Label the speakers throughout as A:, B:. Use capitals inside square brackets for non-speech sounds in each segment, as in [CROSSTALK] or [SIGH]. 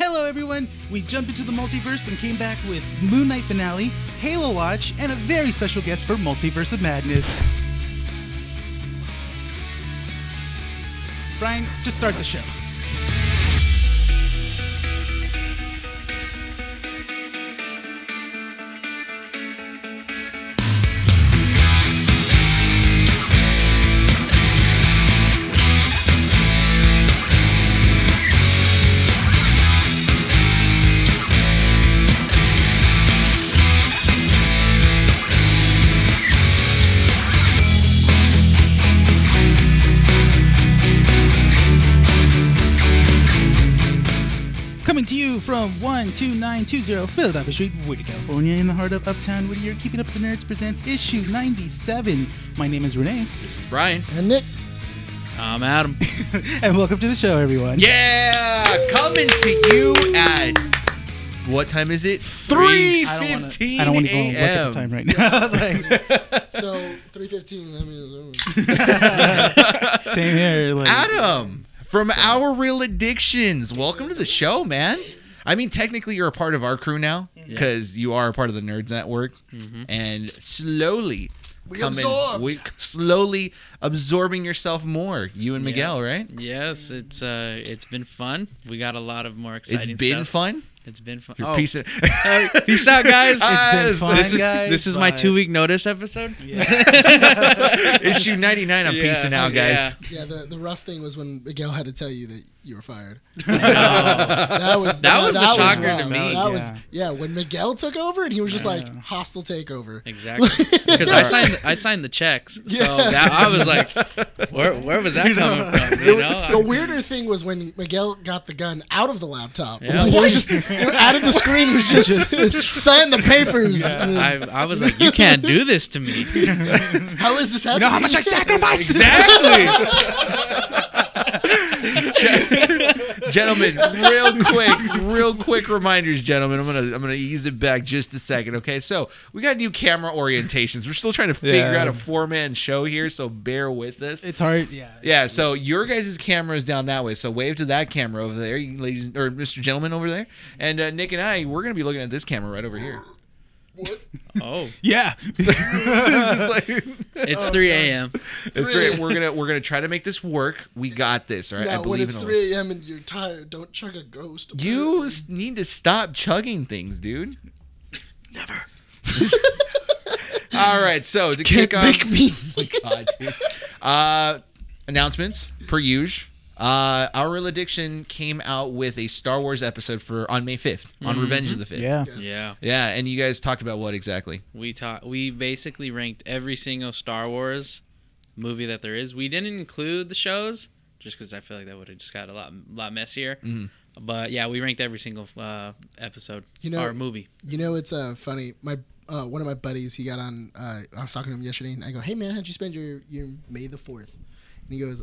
A: Hello, everyone. We jumped into the multiverse and came back with Moon Knight finale, Halo Watch, and a very special guest for Multiverse of Madness. Brian, just start the show. Coming to you from 12920 Philadelphia Street, Whittier, California, in the heart of Uptown Whittier, Keeping Up with the Nerds presents issue 97. My name is Renee, [LAUGHS]
B: This is Brian.
C: And Nick,
D: I'm Adam.
A: and welcome to the show, everyone.
B: Yeah, coming to you at what time is it? Three
A: I don't wanna-
B: fifteen
A: I don't want to go and look at the time right
B: a.m.
A: now. [LAUGHS] Like,
C: so three fifteen. That means oh.
A: same here. Like,
B: Adam from Our Real Addictions, welcome to the show, man. I mean, technically, you're a part of our crew now because you are a part of the Nerds Network,
A: Mm-hmm.
B: and slowly.
C: We
B: coming-
C: absorbed.
B: we slowly absorbing yourself more. You and Miguel, right?
D: yes, it's uh, it's been fun. We got a lot of more
B: It's
D: exciting.
B: been
D: stuff.
B: fun.
D: It's been fun.
B: You're Ah,
D: oh.
B: piecing-
D: Hey, peace out, guys.
B: [LAUGHS]
D: It's been
B: Guys,
A: fun.
D: This is
A: guys,
D: this is my
A: bye.
D: two week notice episode. [LAUGHS]
B: Issue 99. I'm
D: Yeah.
B: piecing out, guys.
D: Yeah.
C: yeah. The, the rough thing was when Miguel had to tell you that you were fired. That was
D: [LAUGHS] That was the shocker
C: rough.
D: to me.
C: That
A: Yeah.
C: was yeah. When Miguel took over and he was just like hostile takeover.
B: [LAUGHS]
D: Exactly, because I signed I signed the checks, so
C: Yeah.
D: that, I was like, where where was that coming from? You
C: [LAUGHS] The
D: know,
C: weirder thing was when Miguel got the gun out of the laptop.
D: Yeah.
C: Like, it was
D: [LAUGHS]
C: just it- out of the screen was just, [LAUGHS] sign the papers.
D: I, I was like, you can't do this to
B: [LAUGHS]
D: me.
C: How is this happening?
A: know how much I
C: [LAUGHS]
A: sacrificed?
D: Exactly.
B: gentlemen, real quick, real quick reminders, gentlemen. I'm gonna I'm gonna ease it back just a second, okay? So we got new camera orientations. We're still trying to figure
A: Yeah.
B: out a four man show here, so bear with us.
A: [LAUGHS] It's hard. Yeah.
B: yeah, so your guys' camera is down that way. So wave to that camera over there, you ladies or Mr. Gentleman over there. And uh, Nick and I, we're gonna be looking at this camera right over here.
D: [LAUGHS] Oh,
A: [LAUGHS] Yeah.
B: it's just like
D: it's 3 a.m.
B: it's right. We're gonna we're gonna try to make this work. We got this, all right?
C: Yeah, when it's
B: in all-
C: 3 a.m. and you're tired, don't chug a ghost.
B: You s- need to stop chugging things, dude. Never. [LAUGHS] All right, so to
C: can't
B: kick off, [LAUGHS]
C: make me.
D: [LAUGHS]
B: God, dude. Uh, announcements per usual. Uh, Our Real Addiction came out with a Star Wars episode for on May fifth, on
C: Mm-hmm.
B: Revenge of the Fifth.
A: Yeah.
D: Yeah.
B: yeah, and you guys talked about what exactly?
D: We taught we basically ranked every single Star Wars movie that there is. We didn't include the shows just because I feel like that would have just got a lot lot messier.
B: Mm-hmm.
D: But yeah, we ranked every single uh, episode
C: You know- [LAUGHS]
D: or movie.
C: You know, it's uh, funny. My uh, one of my buddies, he got on. Uh, I was talking to him yesterday, and I go, "Hey man, how'd you spend your your May the 4th? And he goes,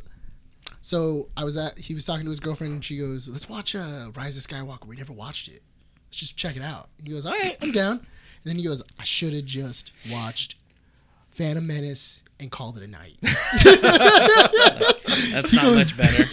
C: "So I was at." He was talking to his girlfriend, and she goes, "Let's watch uh, Rise of Skywalker. We never watched it. Let's just check it out." He goes, "All right, I'm down." And then he goes, "I should have just watched Phantom Menace." And called it a night.
D: That's not
C: [LAUGHS]
D: much better.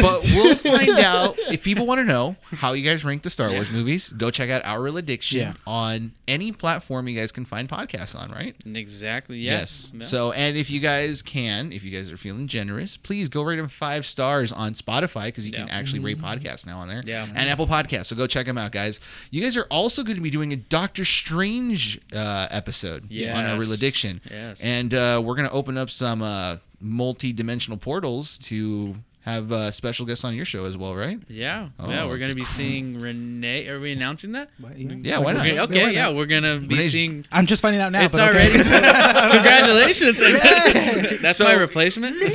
B: But we'll find out if people want to know how you guys rank the Star Wars movies. Go check out Our Real Addiction
A: Yeah.
B: on any platform you guys can find podcasts on, right?
D: exactly. Yeah.
B: Yes.
D: Yeah.
B: So, and if you guys can, if you guys are feeling generous, please go rate them five stars on Spotify because you can
D: Yeah.
B: actually rate podcasts now on there.
D: Yeah. mm-hmm.
B: And Apple Podcasts. So go check them out, guys. You guys are also going to be doing a Doctor Strange uh, episode on our real
D: Yes.
B: addiction.
D: Yes.
B: And uh, we're going to open up some uh, multi-dimensional portals to have uh, special guests on your show as well, right?
D: yeah.
B: Oh,
D: yeah. We're
B: that's
D: gonna be seeing Renee. Are we announcing that?
B: Yeah. Why
D: We're
B: not?
D: gonna- okay.
A: why
D: yeah. We're gonna be
B: Renee's-
C: [LAUGHS]
D: seeing.
A: I'm just finding out now.
D: It's
A: but okay.
D: already. Congratulations. [LAUGHS] That's my
B: So-
C: [LAUGHS]
D: replacement. [LAUGHS]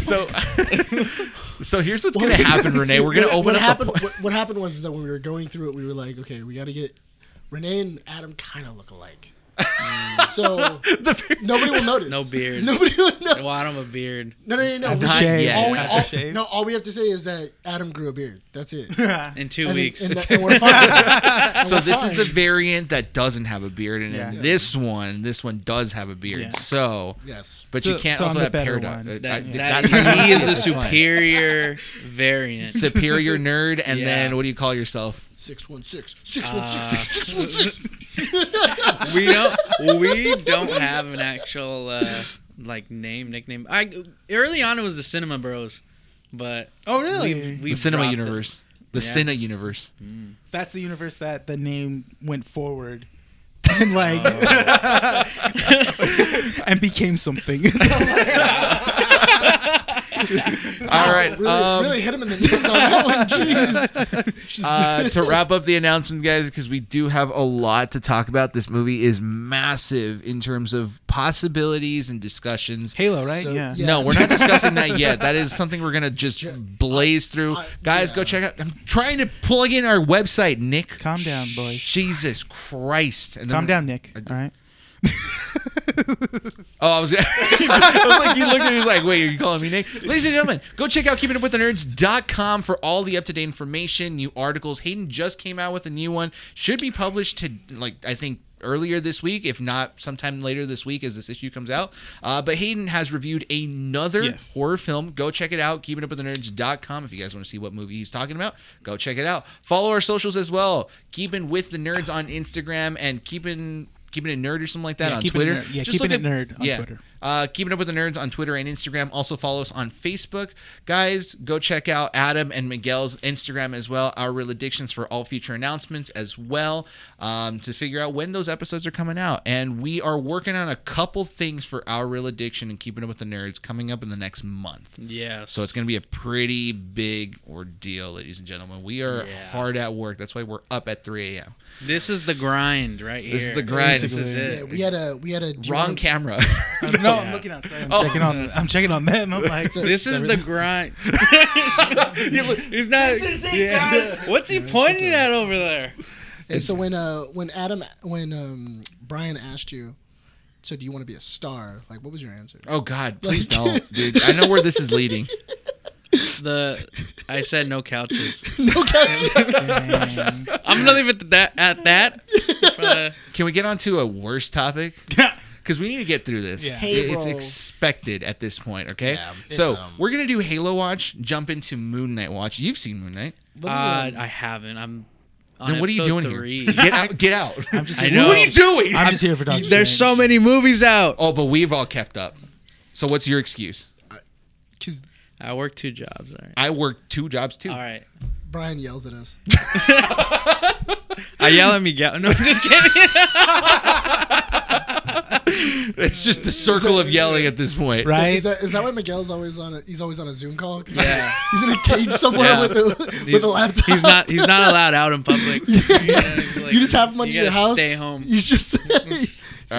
B: So, [LAUGHS] so here's what's going to happen, Renee. We're going to open
C: What- what
B: up. the
C: Happened,
B: por-
C: what,
B: [LAUGHS]
C: what happened was that when we were going through it, we were like, okay, we got to get Renee and Adam kind of look alike. So
B: The beard-
C: nobody will notice.
D: No beard.
C: Nobody will know.
D: Well, I don't have a beard.
C: No, no, no, no. We
B: Not
C: just-
B: yet.
C: all we-
B: Not
C: all-
E: the shave.
C: no, all we have to say is that Adam grew a beard.
B: [LAUGHS]
C: That's it.
A: [LAUGHS]
C: And
D: [LAUGHS] In two
C: then-
D: weeks.
C: and, that- and we're fine. And
B: So
C: we're
B: this is
C: fine.
B: the variant that doesn't have a beard, and in
E: Yeah.
B: this one, this one does have a beard.
A: Yeah.
B: So,
C: yes.
B: but
A: So-
B: you can't
A: so I'm
B: also
A: the
B: have
A: better
B: pared up.
A: one.
B: Uh, I-
D: that,
B: if
D: that,
B: how you
D: he is
B: see it,
D: a
B: that's fine.
D: [LAUGHS] superior
B: [LAUGHS]
D: variant.
B: superior nerd, and
D: Yeah.
B: then what do you call yourself?
C: Six one six. Six one six
B: Ah.
D: Uh,
C: six six
B: [LAUGHS]
C: one six.
D: we don't we don't have an actual uh, like name nickname. I early on it was the Cinema Bros, but
A: Oh, really?
D: we've,
B: The
D: we've
B: cinema
D: dropped it.
B: universe. The
D: Yeah.
B: cinema universe.
A: That's the universe that the name went forward [LAUGHS] and like
D: [LAUGHS]
A: and became something. [LAUGHS]
B: All right.
C: Really,
B: um,
C: really hit him in the knees on that
B: [LAUGHS]
C: one. Jeez.
B: uh, to wrap up the announcement, guys, because we do have a lot to talk about. This movie is massive in terms of possibilities and discussions.
A: Halo, right?
C: So,
A: yeah.
C: yeah.
B: No, we're not discussing that yet. That is something we're gonna just
C: Ju-
B: blaze through.
C: I-
B: Guys, go
C: yeah.
B: check out. I'm trying to plug in our website, Nick.
A: Calm down, boys.
B: Jesus Christ! And then-
A: Calm down, Nick. All right.
B: Oh, I was, gonna, [LAUGHS] I was like, you looked at me he was like, wait, are you calling me Nick? Ladies and gentlemen, go check out keepingupwiththenerds.com for all the up to date information, new articles. Hayden just came out with a new one. Should be published to, like, I think earlier this week, if not sometime later this week as this issue comes out. Uh, but Hayden has reviewed another
A: Yes.
B: horror film. Go check it out, keepingupwiththenerds.com. If you guys want to see what movie he's talking about, go check it out. Follow our socials as well. Keeping with the nerds on Instagram and keeping. Keeping it nerd or something like that
A: Yeah,
B: on
A: Keeping It
B: Twitter.
A: Nerd- yeah,
B: Just
A: Keeping
B: look
A: It
B: at-
A: Nerd on Twitter.
B: uh, keeping up with the nerds on Twitter and Instagram. Also follow us on Facebook, guys. Go check out Adam and Miguel's Instagram as well. Our real addictions for all future announcements as well um, to figure out when those episodes are coming out. And we are working on a couple things for our real addiction and keeping up with the nerds coming up in the next month.
D: [LAUGHS] Yes.
B: So it's going to be a pretty big ordeal, ladies and gentlemen. We are
D: Yeah.
B: hard at work. That's why we're up at 3 a.m.
D: this is the grind right here.
B: This is the grind.
D: This is
A: Basically.
C: Yeah,
D: it.
C: we had a we had a do you
B: Wrong
C: wanna-
B: camera.
A: no, [LAUGHS] I'm looking outside. I'm
B: Oh.
A: checking on. I'm checking on them. I'm like,
D: This is
C: [LAUGHS]
D: the grind. He's not. yeah. What's he pointing at over there?
C: And so when uh when Adam when um Brian asked you, so do you want to be a star? Like, what was your answer? [LAUGHS]
B: oh, God. Please
C: Like-
B: don't, dude. I know where this is leading.
D: The I said no couches.
C: no catch.
D: [LAUGHS]
A: Dang.
D: I'm gonna leave it at that. At that. Uh,
B: Can we get on to a worse topic? Because we need to get through this.
A: Yeah.
B: It- It's
C: Halo.
B: expected at this point, okay?
C: Yeah,
B: so
C: it's, um,
B: we're going to do Halo Watch, jump into Moon Knight Watch. You've seen Moon Knight.
D: uh, I haven't. I'm. On
B: Then what are you
D: episode
B: doing
D: three.
B: here? [LAUGHS] Get out. Get out.
A: I'm just.
D: I
A: here-
D: know.
B: What are you doing?
A: I'm just here for Doctor.
D: There's so many movies out.
B: [LAUGHS] oh, but we've all kept up. So what's your excuse?
C: Because
D: I work two jobs. All right.
B: I work two jobs too. [LAUGHS]
D: All right. [LAUGHS]
C: Brian yells at us.
D: I Uh, yell at Miguel. No, I'm just kidding.
B: [LAUGHS]
D: [LAUGHS]
B: It's just the circle of yelling at this point.
A: Right.
C: Is that, is that why Miguel's always on a he's always on a Zoom call?
D: Yeah.
C: [LAUGHS] He's in a cage somewhere
D: Yeah.
C: with a with a laptop.
D: He's not. He's not
C: [LAUGHS]
D: allowed out in public. Yeah, he's like,
C: you just have him under
D: you
C: your
D: gotta
C: house.
D: Stay home.
C: He's just [LAUGHS] he's, in
D: [LAUGHS]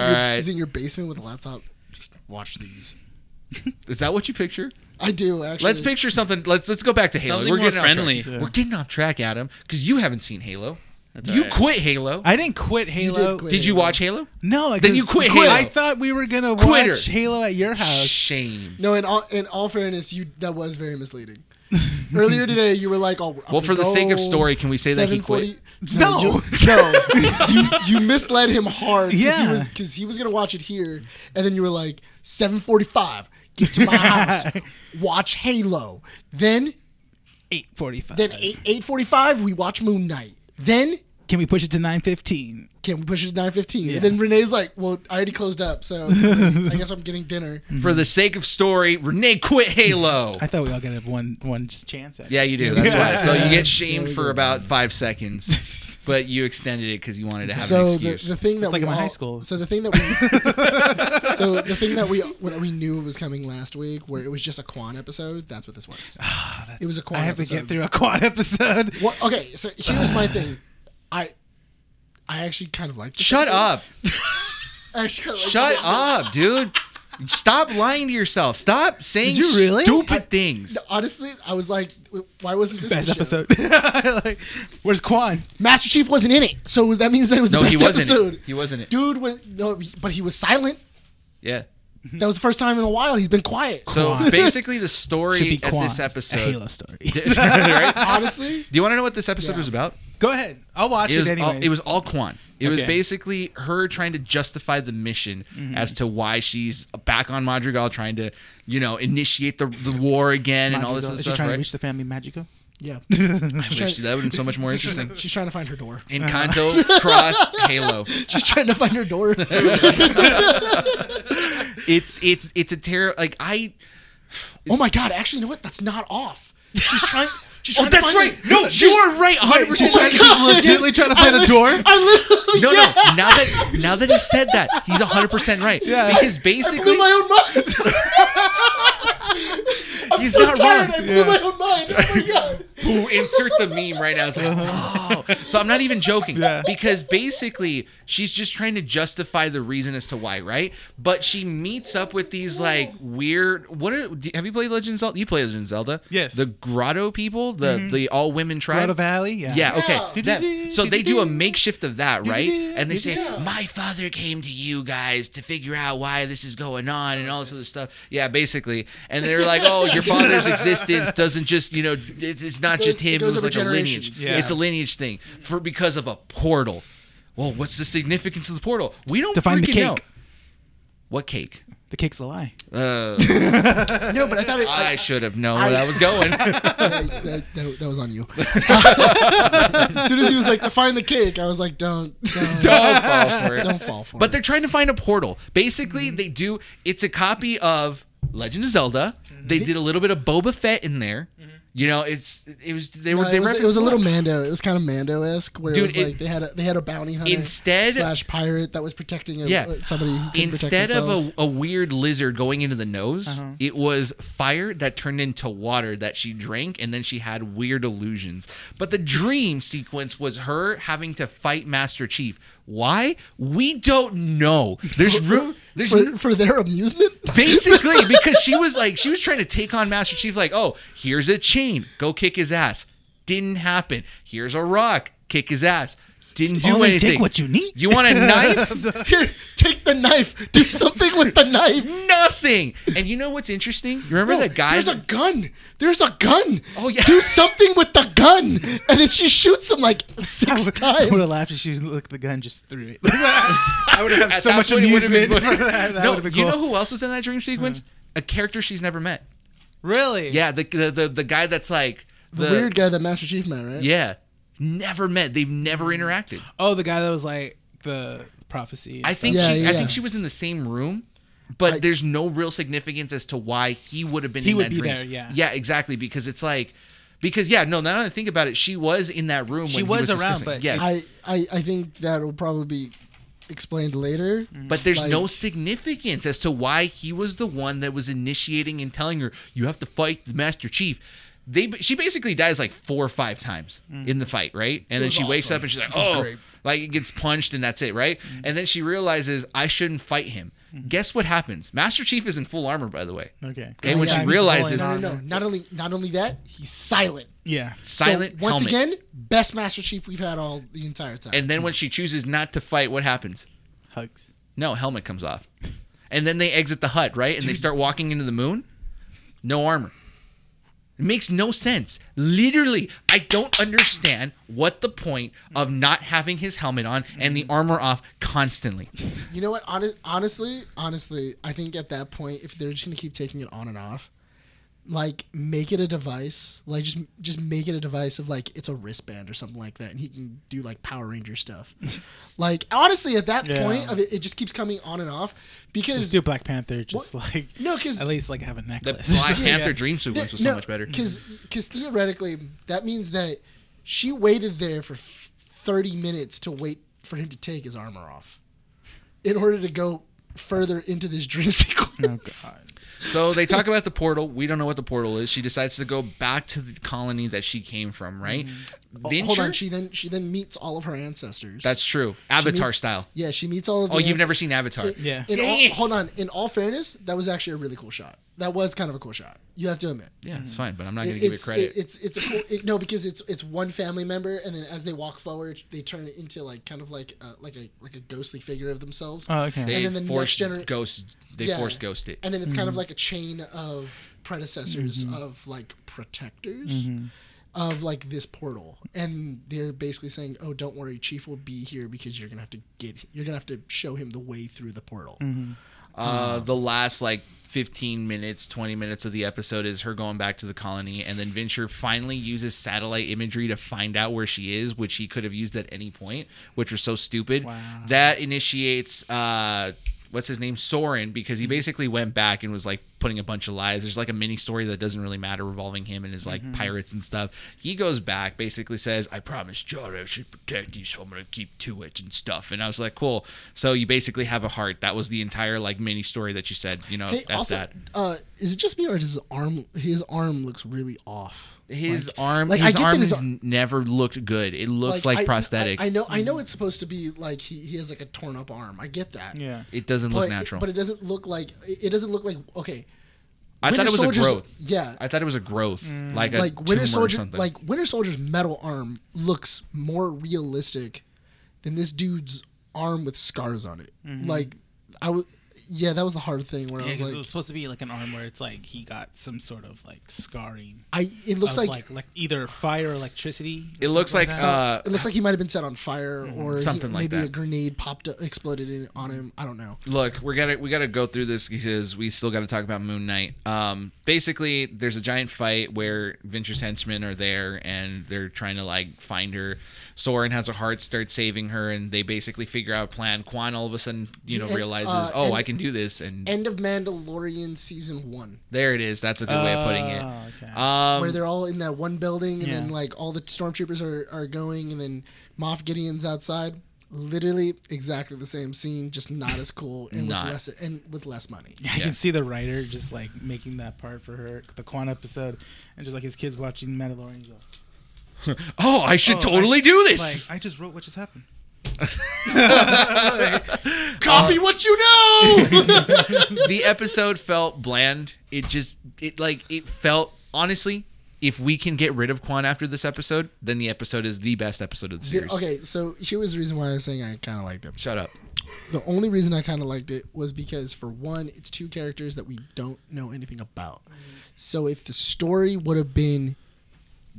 C: your,
B: Alright.
C: he's in your basement with a laptop. Just watch these.
B: [LAUGHS] Is that what you picture?
C: I do actually.
B: Let's picture something. Let's let's go back to Halo.
D: Something
B: we're
D: more
B: getting
D: friendly.
B: Off track.
A: Yeah.
B: We're getting off track, Adam, because you haven't seen Halo.
D: That's all
B: you
D: right.
B: quit Halo.
A: I didn't quit
C: did
A: Halo.
C: quit.
B: Did you watch Halo?
A: No,
B: Then you
A: 'cause
B: quit Halo.
A: I thought we were gonna
B: Quitter.
A: watch Halo at your house.
B: Shame.
C: No, in all in all fairness, you that was very misleading. [LAUGHS] Earlier today, you were like, "Oh, I'm
B: Well,
C: gonna
B: for the
C: go
B: sake of story, can we say that he quit?
C: 7:40
A: No.
C: you- no, [LAUGHS] you, you misled him hard. Cause
A: Yeah.
C: he was because he was gonna watch it here, and then you were like, seven forty-five, get
A: [LAUGHS]
C: to my house, watch Halo. Then,
A: Eight forty-five.
C: then eight eight forty-five, we watch Moon Knight. Then,
A: Can we push it to nine fifteen?
C: can we push it to nine fifteen?
A: Yeah.
C: And then Renee's like, "Well, I already closed up,
A: [LAUGHS]
C: so I guess I'm getting dinner."
B: For the sake of story, Renee quit Halo.
A: I thought we all got a one one just chance at it.
B: Yeah, you do. That's why. So you get
C: There
B: shamed
C: we
B: for
C: go.
B: about five
C: [LAUGHS]
B: seconds, but you extended it because you wanted to have an
C: so the,
B: excuse.
C: the thing that
A: like
C: we
A: I'm in
C: all,
A: high school.
C: So the thing that
A: [LAUGHS]
C: we so the thing that we when we knew it was coming last week, where it was just a Quan episode. That's what this was. it was a Quan.
A: Ah, I have
C: episode.
A: to get through a quad episode.
C: Well, okay, so here's my thing. I I actually kind of like.
B: Shut up!
C: I actually kind of liked
B: Shut
C: this episode.
B: up, dude! Stop lying to yourself. Stop saying
A: you really?
B: stupid
C: I-
B: things.
C: No, honestly, I was like, w- why wasn't this
A: [LAUGHS] Best
C: the show?
A: episode. [LAUGHS] like, where's Quan?
C: Master Chief wasn't in it, so that means that it was
B: No,
C: the best
B: he wasn't.
C: episode.
B: He wasn't it.
C: Dude was no, but he was silent.
A: Mm-hmm.
B: Yeah.
C: That was the first time in a while he's been quiet. [LAUGHS]
B: So
A: Quan.
B: basically, the
A: Should
B: story
A: be
B: at
A: Quan.
B: this
A: A
B: episode.
A: Halo story.
B: [LAUGHS] Right?
C: honestly,
B: Do you want to know what this episode
C: Yeah.
B: was about?
A: [LAUGHS] Go ahead. I'll watch
B: It
A: it,
B: was,
A: anyway.
B: all, it was all Quan. It was
A: Okay. Mm-hmm.
B: basically her trying to justify the mission as to why she's back on Madrigal, trying to, you know, initiate the, the war again and all this other
A: Is
B: stuff.
A: she trying to
B: Right?
A: reach the family
B: [LAUGHS]
A: Magico?
C: yeah,
B: I wish-
C: trying-
B: that would have been so much
A: [LAUGHS]
B: more interesting.
A: Uh-huh.
C: she's trying to find
B: [LAUGHS]
C: her door.
B: Encanto, Cross, Halo.
C: She's trying to find her [LAUGHS] door. Oh
B: It's it's it's a terror. Like I.
C: oh my god! Actually, you know what? That's not off. She's trying. She's
B: Oh,
C: trying
B: that's
C: to find
B: right. No, you are right.
A: [LAUGHS]
B: 100.
C: She's
A: Oh
B: percent
C: trying to- she's legitimately
A: trying to find a door.
B: [LAUGHS]
C: I literally
B: No,
C: yeah,
B: no. Now that now that he said that, he's 100 percent right.
A: Yeah. Oh
B: Because
C: blew
A: [LAUGHS]
B: basically,
C: my own [LAUGHS] mind. I'm
B: He's
C: so
B: not
C: tired.
B: wrong.
C: I blew
A: Yeah.
C: my own mind. Oh my god.
B: who insert the meme right now. It's like, oh. So I'm not even joking.
A: Uh-huh. Yeah.
B: Because basically, she's just trying to justify the reason as to why, right? But she meets up with these like weird. What are? do- Have you played Legend of Zelda? You play Legend of Zelda?
A: Yes. Mm-hmm.
B: The Grotto people, the the all women tribe.
A: Grotto Valley. Yeah.
B: Yeah, okay.
C: Yeah.
B: That- so they do a makeshift of that, right? And they say,
C: Yeah.
B: My father came to you guys to figure out why this is going on
C: Oh,
B: and all this other stuff. Yeah, basically. And they're like, Oh,
C: [LAUGHS]
B: your father's existence doesn't just, you know, it, it's not
C: goes-
B: just
C: it
B: him. It,
C: goes
B: was
C: over
B: like a lineage.
C: generations.
A: Yeah.
B: It's a lineage thing for because of a portal. Well, what's the significance of the portal? We don't
A: Define the
B: freaking
A: cake.
B: know. What cake?
A: The cake's a lie. [LAUGHS]
B: Uh,
C: [LAUGHS] No, but I [LAUGHS] thought it. I,
B: I should have known where that
A: [LAUGHS]
B: was going.
C: that, that, that was on you. [LAUGHS] as soon as he was like, "Define the cake," I was like, "Don't, don't,
B: Don't fall for it.
C: [LAUGHS] don't fall for
B: But
C: it."
B: they're trying to find a portal. Basically,
C: Mm-hmm.
B: they do. It's a copy of Legend of Zelda.
C: Mm-hmm.
B: They did a little bit of Boba Fett in there. You know, it's it was they were
C: No,
B: they
C: Uh, it, was,
B: referenced-
C: it was a little Mando. It was kind of Mando esque, where
B: Dude,
C: it was like
B: it-
C: they had a, they had a bounty hunter
B: Instead-
C: slash pirate that was protecting a,
B: Yeah.
C: somebody who couldn't
B: Instead
C: protect
B: of
C: themselves.
B: a, a weird lizard going into the nose,
C: Uh-huh.
B: it was fire that turned into water that she drank, and then she had weird illusions. But the dream sequence was her having to fight Master Chief. Why? We don't know.
C: [LAUGHS]
B: There's room. There's
C: for, for their amusement. [LAUGHS]
B: Basically, because she was like, she was trying to take on Master Chief, like, oh, here's a chain, go kick his ass. Didn't happen. Here's a rock, kick his ass. Didn't do
A: Only
B: anything.
A: take what you need.
B: You want a knife?
C: Here, take the knife. Do something with the knife.
B: [LAUGHS] Nothing. And you know what's interesting? You remember
C: No,
B: that guy?
C: There's a gun. There's a gun.
B: Oh, yeah.
C: Do something with the gun. And then she shoots him like six
A: [LAUGHS] I would have
C: times.
A: laughed if she looked at the gun just threw it. [LAUGHS] I would have
B: At
A: had so
B: that
A: much
B: point, it would've
A: amusement
B: been-
A: [LAUGHS] for that. That
B: no,
A: would have been
B: you
A: cool.
B: know who else was in that dream sequence? A character she's never met.
A: really?
B: Yeah, the the the, the guy that's like
C: The weird guy that Master Chief met, right?
B: Yeah, never met. They've never interacted.
A: Oh, the guy that was like the prophecy. and
B: I
A: stuff.
B: think
C: Yeah,
B: she I
C: yeah.
B: think she was in the same room, but
C: Like-
B: there's no real significance as to why he would have been
A: He
B: in
A: would
B: that
A: be
B: dream.
A: there, yeah.
B: Yeah, exactly. Because it's like because yeah, no, now that I think about it, she was in that room
A: She
B: when he
A: was around,
B: discussing-
A: but
B: yes.
C: I, I, I think that'll probably be explained later.
B: but there's
C: like-
B: no significance as to why he was the one that was initiating and telling her, You have to fight the Master Chief. They she basically dies like four or five times in the fight, right? And then
C: Mm. was
B: she wakes
C: awesome.
B: up and she's like,
C: was
B: Oh,
C: great. Mm.
B: like it gets punched and that's it, right? And then she realizes I shouldn't fight him. Guess what happens? Master Chief is in full armor, by the way.
A: Okay. Oh,
B: And when
C: yeah,
B: she
C: he's
B: realizes,
C: No, no, no. Not only, not only that, he's silent.
A: Yeah.
C: So,
B: silent
C: once
B: helmet.
C: again, best Master Chief we've had all the entire time.
B: And then when she chooses not to fight, what happens?
A: Hugs.
B: No, helmet comes off. And then they exit the hut, right? And they start walking into the moon. No armor. It makes no sense. Literally, I don't understand what the point of not having his helmet on and the armor off constantly.
C: you know what? Honest, honestly, honestly, I think at that point, if they're just gonna keep taking it on and off, like make it a device. Like just just make it a device of like it's a wristband or something like that, and he can do like Power
A: [LAUGHS]
C: Ranger stuff. like honestly, at that
A: Yeah.
C: point of it, it just keeps coming on and off
A: Just
C: because
A: do Black Panther. Just like
C: no, because
A: at least like have a
B: The
A: necklace. or [LAUGHS]
B: Black
A: something.
B: Panther dream sequence was so much better.
C: Because theoretically, that means that she waited there for f- 30 minutes to wait for him to take his armor off in order to go further into this dream [LAUGHS] sequence.
A: Oh god.
B: So they talk about the portal. We don't know what the portal is. She decides to go back to the colony that she came from, right?
C: Oh,
B: Venture?
C: Hold on. She then she then meets all of her ancestors.
B: That's true.
C: She
B: Avatar
C: meets-
B: style.
C: Yeah, she meets all of.
B: Oh,
C: the
B: you've
C: anc-
B: never seen Avatar.
C: In-
A: Yeah.
C: in
B: Dang
C: all-
B: it.
C: hold on. In all fairness, that was actually a really cool shot. That was kind of a cool shot. You have to admit.
B: Yeah, it's fine, but I'm not
C: It-
B: going to give it
C: it's,
B: credit.
C: it- it's it's a cool it, no because it's it's one family member and then as they walk forward they turn into like kind of like uh, like a like a ghostly figure of themselves
A: Oh, okay.
B: they
C: and then the next
B: forced
C: gener-
B: ghost. They
C: Yeah.
B: forced ghost it.
C: and then it's kind of like a chain of predecessors of like protectors of like this portal and they're basically saying oh don't worry chief will be here because you're gonna have to get you're gonna have to show him the way through the portal
B: Uh, the last like 15 minutes, 20 minutes of the episode is her going back to the colony, and then Venture finally uses satellite imagery to find out where she is, which he could have used at any point, which was so stupid.
A: Wow.
B: That initiates uh, what's his name, Soren, because he basically went back and was like putting a bunch of lies. There's like a mini story that doesn't really matter revolving him and his like
C: Mm-hmm.
B: pirates and stuff. He goes back, basically says, "I promised John I should protect you, so I'm gonna keep to it and stuff." And I was like, "Cool." So you basically have a heart. That was the entire like mini story that you said. You know,
C: Hey,
B: that's
C: also
B: that.
C: uh is it just me or does his arm his arm looks really off
B: His
C: Like-
B: arm,
C: like, I
B: his
C: get that
B: arm
C: his-
B: has never looked good. It looks like,
C: I-
B: prosthetic.
C: I, I know I know it's supposed to be like he, he has like a torn up arm. I get that.
A: Yeah.
B: it doesn't
C: But
B: look
C: it-
B: natural.
C: but it doesn't look like it doesn't look like okay.
B: I thought
C: Winter
B: it was
C: Soldier's-
B: a growth.
C: Yeah.
B: I thought it was a growth, like a
C: like
B: tumor
C: Winter
B: or
C: Soldier
B: something.
C: like Winter Soldier's metal arm looks more realistic than this dude's arm with scars on it. Like I was Mm-hmm. yeah, that was the hard thing where I was
A: Because
C: like
A: it was supposed to be like an arm where it's like he got some sort of like scarring.
C: I it looks
A: of,
C: like,
A: like like either fire or electricity.
B: it looks like uh,
C: it looks like he might have been set on fire or he-
B: Something like
C: maybe
B: that.
C: a grenade popped up, exploded in, on him. I don't know.
B: look we're gonna we gotta go through this because we still gotta talk about moon knight um basically there's a giant fight where venture's henchmen are there and they're trying to like find her soren has a heart start saving her and they basically figure out a plan quan all of a sudden you know
C: Yeah, and,
B: realizes
C: uh,
B: oh
C: and-
B: i can do this and,
C: End of Mandalorian season one.
B: there it is that's a good way of putting it
A: Oh, okay.
B: um
C: where they're all in that one building and then
A: Yeah.
C: like all the stormtroopers are, are going and then Moff Gideon's outside. Literally exactly the same scene, just not as cool and
B: Not.
C: with less and with less money.
A: I can see the writer just like making that part for her, the Quan episode, and just like his kids watching Mandalorian. he's like,
B: oh i should
A: "Oh,
B: totally
A: I-
B: do this
A: Like I just wrote what just happened.
C: [LAUGHS] Copy what you know.
B: [LAUGHS] the episode felt bland. It just it like it felt honestly. If we can get rid of Quan after this episode, then the episode is the best episode of the series.
C: okay, so here was the reason why I was saying I kind of liked it.
B: Shut up.
C: The only reason I kind of liked it was because, for one, it's two characters that we don't know anything about.
A: Mm-hmm.
C: So if the story would have been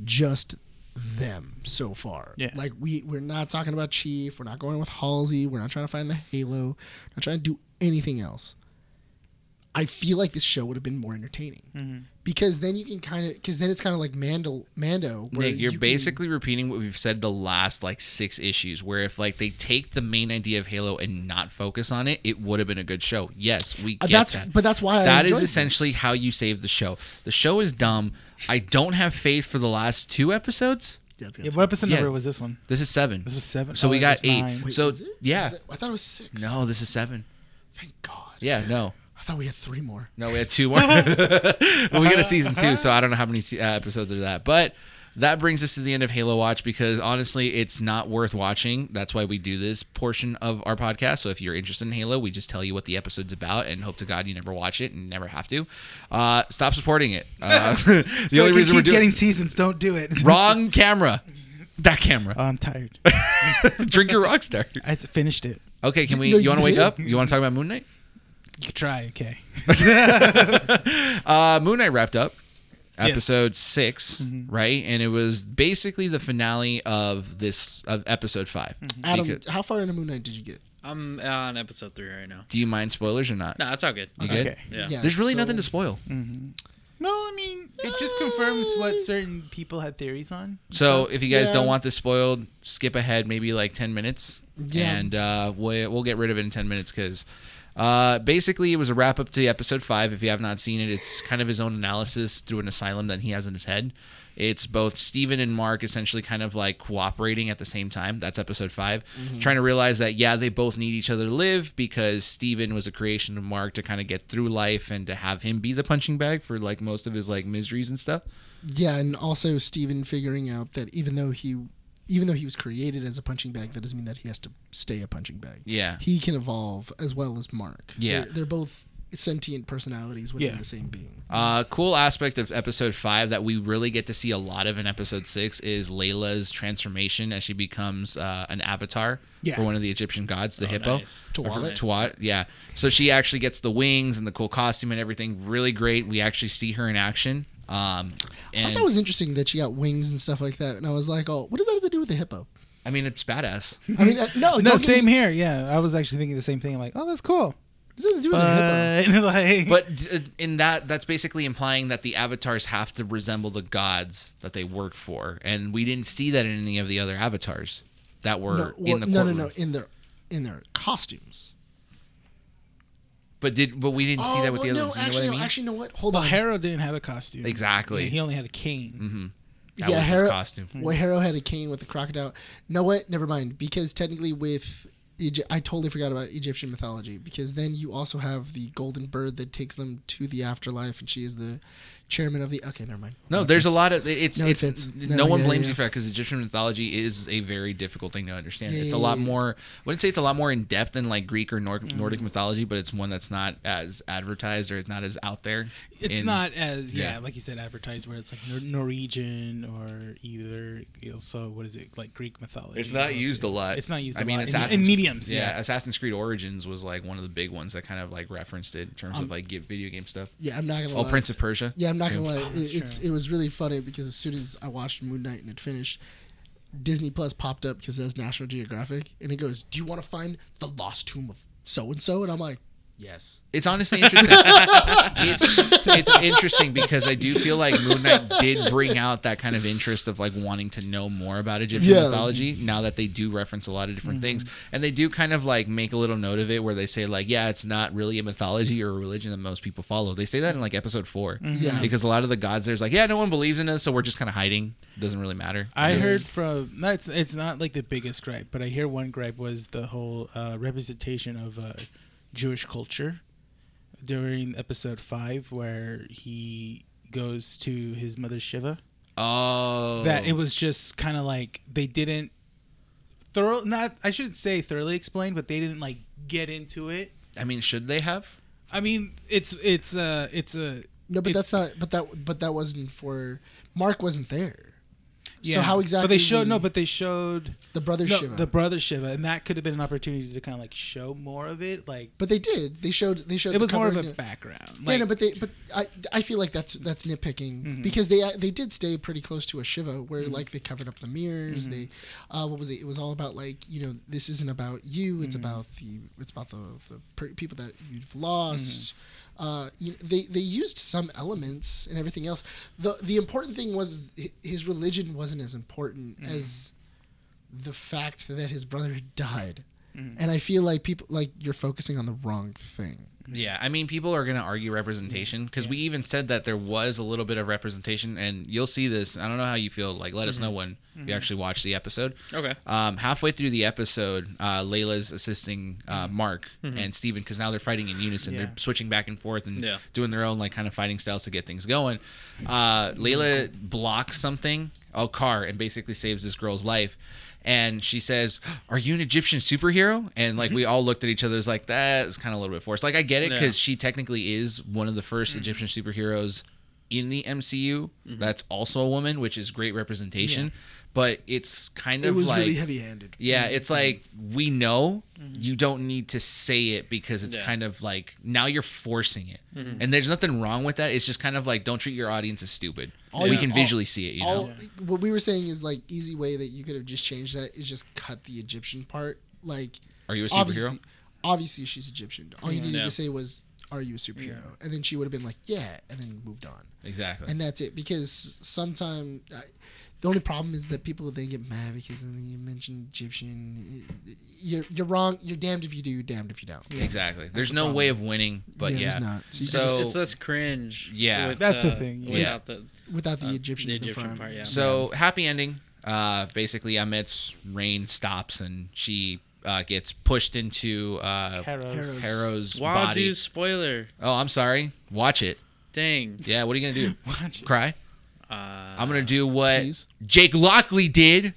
C: just them so far,
A: Yeah.
C: like we we're not talking about Chief, we're not going with Halsey, we're not trying to find the Halo, not trying to do anything else. I feel like this show would have been more entertaining
A: Mm-hmm.
C: because then you can kind of because then it's kind of like Mando Mando. where
B: Nick, you're
C: you can-
B: basically repeating what we've said the last like six issues, where if like they take the main idea of Halo and not focus on it, it would have been a good show. Yes, we get
C: Uh, that's
B: that.
C: but that's why I
B: That is
C: enjoyed this.
B: essentially how you save the show. The show is dumb. I don't have faith for the last two episodes.
C: Yeah, it's got
A: Yeah,
C: some-
A: what episode
B: Yeah.
A: number was this one?
B: This is seven.
A: This was seven.
B: So we
A: Oh,
B: got
A: that's
B: eight.
A: nine.
C: Wait,
B: so
C: is it?
B: yeah.
C: Is it- I thought it was six.
B: No, this is seven.
C: Thank God.
B: Yeah, no.
C: I thought we had three more.
B: No, we had two more. [LAUGHS] well, we got a season two, so I don't know how many se- uh, episodes are that. But that brings us to the end of Halo Watch because honestly, it's not worth watching. That's why we do this portion of our podcast. So if you're interested in Halo, we just tell you what the episode's about and hope to God you never watch it and never have to. Uh, stop supporting it. Uh, [LAUGHS] the
A: So I
B: only
A: can
B: reason
A: keep
B: we're doing
A: getting seasons. Don't do it.
B: wrong camera. That
A: [LAUGHS] Oh,
B: camera.
A: I'm
B: [LAUGHS]
A: tired.
B: Drink your Rockstar.
A: I s- finished it.
B: Okay, can we?
C: No,
B: you
C: you
B: want to wake
C: did.
B: up? You want to talk about Moon Knight?
A: You could try. Okay.
B: [LAUGHS] uh, Moon Knight wrapped up
A: Yes. Mm-hmm.
B: episode 6 right? And it was basically the finale of this of episode 5
A: Mm-hmm.
C: Adam,
B: Because-
C: how far into Moon Knight did you get?
D: I'm on episode three right now.
B: do you mind spoilers or not?
D: No, it's all good.
B: You good?
A: Okay.
D: Yeah.
C: Yeah.
B: There's really
C: so-
B: nothing to spoil.
A: No, I mean it just confirms what certain people had theories on.
B: So if you guys
C: Yeah.
B: don't want this spoiled, skip ahead maybe like 10 minutes.
C: Yeah.
B: And uh, we'll, we'll get rid of it in 10 minutes because uh, basically it was a wrap up to episode five. If you have not seen it, it's kind of his own analysis through an asylum that he has in his head. It's both Steven and Mark essentially kind of like cooperating at the same time. That's episode 5
C: Mm-hmm.
B: Trying to realize that, yeah, they both need each other to live because Steven was a creation of Mark to kind of get through life and to have him be the punching bag for like most of his like miseries and stuff.
C: Yeah, and also Steven figuring out that even though he even though he was created as a punching bag, that doesn't mean that he has to stay a punching bag.
B: Yeah.
C: He can evolve as well as Mark.
B: Yeah.
C: They're, they're both sentient personalities within
A: Yeah.
C: the same being.
B: Uh, cool aspect of episode five that we really get to see a lot of in episode six is Layla's transformation as she becomes uh, an avatar
A: Yeah.
B: for one of the Egyptian gods, the hippo.
D: nice.
B: Or for-
C: Tuatha.
B: Tuat, yeah. So she actually gets the wings and the cool costume and everything. Really great. We actually see her in action. Um,
C: I
B: and I,
C: thought that was interesting that she got wings and stuff like that, and I was like, oh, what does that have to do with the [LAUGHS] hippo?
B: mean, it's
C: [LAUGHS]
B: badass.
C: I mean, uh,
A: No,
C: no, don't get me-
A: same here. Yeah, I was actually thinking the same thing. I'm like, oh, that's cool.
C: What does that have to do with the hippo?
A: But [LAUGHS] like,
B: But uh, in that, that's basically implying that the avatars have to resemble the gods that they work for, and we didn't see that in any of the other avatars that were
C: No,
B: in
C: well,
B: the
C: no, no,
B: courtroom.
C: no, in their in their costumes.
B: But did but we didn't see that with
C: Oh, well,
B: the
C: no,
B: others. you know
C: actually,
B: what I
C: no,
B: mean?
C: actually, no. What? Hold
A: well,
C: on.
A: Harold didn't have a costume.
B: exactly. Mm,
A: Yeah, he only had a cane.
B: that
C: yeah,
B: was his
C: Harrow-
B: costume.
C: Well, Harrow had a cane with a crocodile. No, what? Never mind. Because technically, with Egypt, I totally forgot about Egyptian mythology. Because then you also have the golden bird that takes them to the afterlife, and she is the chairman of the. Okay, never mind.
B: No, there's a lot of it's
C: No
B: it's
C: offense.
B: no,
C: No,
B: one
C: yeah,
B: blames
C: yeah.
B: you for that because Egyptian mythology is a very difficult thing to understand.
C: Yeah,
B: it's a
C: yeah,
B: lot
C: yeah.
B: more I wouldn't say it's a lot more in depth than like Greek or Nor- Nordic mythology, but it's one that's not as advertised or not as out there.
A: It's
B: in-
A: not as yeah,
B: yeah.
A: like you said, advertised where it's like Nor- Norwegian or either also what is it like Greek mythology?
B: It's
A: So
B: not used a lot.
A: It's not used.
B: I mean,
A: a lot.
B: Assassin's,
A: in, in mediums.
B: Yeah,
A: Yeah,
B: Assassin's Creed Origins was like one of the big ones that kind of like referenced it in terms of like give- video game stuff.
C: Yeah, I'm not gonna.
B: Oh,
C: lie.
B: Prince of Persia.
C: Um, Yeah, I'm not
B: too.
C: gonna lie.
A: that's
C: It, it's
A: true.
C: it was really funny because as soon as I watched Moon Knight and it finished, Disney Plus popped up because it has National Geographic, and it goes, "Do you want to find the lost tomb of so and so?" And I'm like, "Yes."
B: It's honestly interesting. it's, it's interesting because I do feel like Moon Knight did bring out that kind of interest of like wanting to know more about Egyptian
C: Yeah.
B: mythology now that they do reference a lot of different things.
A: Mm-hmm.
B: And they do kind of like make a little note of it where they say, like, yeah, it's not really a mythology or a religion that most people follow. They say that in like episode 4
A: Mm-hmm.
C: Yeah.
B: Because a lot of the gods there's like, yeah, no one believes in us, so we're just kind of hiding. It doesn't really matter.
A: I heard from that's it's not like the biggest gripe, but I hear one gripe was the whole uh, representation of uh, Jewish culture during episode five, where he goes to his mother Shiva.
B: Oh.
A: that it was just kind of like they didn't thorough not I shouldn't say thoroughly explained, but they didn't like get into it.
B: I mean, should they have?
A: I mean, it's it's uh it's a
C: No, but that's
A: it's-
C: not. But that. But that wasn't for. Mark wasn't there.
A: yeah.
C: So how exactly?
A: But they showed
C: would
A: no, but they showed
C: the brother
A: no,
C: Shiva.
A: the brother Shiva, and that could have been an opportunity to kind of like show more of it. Like
C: but they did. They showed. They showed.
A: it was
C: the
A: more of
C: covering
A: a background.
C: yeah,
A: Like,
C: no, but they. But I. I feel like that's that's nitpicking because they they did stay pretty close to a Shiva where like they covered up the mirrors. They, uh, what was it? It was all about like you know this isn't about you. It's about the. It's about the the per- people that you've lost. Uh, you they they used some elements and everything else. the The important thing was hi- his religion wasn't as important as the fact that his brother had died. And I feel like people like you're focusing on the wrong thing.
B: Yeah, I mean, people are going to argue representation because we even said that there was a little bit of representation, and you'll see this. I don't know how you feel. Like, let us know when you actually watch the episode.
D: Mm-hmm. Okay.
B: Um, halfway through the episode, uh, Layla's assisting uh,
D: Mm-hmm.
B: Mark and Steven because now they're fighting in unison. They're
A: Yeah.
B: switching back and forth and
D: Yeah.
B: doing their own like kind of fighting styles to get things going. Uh, Layla blocks something, a car, and basically saves this girl's life. And she says, "Are you an Egyptian superhero?" And like we
C: Mm-hmm.
B: all looked at each other, it's like that is kind of a little bit forced. Like I get it
D: Yeah.
B: because she technically is one of the first
C: Mm-hmm.
B: Egyptian superheroes in the MCU. That's also a woman, which is great representation. But it's kind
C: It
B: of
C: was
B: like
C: really heavy-handed.
B: yeah, it's like we know
C: Mm-hmm.
B: you don't need to say it because it's
D: Yeah.
B: kind of like now you're forcing it,
C: Mm-hmm.
B: and there's nothing wrong with that. It's just kind of like don't treat your audience as stupid.
C: All
B: we
C: you-
B: can
C: Oh, all-
B: visually see it, you
C: All,
B: know.
C: what we were saying is like easy way that you could have just changed that is just cut the Egyptian part. Like,
B: Are you a superhero?
C: obviously, obviously she's Egyptian. All you needed
D: Yeah.
C: to say was, "Are you a superhero?" And then she would have been like, "Yeah," and then moved on.
B: Exactly.
C: And that's it because sometimes The only problem is that people they get mad because then you mention Egyptian. You're you're wrong. You're damned if you do. You're damned if you don't.
B: Exactly. There's no way of winning, but
C: Yeah,
B: yeah.
C: there's not. So you
B: So-
D: it's less cringe.
B: Yeah.
D: with
A: That's the thing, yeah.
D: Without the
C: Without the
D: uh,
C: Egyptian,
D: the
C: in the
D: Egyptian
C: front.
D: part, yeah.
B: So happy ending. Uh, basically, Ahmet's reign stops and she uh, gets pushed into uh,
A: Harrow's.
B: Harrow's
D: Wild
B: body.
D: Dude spoiler.
B: Oh, I'm sorry. Watch it. [LAUGHS]
D: Dang.
B: Yeah, what are you
C: [LAUGHS]
B: gonna do?
A: Watch it.
B: Cry?
D: Uh,
B: I'm gonna do what
C: please.
B: Jake Lockley did.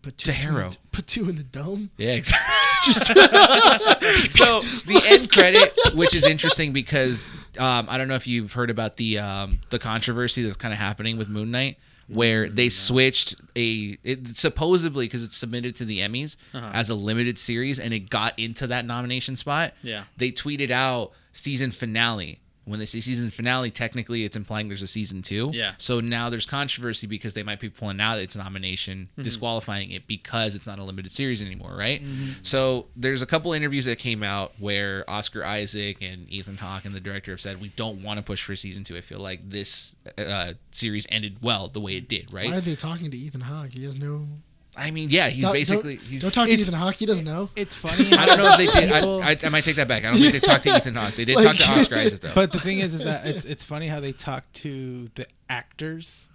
C: Put
B: To Harrow.
C: Put two in the dome. [LAUGHS]
B: [LAUGHS] Yeah. Exactly.
C: Just
B: so the end
D: [LAUGHS]
B: credit, which is interesting because um, I don't know if you've heard about the um, the controversy that's kind of happening with Moon Knight,
D: Mm-hmm.
B: where they switched a it, supposedly because it's submitted to the Emmys
D: Uh-huh.
B: as a limited series and it got into that nomination spot.
D: Yeah.
B: they tweeted out season finale. When they say season finale, technically it's implying there's a season two.
D: Yeah.
B: So now there's controversy because they might be pulling out its nomination, disqualifying it because it's not a limited series anymore, right? So there's a couple interviews that came out where Oscar Isaac and Ethan Hawke and the director have said we don't want to push for season two. I feel like this uh, series ended well the way it did,
C: why are
B: right?
C: they talking to Ethan Hawke? He has no.
B: I mean, yeah, he's
C: Don't-
B: basically
C: Don't,
B: he's,
C: don't talk to
A: It's-
C: Ethan Hawke. He doesn't know.
A: It's funny.
B: [LAUGHS] I don't know if they did.
A: people-
B: I, I, I might take that back. I don't think they talked to Ethan Hawke. They did talk to
C: Like-
B: Oscar Isaac though.
A: But the thing is, is that it's it's funny how they talk to the actors,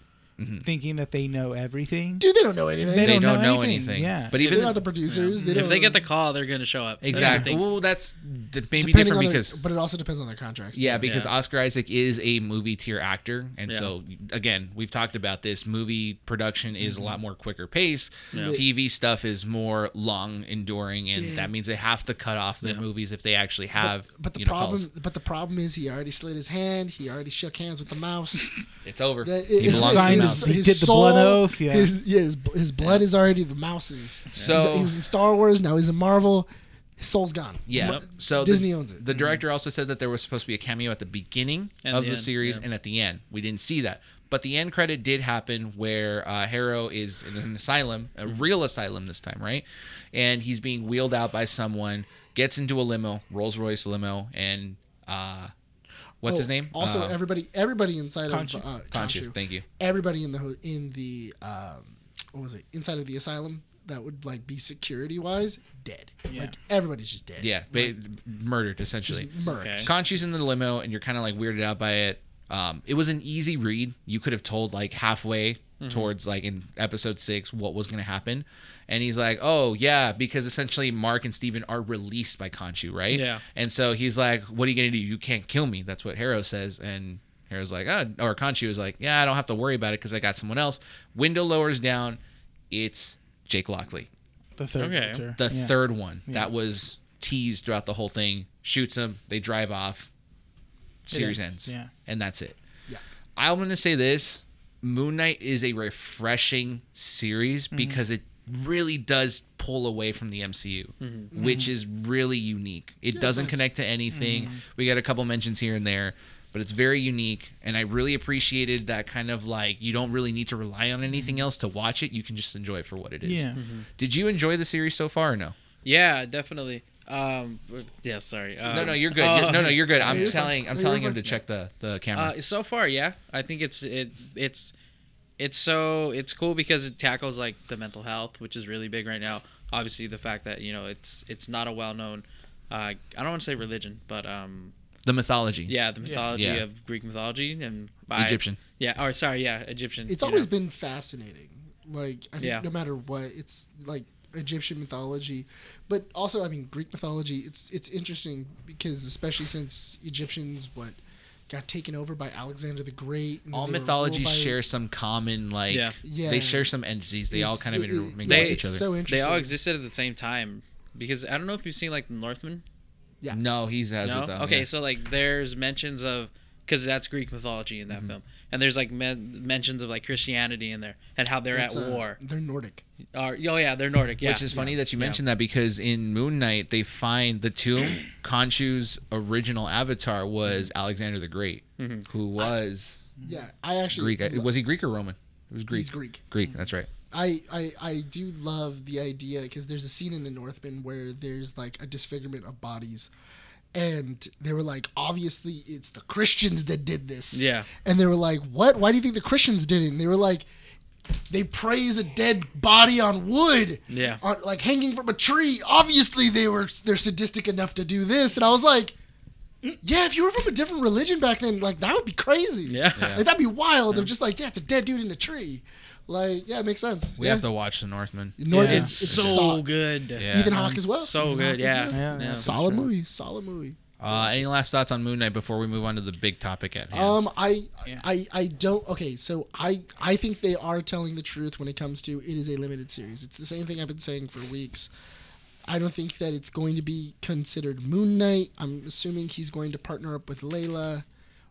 A: thinking that they know everything.
C: Dude, they don't know anything.
A: They
B: they
A: don't
B: don't,
A: know
B: know
A: anything,
B: anything.
A: yeah.
B: But
C: They're
B: even
C: not the producers. They don't,
D: if they get the call, they're gonna show up. That's the
B: exactly.
D: thing.
B: Well, that's that may be
C: depending
B: different
C: on
B: because
C: their, but it also depends on their contracts.
B: yeah,
C: too.
B: because
D: Yeah.
B: Oscar Isaac is a movie tier actor, and
D: Yeah.
B: so again, we've talked about this. Movie production is a lot more quicker pace.
D: Mm-hmm. Yeah.
B: TV stuff is more long enduring, and
C: Yeah.
B: that means they have to cut off their
D: Yeah.
B: movies if they actually have.
C: But the
B: you know,
C: problem,
B: calls.
C: but the problem is, he already slid his hand. He already shook hands with the mouse.
B: it's over.
C: That-
B: he
C: it's-
B: belongs to the
A: Signs-
B: mouse.
A: He did the blood oath, yeah.
C: His, yeah, his, bl- his blood is already the mouse's.
B: So-
C: He's- he was in Star Wars. Now he's in Marvel. His soul's gone.
B: Yeah.
D: Yep. Mm-hmm.
B: So
C: Disney
B: the,
C: owns it.
B: The director also said that there was supposed to be a cameo at the beginning
D: And
B: of
D: the
B: the,
D: end,
B: series
D: yeah.
B: and at the end. We didn't see that. But the end credit did happen where uh, Harrow is in an asylum, a
D: Mm-hmm.
B: real asylum this time, right? And he's being wheeled out by someone, gets into a limo, Rolls Royce limo, and uh, what's
C: Oh,
B: his name?
C: Also,
B: uh,
C: everybody, everybody inside
A: Conchu.
C: of uh,
B: Conchu.
C: Conchu.
B: Thank you.
C: Everybody in the ho- in the um, what was it? Inside of the asylum that would like be security wise dead.
A: Yeah.
C: Like everybody's just dead.
B: Yeah, ba- murdered essentially.
C: Just murked.
D: Okay.
B: Conchu's in the limo, and you're kind of like weirded out by it. Um, it was an easy read. You could have told like halfway
D: Mm-hmm.
B: towards like in episode six what was going to happen, and he's like, "Oh yeah," because essentially Mark and Steven are released by Conchu, right?
D: Yeah.
B: And so he's like, "What are you going to do? You can't kill me." That's what Harrow says, and Harrow's like, "Oh," or Conchu is like, "Yeah, I don't have to worry about it because I got someone else." Window lowers down. It's Jake Lockley
A: The third.
D: Okay.
A: Vulture,
B: the
A: yeah.
B: third one that was teased throughout the whole thing shoots him they drive off series
A: ends,
B: ends,
A: yeah.
B: and that's it
C: Yeah.
B: i'm going to say this moon knight is a refreshing series
A: Mm-hmm.
B: because it really does pull away from the mcu
A: Mm-hmm.
B: which is really unique it doesn't
C: nice.
B: connect to
C: Mm.
B: anything we got a couple mentions here and there but it's very unique and i really appreciated that kind of like you don't really need to rely on
C: Mm-hmm.
B: anything else to watch it you can just enjoy it for what it is
A: Yeah.
D: Mm-hmm.
B: did you enjoy the series so far or no
D: Yeah, definitely. Um, yeah, sorry. Um,
B: No, no, you're good. You're- no, no, you're good. I'm
C: you're fine.
B: telling, I'm
C: No,
B: telling
C: you're
B: him to
C: fine.
B: check the the camera.
D: [LAUGHS] Uh, so far, yeah, I think it's it it's it's so it's cool because it tackles like the mental health, which is really big right now. Obviously, the fact that you know it's it's not a well known. Uh, I don't want to say religion, but um,
B: the mythology.
D: yeah, the mythology
B: Yeah.
D: of Greek mythology and by,
B: Egyptian.
D: Yeah, or sorry, yeah, Egyptian.
C: It's
D: you
C: always
D: know.
C: been fascinating. Like I think
D: Yeah.
C: no matter what, it's like Egyptian mythology, but also I mean Greek mythology. It's it's interesting because especially since Egyptians what got taken over by Alexander the Great. And
B: All
C: they were
B: mythologies
C: ruled by-
B: share some common like.
D: Yeah.
C: Yeah.
B: They share some entities. They all
C: it's-
B: kind of
C: it- it-
B: intermingle
C: yeah,
B: with each
C: it's
B: other.
C: So
D: They
C: interesting.
D: all existed at the same time because I don't know if you've seen like the Northmen.
C: Yeah.
B: No, he has
D: No.
B: it though.
D: okay,
B: yeah.
D: so like there's mentions of because that's Greek mythology in that
B: Mm-hmm.
D: film, and there's like men- mentions of like Christianity in there and how they're
C: It's,
D: at
C: uh,
D: war.
C: They're Nordic.
D: Or, oh yeah, they're Nordic. Yeah.
B: Which is funny that you mentioned that because in Moon Knight they find the tomb. Khonshu's original avatar was Alexander the Great, who was
D: Mm-hmm.
C: Yeah, I actually
B: Greek. Was he Greek or Roman? It was Greek.
C: He's Greek.
B: Greek. That's right.
C: I, I I do love the idea because there's a scene in The Northman where there's like a disfigurement of bodies, and they were like, obviously it's the Christians that did this.
D: Yeah.
C: And they were like, what? Why do you think the Christians did it? And they were like, they praise a dead body on wood,
D: Yeah.
C: on, like hanging from a tree. Obviously, they were they're sadistic enough to do this, and I was like, yeah, if you were from a different religion back then, like that would be crazy.
D: Yeah.
B: Yeah.
C: like that'd be wild. Of just like, yeah, it's a dead dude in a tree. Like, yeah, it makes sense.
B: We
C: yeah.
B: have to watch The Northman.
C: Nor-
A: Yeah.
C: It's,
D: It's
C: it's
D: so
C: sol-
D: good.
B: Yeah.
C: Ethan Hawke as well.
D: So
C: Ethan
D: good.
C: Hawke as
D: Yeah.
C: well.
A: Yeah, yeah.
C: Solid
A: For sure.
C: movie. Solid movie.
B: Uh, any last thoughts on Moon Knight before we move on to the big topic at hand?
C: Um, I,
A: Yeah.
C: I, I don't. Okay, so I, I think they are telling the truth when it comes to it is a limited series. It's the same thing I've been saying for weeks. I don't think that it's going to be considered Moon Knight. I'm assuming he's going to partner up with Layla,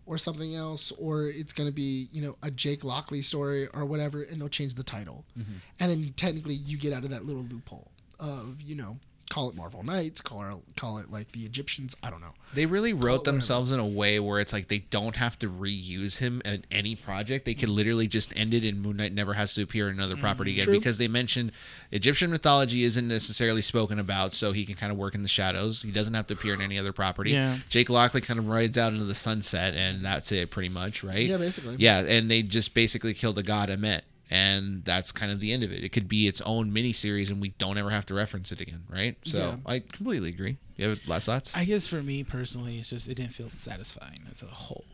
C: or something else, or it's going to be you know a Jake Lockley story or whatever, and they'll change the title,
A: Mm-hmm.
C: and then technically you get out of that little loophole of you know call it Marvel Knights, call it, call it like the Egyptians. I don't know.
B: They really wrote
C: whatever.
B: themselves in a way where it's like they don't have to reuse him in any project. They could literally just end it and Moon Knight never has to appear in another property again
C: True.
B: because they mentioned Egyptian mythology isn't necessarily spoken about, so he can kind of work in the shadows. He doesn't have to appear in any other property.
A: Yeah.
B: Jake Lockley kind of rides out into the sunset and that's it pretty much, right?
C: Yeah, basically.
B: Yeah, and they just basically killed the god Emmet. And that's kind of the end of it. It could be its own miniseries, and we don't ever have to reference it again, right? So
C: Yeah.
B: I completely agree. You have last thoughts?
A: I guess for me personally, it's just it didn't feel satisfying as a whole.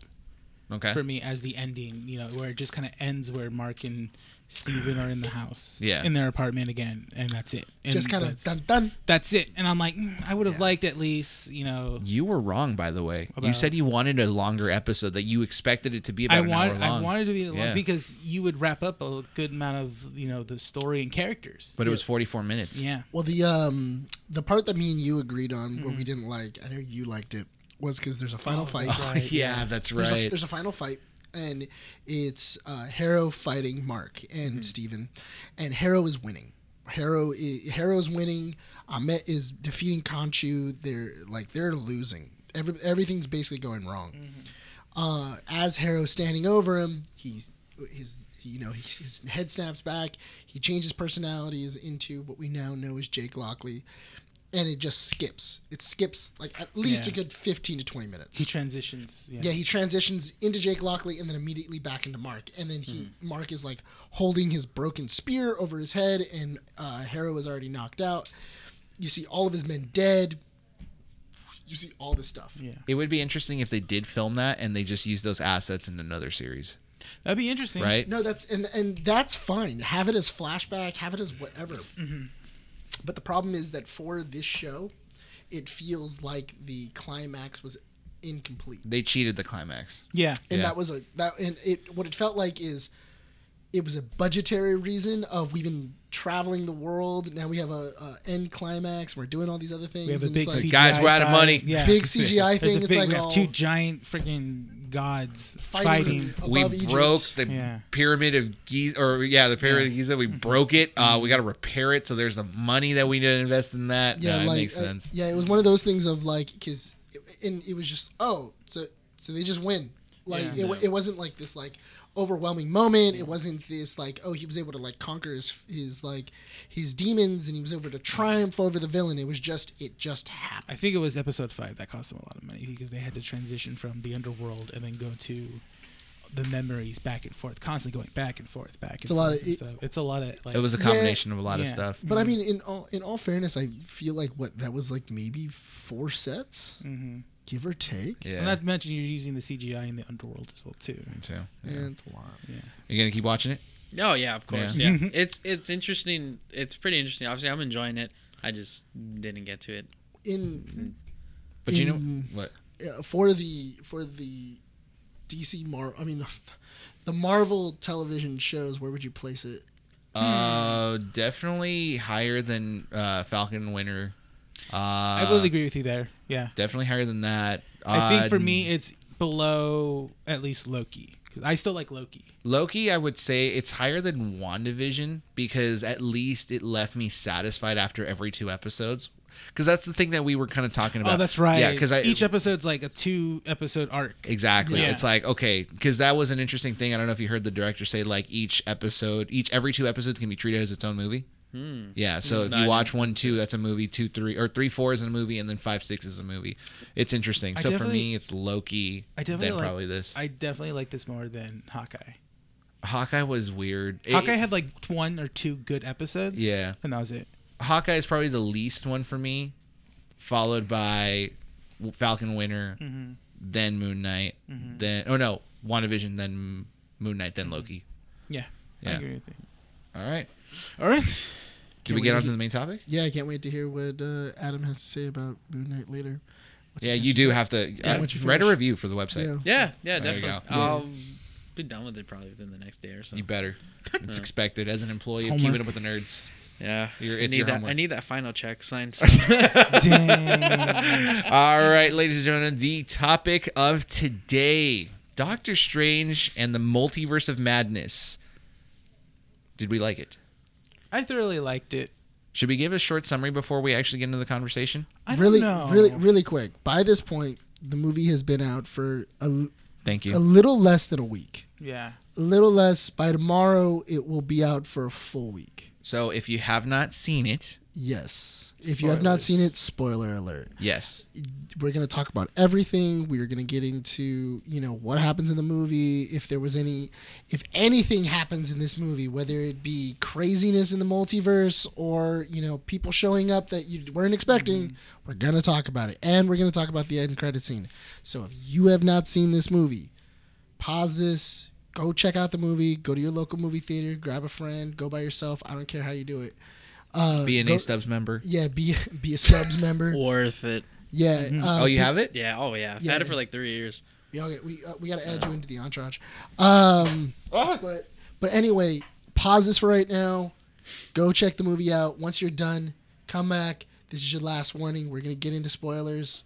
B: okay.
A: for me as the ending, you know, where it just kind of ends where Mark and Steven are in the house,
B: Yeah.
A: in their apartment again, and that's it. And
C: Just kind of
A: that's,
C: dun dun.
A: that's it. And I'm like, mm, I would have liked at least, you know,
B: You were wrong, by the way. You
A: About-
B: said you wanted a longer episode that you expected it to be about
A: I
B: an
A: wanted
B: hour long.
A: I wanted to be long
B: Yeah.
A: because you would wrap up a good amount of you know the story and characters.
B: but it was 44 minutes.
A: yeah,
C: Well, the um the part that me and you agreed on where
B: Mm-hmm.
C: we didn't like, I know you liked it, was because there's a final
B: [LAUGHS]
C: fight.
B: yeah, that's Oh, right.
C: There's, a, there's a final fight, and it's uh, Harrow fighting Mark and
B: Mm-hmm.
C: Steven, and Harrow is winning. Harrow is, Harrow's winning. Ahmet is defeating Conchu. They're like they're losing. Every, everything's basically going
B: Mm-hmm.
C: wrong. Uh, as Harrow's standing over him, he's his you know he's, his head snaps back. He changes personalities into what we now know as Jake Lockley. And it just skips. It skips like at least
A: Yeah.
C: a good fifteen to twenty minutes.
A: he transitions. Yeah,
C: Yeah, he transitions into Jake Lockley and then immediately back into Mark. And then he
A: Mm-hmm.
C: Mark is like holding his broken spear over his head, and uh, Harrow is already knocked out. You see all of his men dead. You see all this stuff.
A: Yeah.
B: it would be interesting if they did film that and they just used those assets in another series,
A: that'd be interesting,
B: right?
C: No, that's and and that's fine. Have it as flashback. Have it as whatever.
A: Mm-hmm.
C: But the problem is that for this show, it feels like the climax was incomplete.
B: They cheated the climax.
A: Yeah,
C: and
B: Yeah.
C: that was a that and it what it felt like is it was a budgetary reason of we've been traveling the world now we have a, a end climax we're doing all these other things
A: we have a
C: and
A: big
C: it's like
A: CGI
B: guys, we're out of
A: guy.
B: money.
A: Yeah.
C: [LAUGHS] big
A: [LAUGHS] There's a
C: CGI thing it's
A: big-
C: like
A: we
C: all
A: have two giant freaking gods
C: fighting,
A: fighting.
B: [LAUGHS]
C: above
B: we
C: Egypt.
B: broke the
A: Yeah. Mm-hmm.
B: pyramid of Giza, or yeah, the pyramid of Giza. We broke it. Uh, we got to repair it. So there's the money that we need to invest in that. Yeah,
C: yeah
B: no,
C: like
B: it makes
C: uh,
B: sense.
C: yeah it was one of those things of like because and it was just oh so so they just win like
A: Yeah.
C: it, wa- it wasn't like this like overwhelming moment it wasn't this like oh he was able to like conquer his his like his demons and he was able to triumph over the villain it was just it just happened
A: I think it was episode five that cost them a lot of money because they had to transition from the underworld and then go to the memories back and forth, constantly going back and forth, back and
C: It's a
A: forth.
C: lot of-
A: and
C: it-
A: stuff. It's a lot of like.
B: It was a
C: Yeah.
B: combination of a lot of
A: Yeah.
B: stuff.
C: but i mean in all in all fairness i feel like what that was like maybe four sets
A: Mhm.
C: give or take
B: Yeah.
A: And Not to mention you're using the CGI in the underworld as well too.
B: so,
C: yeah it's a lot
B: You're going to keep watching it?
D: No, Oh, yeah, of course.
B: Yeah.
D: Yeah. it's it's interesting. It's pretty interesting. Obviously, I'm enjoying it. I just didn't get to it.
C: in
B: But you know
C: In-
B: what?
C: uh, for the for the DC Mar I mean [LAUGHS] the Marvel television shows where would you place it?
A: Hmm.
B: Uh, definitely higher than uh, Falcon and Winter. Uh,
A: I will agree with you there. Yeah.
B: Definitely higher than that.
A: I think for
B: Uh,
A: me it's below at least Loki because I still like Loki.
B: Loki, I would say it's higher than WandaVision because at least it left me satisfied after every two episodes. Because that's the thing that we were kind of talking about.
A: Oh, that's right.
B: Yeah, because I
A: each episode's like a two episode arc.
B: Exactly.
A: Yeah.
B: It's like okay, because that was an interesting thing. I don't know if you heard the director say like each episode, each every two episodes can be treated as its own movie.
A: Hmm.
B: Yeah. So if
D: no,
B: you
D: I
B: watch one, two, that's a movie. Two, three, or three, four is a movie, and then five, six is a movie. It's interesting.
A: I
B: So for
A: definitely-
B: me, it's Loki.
A: I definitely
B: then
A: like-
B: probably this.
A: I definitely like this more than Hawkeye.
B: Hawkeye was weird. It-
A: Hawkeye had like one or two good episodes.
B: Yeah.
A: and that was it.
B: Hawkeye is probably the least one for me, followed by Falcon Winter,
A: Mm-hmm.
B: then Moon Knight, then oh no, WandaVision, then Moon Knight, then Loki.
A: Yeah. I
B: Yeah.
A: agree with you.
B: All right.
A: All right. [LAUGHS]
B: Did
C: Can
B: we get
C: we-
B: onto the main topic?
C: Yeah, I can't wait to hear what uh, Adam has to say about Moon Knight later. What's
B: Yeah,
C: he
B: you
C: got to
B: do have to uh,
C: once you
B: write a
C: finish.
B: review for the
C: say?
B: website.
D: Yeah, yeah,
B: There you
D: definitely.
B: go.
D: I'll be done with it probably within the next day or so.
B: You
C: [LAUGHS]
B: better. It's expected as an employee
A: It's
B: of keeping
A: homework.
B: up with the nerds.
D: Yeah,
B: Your-
D: I
B: it's
D: need
B: your
D: that.
B: homework.
D: I need that final
B: [LAUGHS]
D: check signed.
A: Dang.
B: All right, ladies and gentlemen, the topic of today Doctor Strange and the Multiverse of Madness. Did we like it?
A: I thoroughly liked it.
B: Should we give a short summary before we actually get into the conversation?
A: I don't
C: really,
A: know.
C: really, really quick. By this point, the movie has been out for a,
B: Thank
C: a
B: you.
C: little less than a week.
A: Yeah.
C: A little less. By tomorrow, it will be out for a full week.
B: So, if you have not seen it,
C: Yes. If you have not
A: Spoilers.
C: seen it, spoiler alert.
B: yes,
C: We're going to talk about everything. We're going to get into, you know, what happens in the movie, if there was any if anything happens in this movie, whether it be craziness in the multiverse or, you know, people showing up that you weren't expecting,
B: Mm-hmm.
C: we're going to talk about it. And we're going to talk about the end credit scene. So if you have not seen this movie, pause this, go check out the movie, go to your local movie theater, grab a friend, go by yourself, I don't care how you do it. Uh,
B: be an
C: go-
B: A Stubbs member.
C: yeah, be [LAUGHS] be a subs member.
B: [LAUGHS]
D: [LAUGHS] Worth it.
C: Yeah. uh,
B: Oh, you
C: be-
B: have it?
D: Yeah. Oh yeah. I've
C: Yeah,
D: had it
C: yeah.
D: for like three years.
C: We all get, we uh, we gotta add you into the entourage. Um, but but anyway, pause this for right now. Go check the movie out. Once you're done, come back. This is your last warning. We're gonna get into spoilers.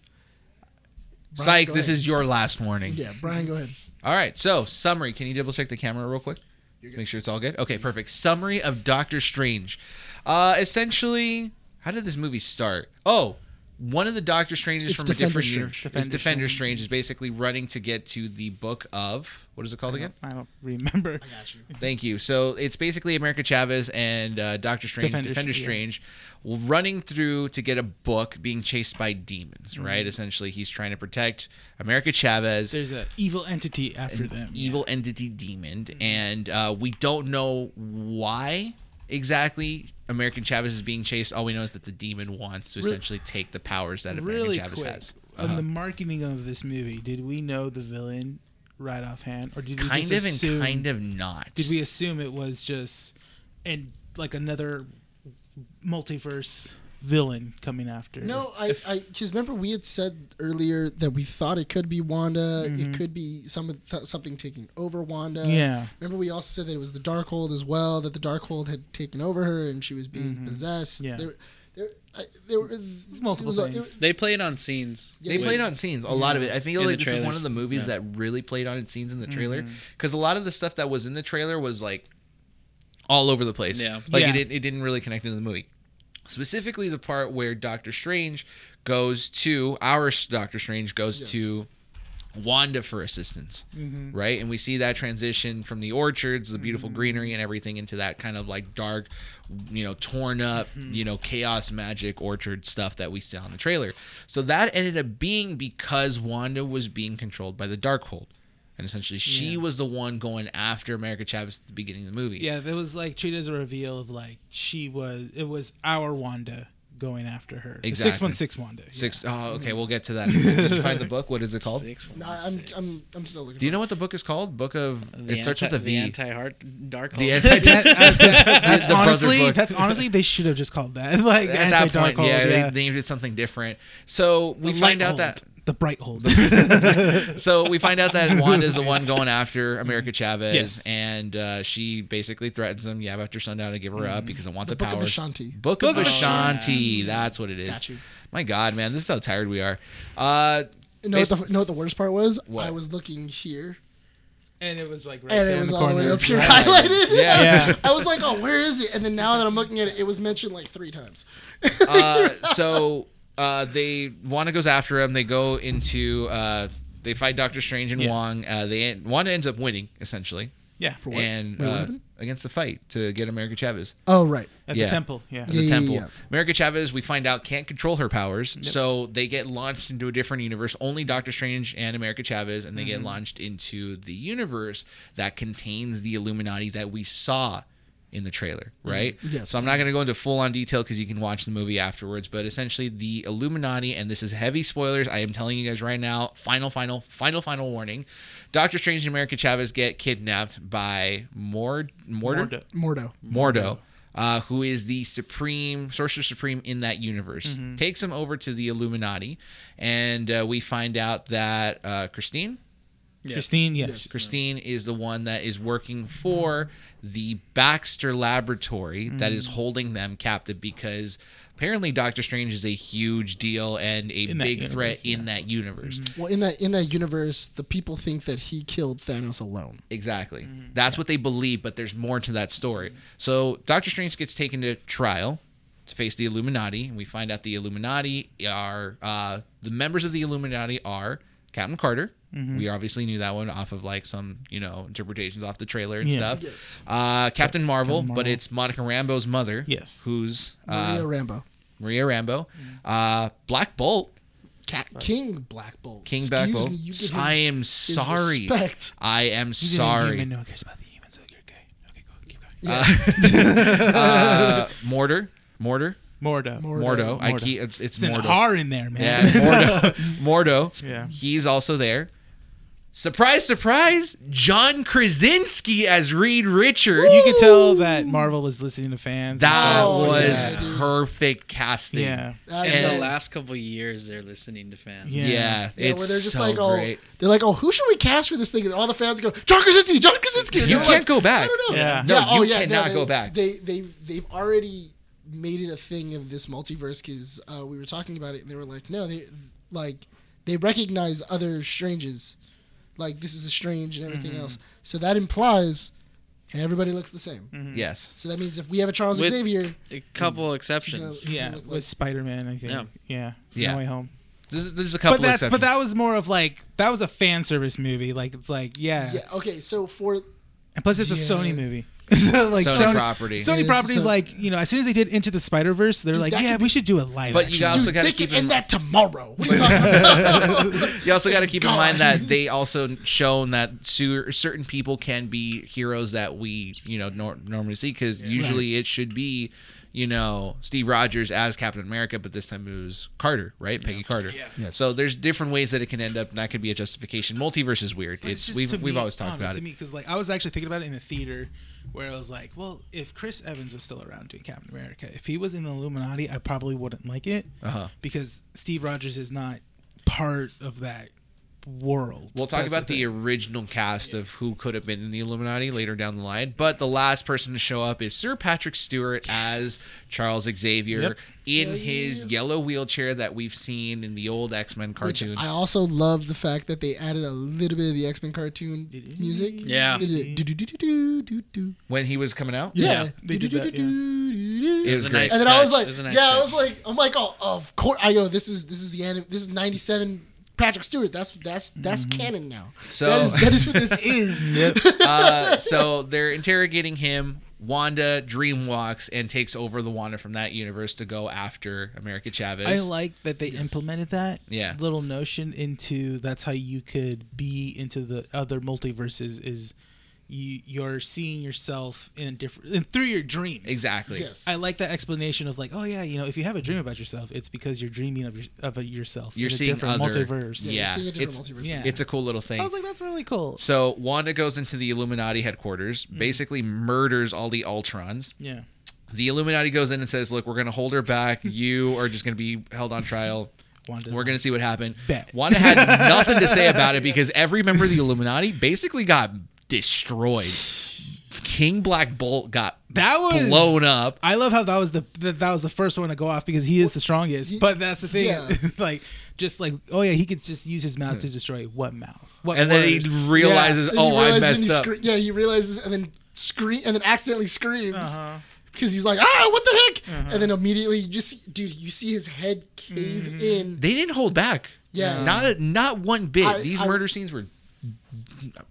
C: Brian,
B: Psych,
C: go
B: this
C: ahead.
B: is your last warning.
C: yeah. Brian, go ahead.
B: All right. So, summary. Can you double check the camera real quick? Make sure it's all good. Okay, perfect. Summary of Doctor Strange. Uh, essentially, how did this movie start? Oh, one of the Doctor Stranges
C: It's
B: from
C: Defender
B: a different
C: Strange.
B: universe. Defender,
A: Defender
B: Defender
A: Strange.
B: Strange is basically running to get to the book of what is it called again?
A: I don't remember.
C: I got you.
B: Thank you. So it's basically America Chavez and uh, Doctor Strange, Defender,
A: Defender- yeah.
B: Strange, running through to get a book, being chased by demons. Right? Essentially, he's trying to protect America Chavez,
A: Mm-hmm. There's a evil entity after
B: an
A: them.
B: evil entity demon,
A: Mm-hmm.
B: and uh, we don't know why exactly American Chavez is being chased. All we know is that the demon wants to essentially take the powers that American
A: Really
B: Chavez
A: quick.
B: has.
A: On
B: Uh-huh.
A: the marketing of this movie, did we know the villain right offhand, or did we
B: Kind
A: just
B: of
A: assume?
B: and kind of not.
A: Did we assume it was just and like another multiverse villain coming after?
C: No, I I because remember we had said earlier that we thought it could be Wanda.
B: Mm-hmm.
C: It could be some th- something taking over Wanda.
A: Yeah.
C: Remember, we also said that it was the Darkhold as well, that the Darkhold had taken over her and she was being possessed.
A: Mm-hmm. Yeah.
C: There, there, I, there were
A: multiple
C: it was a- it
A: things.
C: was-
D: They played on scenes.
C: Yeah,
B: They
C: Wait.
B: played on scenes, a lot of it. I feel
D: In
B: like
D: the
B: this is one
D: trailers.
B: of the movies
D: Yeah.
B: that really played on its scenes in the
C: Mm-hmm.
B: trailer, because a lot of the stuff that was in the trailer was like all over the place.
D: Yeah.
B: like
A: Yeah.
B: it didn't it didn't really connect into the movie. Specifically, the part where Doctor Strange goes to our Doctor Strange goes
C: Yes.
B: to Wanda for assistance, right? And we see that transition from the orchards, the beautiful
A: Mm-hmm.
B: greenery, and everything into that kind of like dark, you know, torn up,
A: Mm-hmm.
B: you know, chaos magic orchard stuff that we saw in the trailer. So that ended up being because Wanda was being controlled by the Darkhold. And essentially, she
A: Yeah.
B: was the one going after America Chavez at the beginning of the movie.
A: Yeah, that was like treated as a reveal of like she was. It was our Wanda going after her.
B: Exactly.
A: Six one six Wanda. yeah. Mm-hmm.
B: Six oh okay, we'll get to that. Did you find the book? What is it called?
D: Six, one,
C: no, I'm,
D: six.
C: I'm, I'm still looking.
B: Do you know what the book is called? Book of
D: The
B: it starts with
D: anti-
B: a V.
D: The anti-heart dark.
B: [LAUGHS] The
D: hole.
A: [LAUGHS]
B: anti-
A: That- that- that- that's
B: The brother
A: honestly,
B: book.
A: that's honestly, they should have just called that [LAUGHS] like
B: At that
A: anti-dark
B: point,
A: hold.
B: yeah,
A: Yeah,
B: they named it something different. So we
A: The
B: find
A: light
B: out
A: hold.
B: that
A: the bright hold.
B: so we find out
C: [LAUGHS]
B: that Wanda is the one going after America Chavez,
A: Yes.
B: and uh, she basically threatens him. Yeah, after sundown to give her up because I want the,
C: Mm. The Book of
B: powers.
C: Ashanti.
B: Book, of
A: Book of
B: Ashanti. That's what it is.
C: Got you.
B: My God, man, this is how tired we are.
C: [LAUGHS]
B: Uh,
C: You know what,
B: basi-
C: the, know what the worst part was?
B: What?
C: I was looking here,
A: [LAUGHS] and it was like right
C: and
A: there
C: it was
A: in the
C: all the way
A: corner.
C: up here
B: Right.
C: highlighted.
B: Yeah.
A: Yeah.
C: [LAUGHS] I was like, oh, where is it? And then now that I'm looking at it, it was mentioned like three times.
B: uh, so uh, they Wanda goes after him. They go into uh, they fight Doctor Strange and
A: Yeah.
B: Wong. Uh, they Wanda ends up winning essentially.
A: Yeah.
C: For what?
B: and
C: Wait, what
B: uh,
C: happened?
B: against the fight to get America Chavez.
C: [LAUGHS] oh right,
A: At
B: Yeah.
A: the temple. Yeah.
B: the
C: Yeah,
B: temple.
C: yeah.
B: America Chavez, we find out, can't control her powers, so they get launched into a different universe. Only Doctor Strange and America Chavez, and they
C: Mm-hmm.
B: get launched into the universe that contains the Illuminati that we saw in the trailer, right?
C: Mm-hmm. Yes.
B: So I'm not going to go into full on detail because you can watch the movie afterwards, but essentially the Illuminati, and this is heavy spoilers. I am telling you guys right now, final, final, final, final warning. Doctor Strange and America Chavez get kidnapped by Mord, Mortar?
A: Mordo.
C: Mordo.
B: Mm-hmm. Mordo,
A: Mm-hmm.
B: uh, who is the supreme sorcerer supreme in that universe,
A: Mm-hmm.
B: takes him over to the Illuminati, and uh, we find out that uh, Christine,
D: Yeah.
A: Christine, yes.
B: Christine is the one that is working for the Baxter Laboratory that
A: Mm-hmm.
B: is holding them captive because apparently Doctor Strange is a huge deal and a
A: In that
B: big
A: universe,
B: threat
A: yeah. Mm-hmm.
B: in that universe.
C: Well, in that in that universe, the people think that he killed Thanos alone.
B: Exactly.
A: Mm-hmm.
B: That's what they believe, but there's more to that story. So Doctor Strange gets taken to trial to face the Illuminati, and we find out the Illuminati are uh, the members of the Illuminati are Captain Carter.
A: Mm-hmm.
B: We obviously knew that one off of like some you know interpretations off the trailer and
A: Yeah.
B: stuff.
C: Yes.
B: Uh, Captain Marvel, but
A: Marvel.
B: it's Monica Rambo's mother.
A: Yes. Mm-hmm.
B: Who's uh,
C: Maria
B: Maria,
C: Rambo,
B: Rambo? Uh, Black Bolt.
C: Cat King Black Bolt,
B: King
C: Excuse
B: Black Bolt.
C: Me, you give him
B: I am
C: his
B: sorry.
C: Respect.
B: I am
A: He's
B: sorry.
A: A human. No one cares about the humans. So you're okay. Okay, go. Keep going.
B: uh, [LAUGHS] Mortar, Mortar,
A: Mordo.
B: Mordo. I
A: Mordo.
B: keep it's, it's
A: It's an
B: Mordo.
A: R in there, [LAUGHS]
B: yeah,
A: man.
B: Mordo. Mordo.
A: Yeah.
B: He's also there. Surprise, surprise! John Krasinski as Reed Richards.
A: you could tell that Marvel was listening to fans. and
B: That
A: stuff.
C: Oh,
B: was
A: Yeah.
C: dude.
B: perfect casting.
A: Yeah.
C: I
D: [LAUGHS] In the
B: And-
C: know.
D: last couple years, they're listening to fans.
A: Yeah.
B: Yeah,
C: Yeah,
B: it's
C: where they're just
B: so
C: like, oh,
B: great.
C: they're like, oh, who should we cast for this thing? And all the fans go, John Krasinski, John Krasinski. And
B: You
C: they're
B: can't
C: like,
B: go back.
C: I don't know. oh,
A: Yeah.
B: No, you cannot
C: they,
B: go back.
C: They they they've already made it a thing of this multiverse because uh, we were talking about it and they were like, no, they like they recognize other stranges, like this is a strange and everything else. So that implies everybody looks the same.
B: Yes.
C: So that means if we have a Charles
D: With-
C: Xavier,
D: A couple
C: he's gonna-
D: exceptions.
C: he's
A: Yeah,
C: gonna look like-
A: with Spider Man, I think.
D: Yeah.
A: Yeah, yeah,
B: Yeah.
A: No Way Home.
B: There's, there's a couple
A: But that's
B: exceptions.
A: but that was more of like that was a fan service movie. Like it's like yeah,
C: yeah, okay. So for
A: and plus it's a
C: Yeah.
A: Sony movie. [LAUGHS] so like
B: Sony
A: Sony,
B: property.
A: Sony
C: Yeah,
A: property's
C: so-
A: like you know as soon as they did Into the Spider Verse, they're like
C: that
A: yeah
C: could
A: we should do a live.
B: But you
A: action.
B: also
C: dude,
B: gotta
C: they
B: keep
C: can
B: in
C: end
B: mi-
C: that tomorrow.
B: [LAUGHS]
C: What are you talking about?
B: you also got to keep in
C: God.
B: mind that they also shown that su- certain people can be heroes that we you know nor- normally see because usually it should be you know Steve Rogers as Captain America, but this time it was Carter, right? Peggy Carter. Yeah.
C: Yes.
B: So there's different ways that it can end up, and that could be a justification. Multiverse is weird. It's,
A: just
B: we've
A: to
B: we've
A: me-
B: always
A: I
B: talked
A: don't know,
B: about
A: to
B: it.
A: me because like I was actually thinking about it in the theater where I was like, well, if Chris Evans was still around doing Captain America, if he was in the Illuminati, I probably wouldn't like it
B: Uh-huh.
A: because Steve Rogers is not part of that world.
B: We'll talk
A: That's
B: about the,
A: thing.
B: original cast of who could have been in the Illuminati later down the line, but the last person to show up is Sir Patrick Stewart as Charles
A: Yep.
B: Xavier in his yellow wheelchair that we've seen in the old X Men
C: Which
B: cartoons.
C: I also love the fact that they added a little bit of the X Men cartoon music.
D: Yeah.
C: Do-do-do-do-do-do-do.
B: when he was coming out,
C: Yeah.
A: they did that, yeah.
C: Do-do-do-do-do-do.
B: it was
D: It was a
B: great.
D: nice-
C: And then I was
D: touch.
C: like,
D: It was a
C: yeah,
D: nice
C: I
D: touch.
C: was like, I'm like, oh, of course. I go, this is this is the anim- this is '97 Patrick Stewart. That's that's that's canon now.
B: So-
C: that is, that is what
B: [LAUGHS]
C: this is. [LAUGHS]
B: uh, so they're interrogating him. Wanda dream walks and takes over the Wanda from that universe to go after America Chavez.
A: I like that they implemented that
B: Yeah.
A: little notion into that's how you could be into the other multiverses is you you're seeing yourself in a different and through your dreams.
B: exactly.
C: Yes.
A: I like that explanation of like, oh yeah, you know, if you have a dream about yourself, it's because you're dreaming of your, of a yourself.
B: You're
A: in a
B: seeing
A: different
B: other-
A: multiverse.
C: you're
B: Yeah,
C: seeing a different
B: it's-
C: multiverse.
A: yeah.
B: It's a cool little thing.
A: I was like, that's really cool.
B: So Wanda goes into the Illuminati headquarters,
C: Mm-hmm.
B: basically murders all the Ultrons.
A: Yeah,
B: The Illuminati goes in and says, "Look, we're going to hold her
C: [LAUGHS]
B: back. You are just going to be held on trial.
A: Wanda's
B: We're going to see what happened."
A: Bet.
B: Wanda
C: [LAUGHS]
B: had nothing to say about it because every member of the Illuminati basically got destroyed. King Black Bolt got
A: that was
B: blown up.
A: I love how that was the that, that was the first one to go off because he is the strongest. But that's the thing,
C: yeah.
A: [LAUGHS] like just like oh yeah, he could just use his mouth to destroy what mouth? What
B: And then he
A: words?
B: realizes,
C: And he
B: "Oh, I
C: realizes and
B: messed
C: he
B: up."
C: scre- yeah, he realizes and then scream and then accidentally screams.
A: Uh-huh.
C: because he's like, ah, what the heck? And then immediately, you just, see- dude, you see his head cave in.
A: Mm-hmm.
B: They didn't hold back.
C: Yeah.
B: Not a, not one bit.
C: I-
B: These
C: I-
B: murder scenes were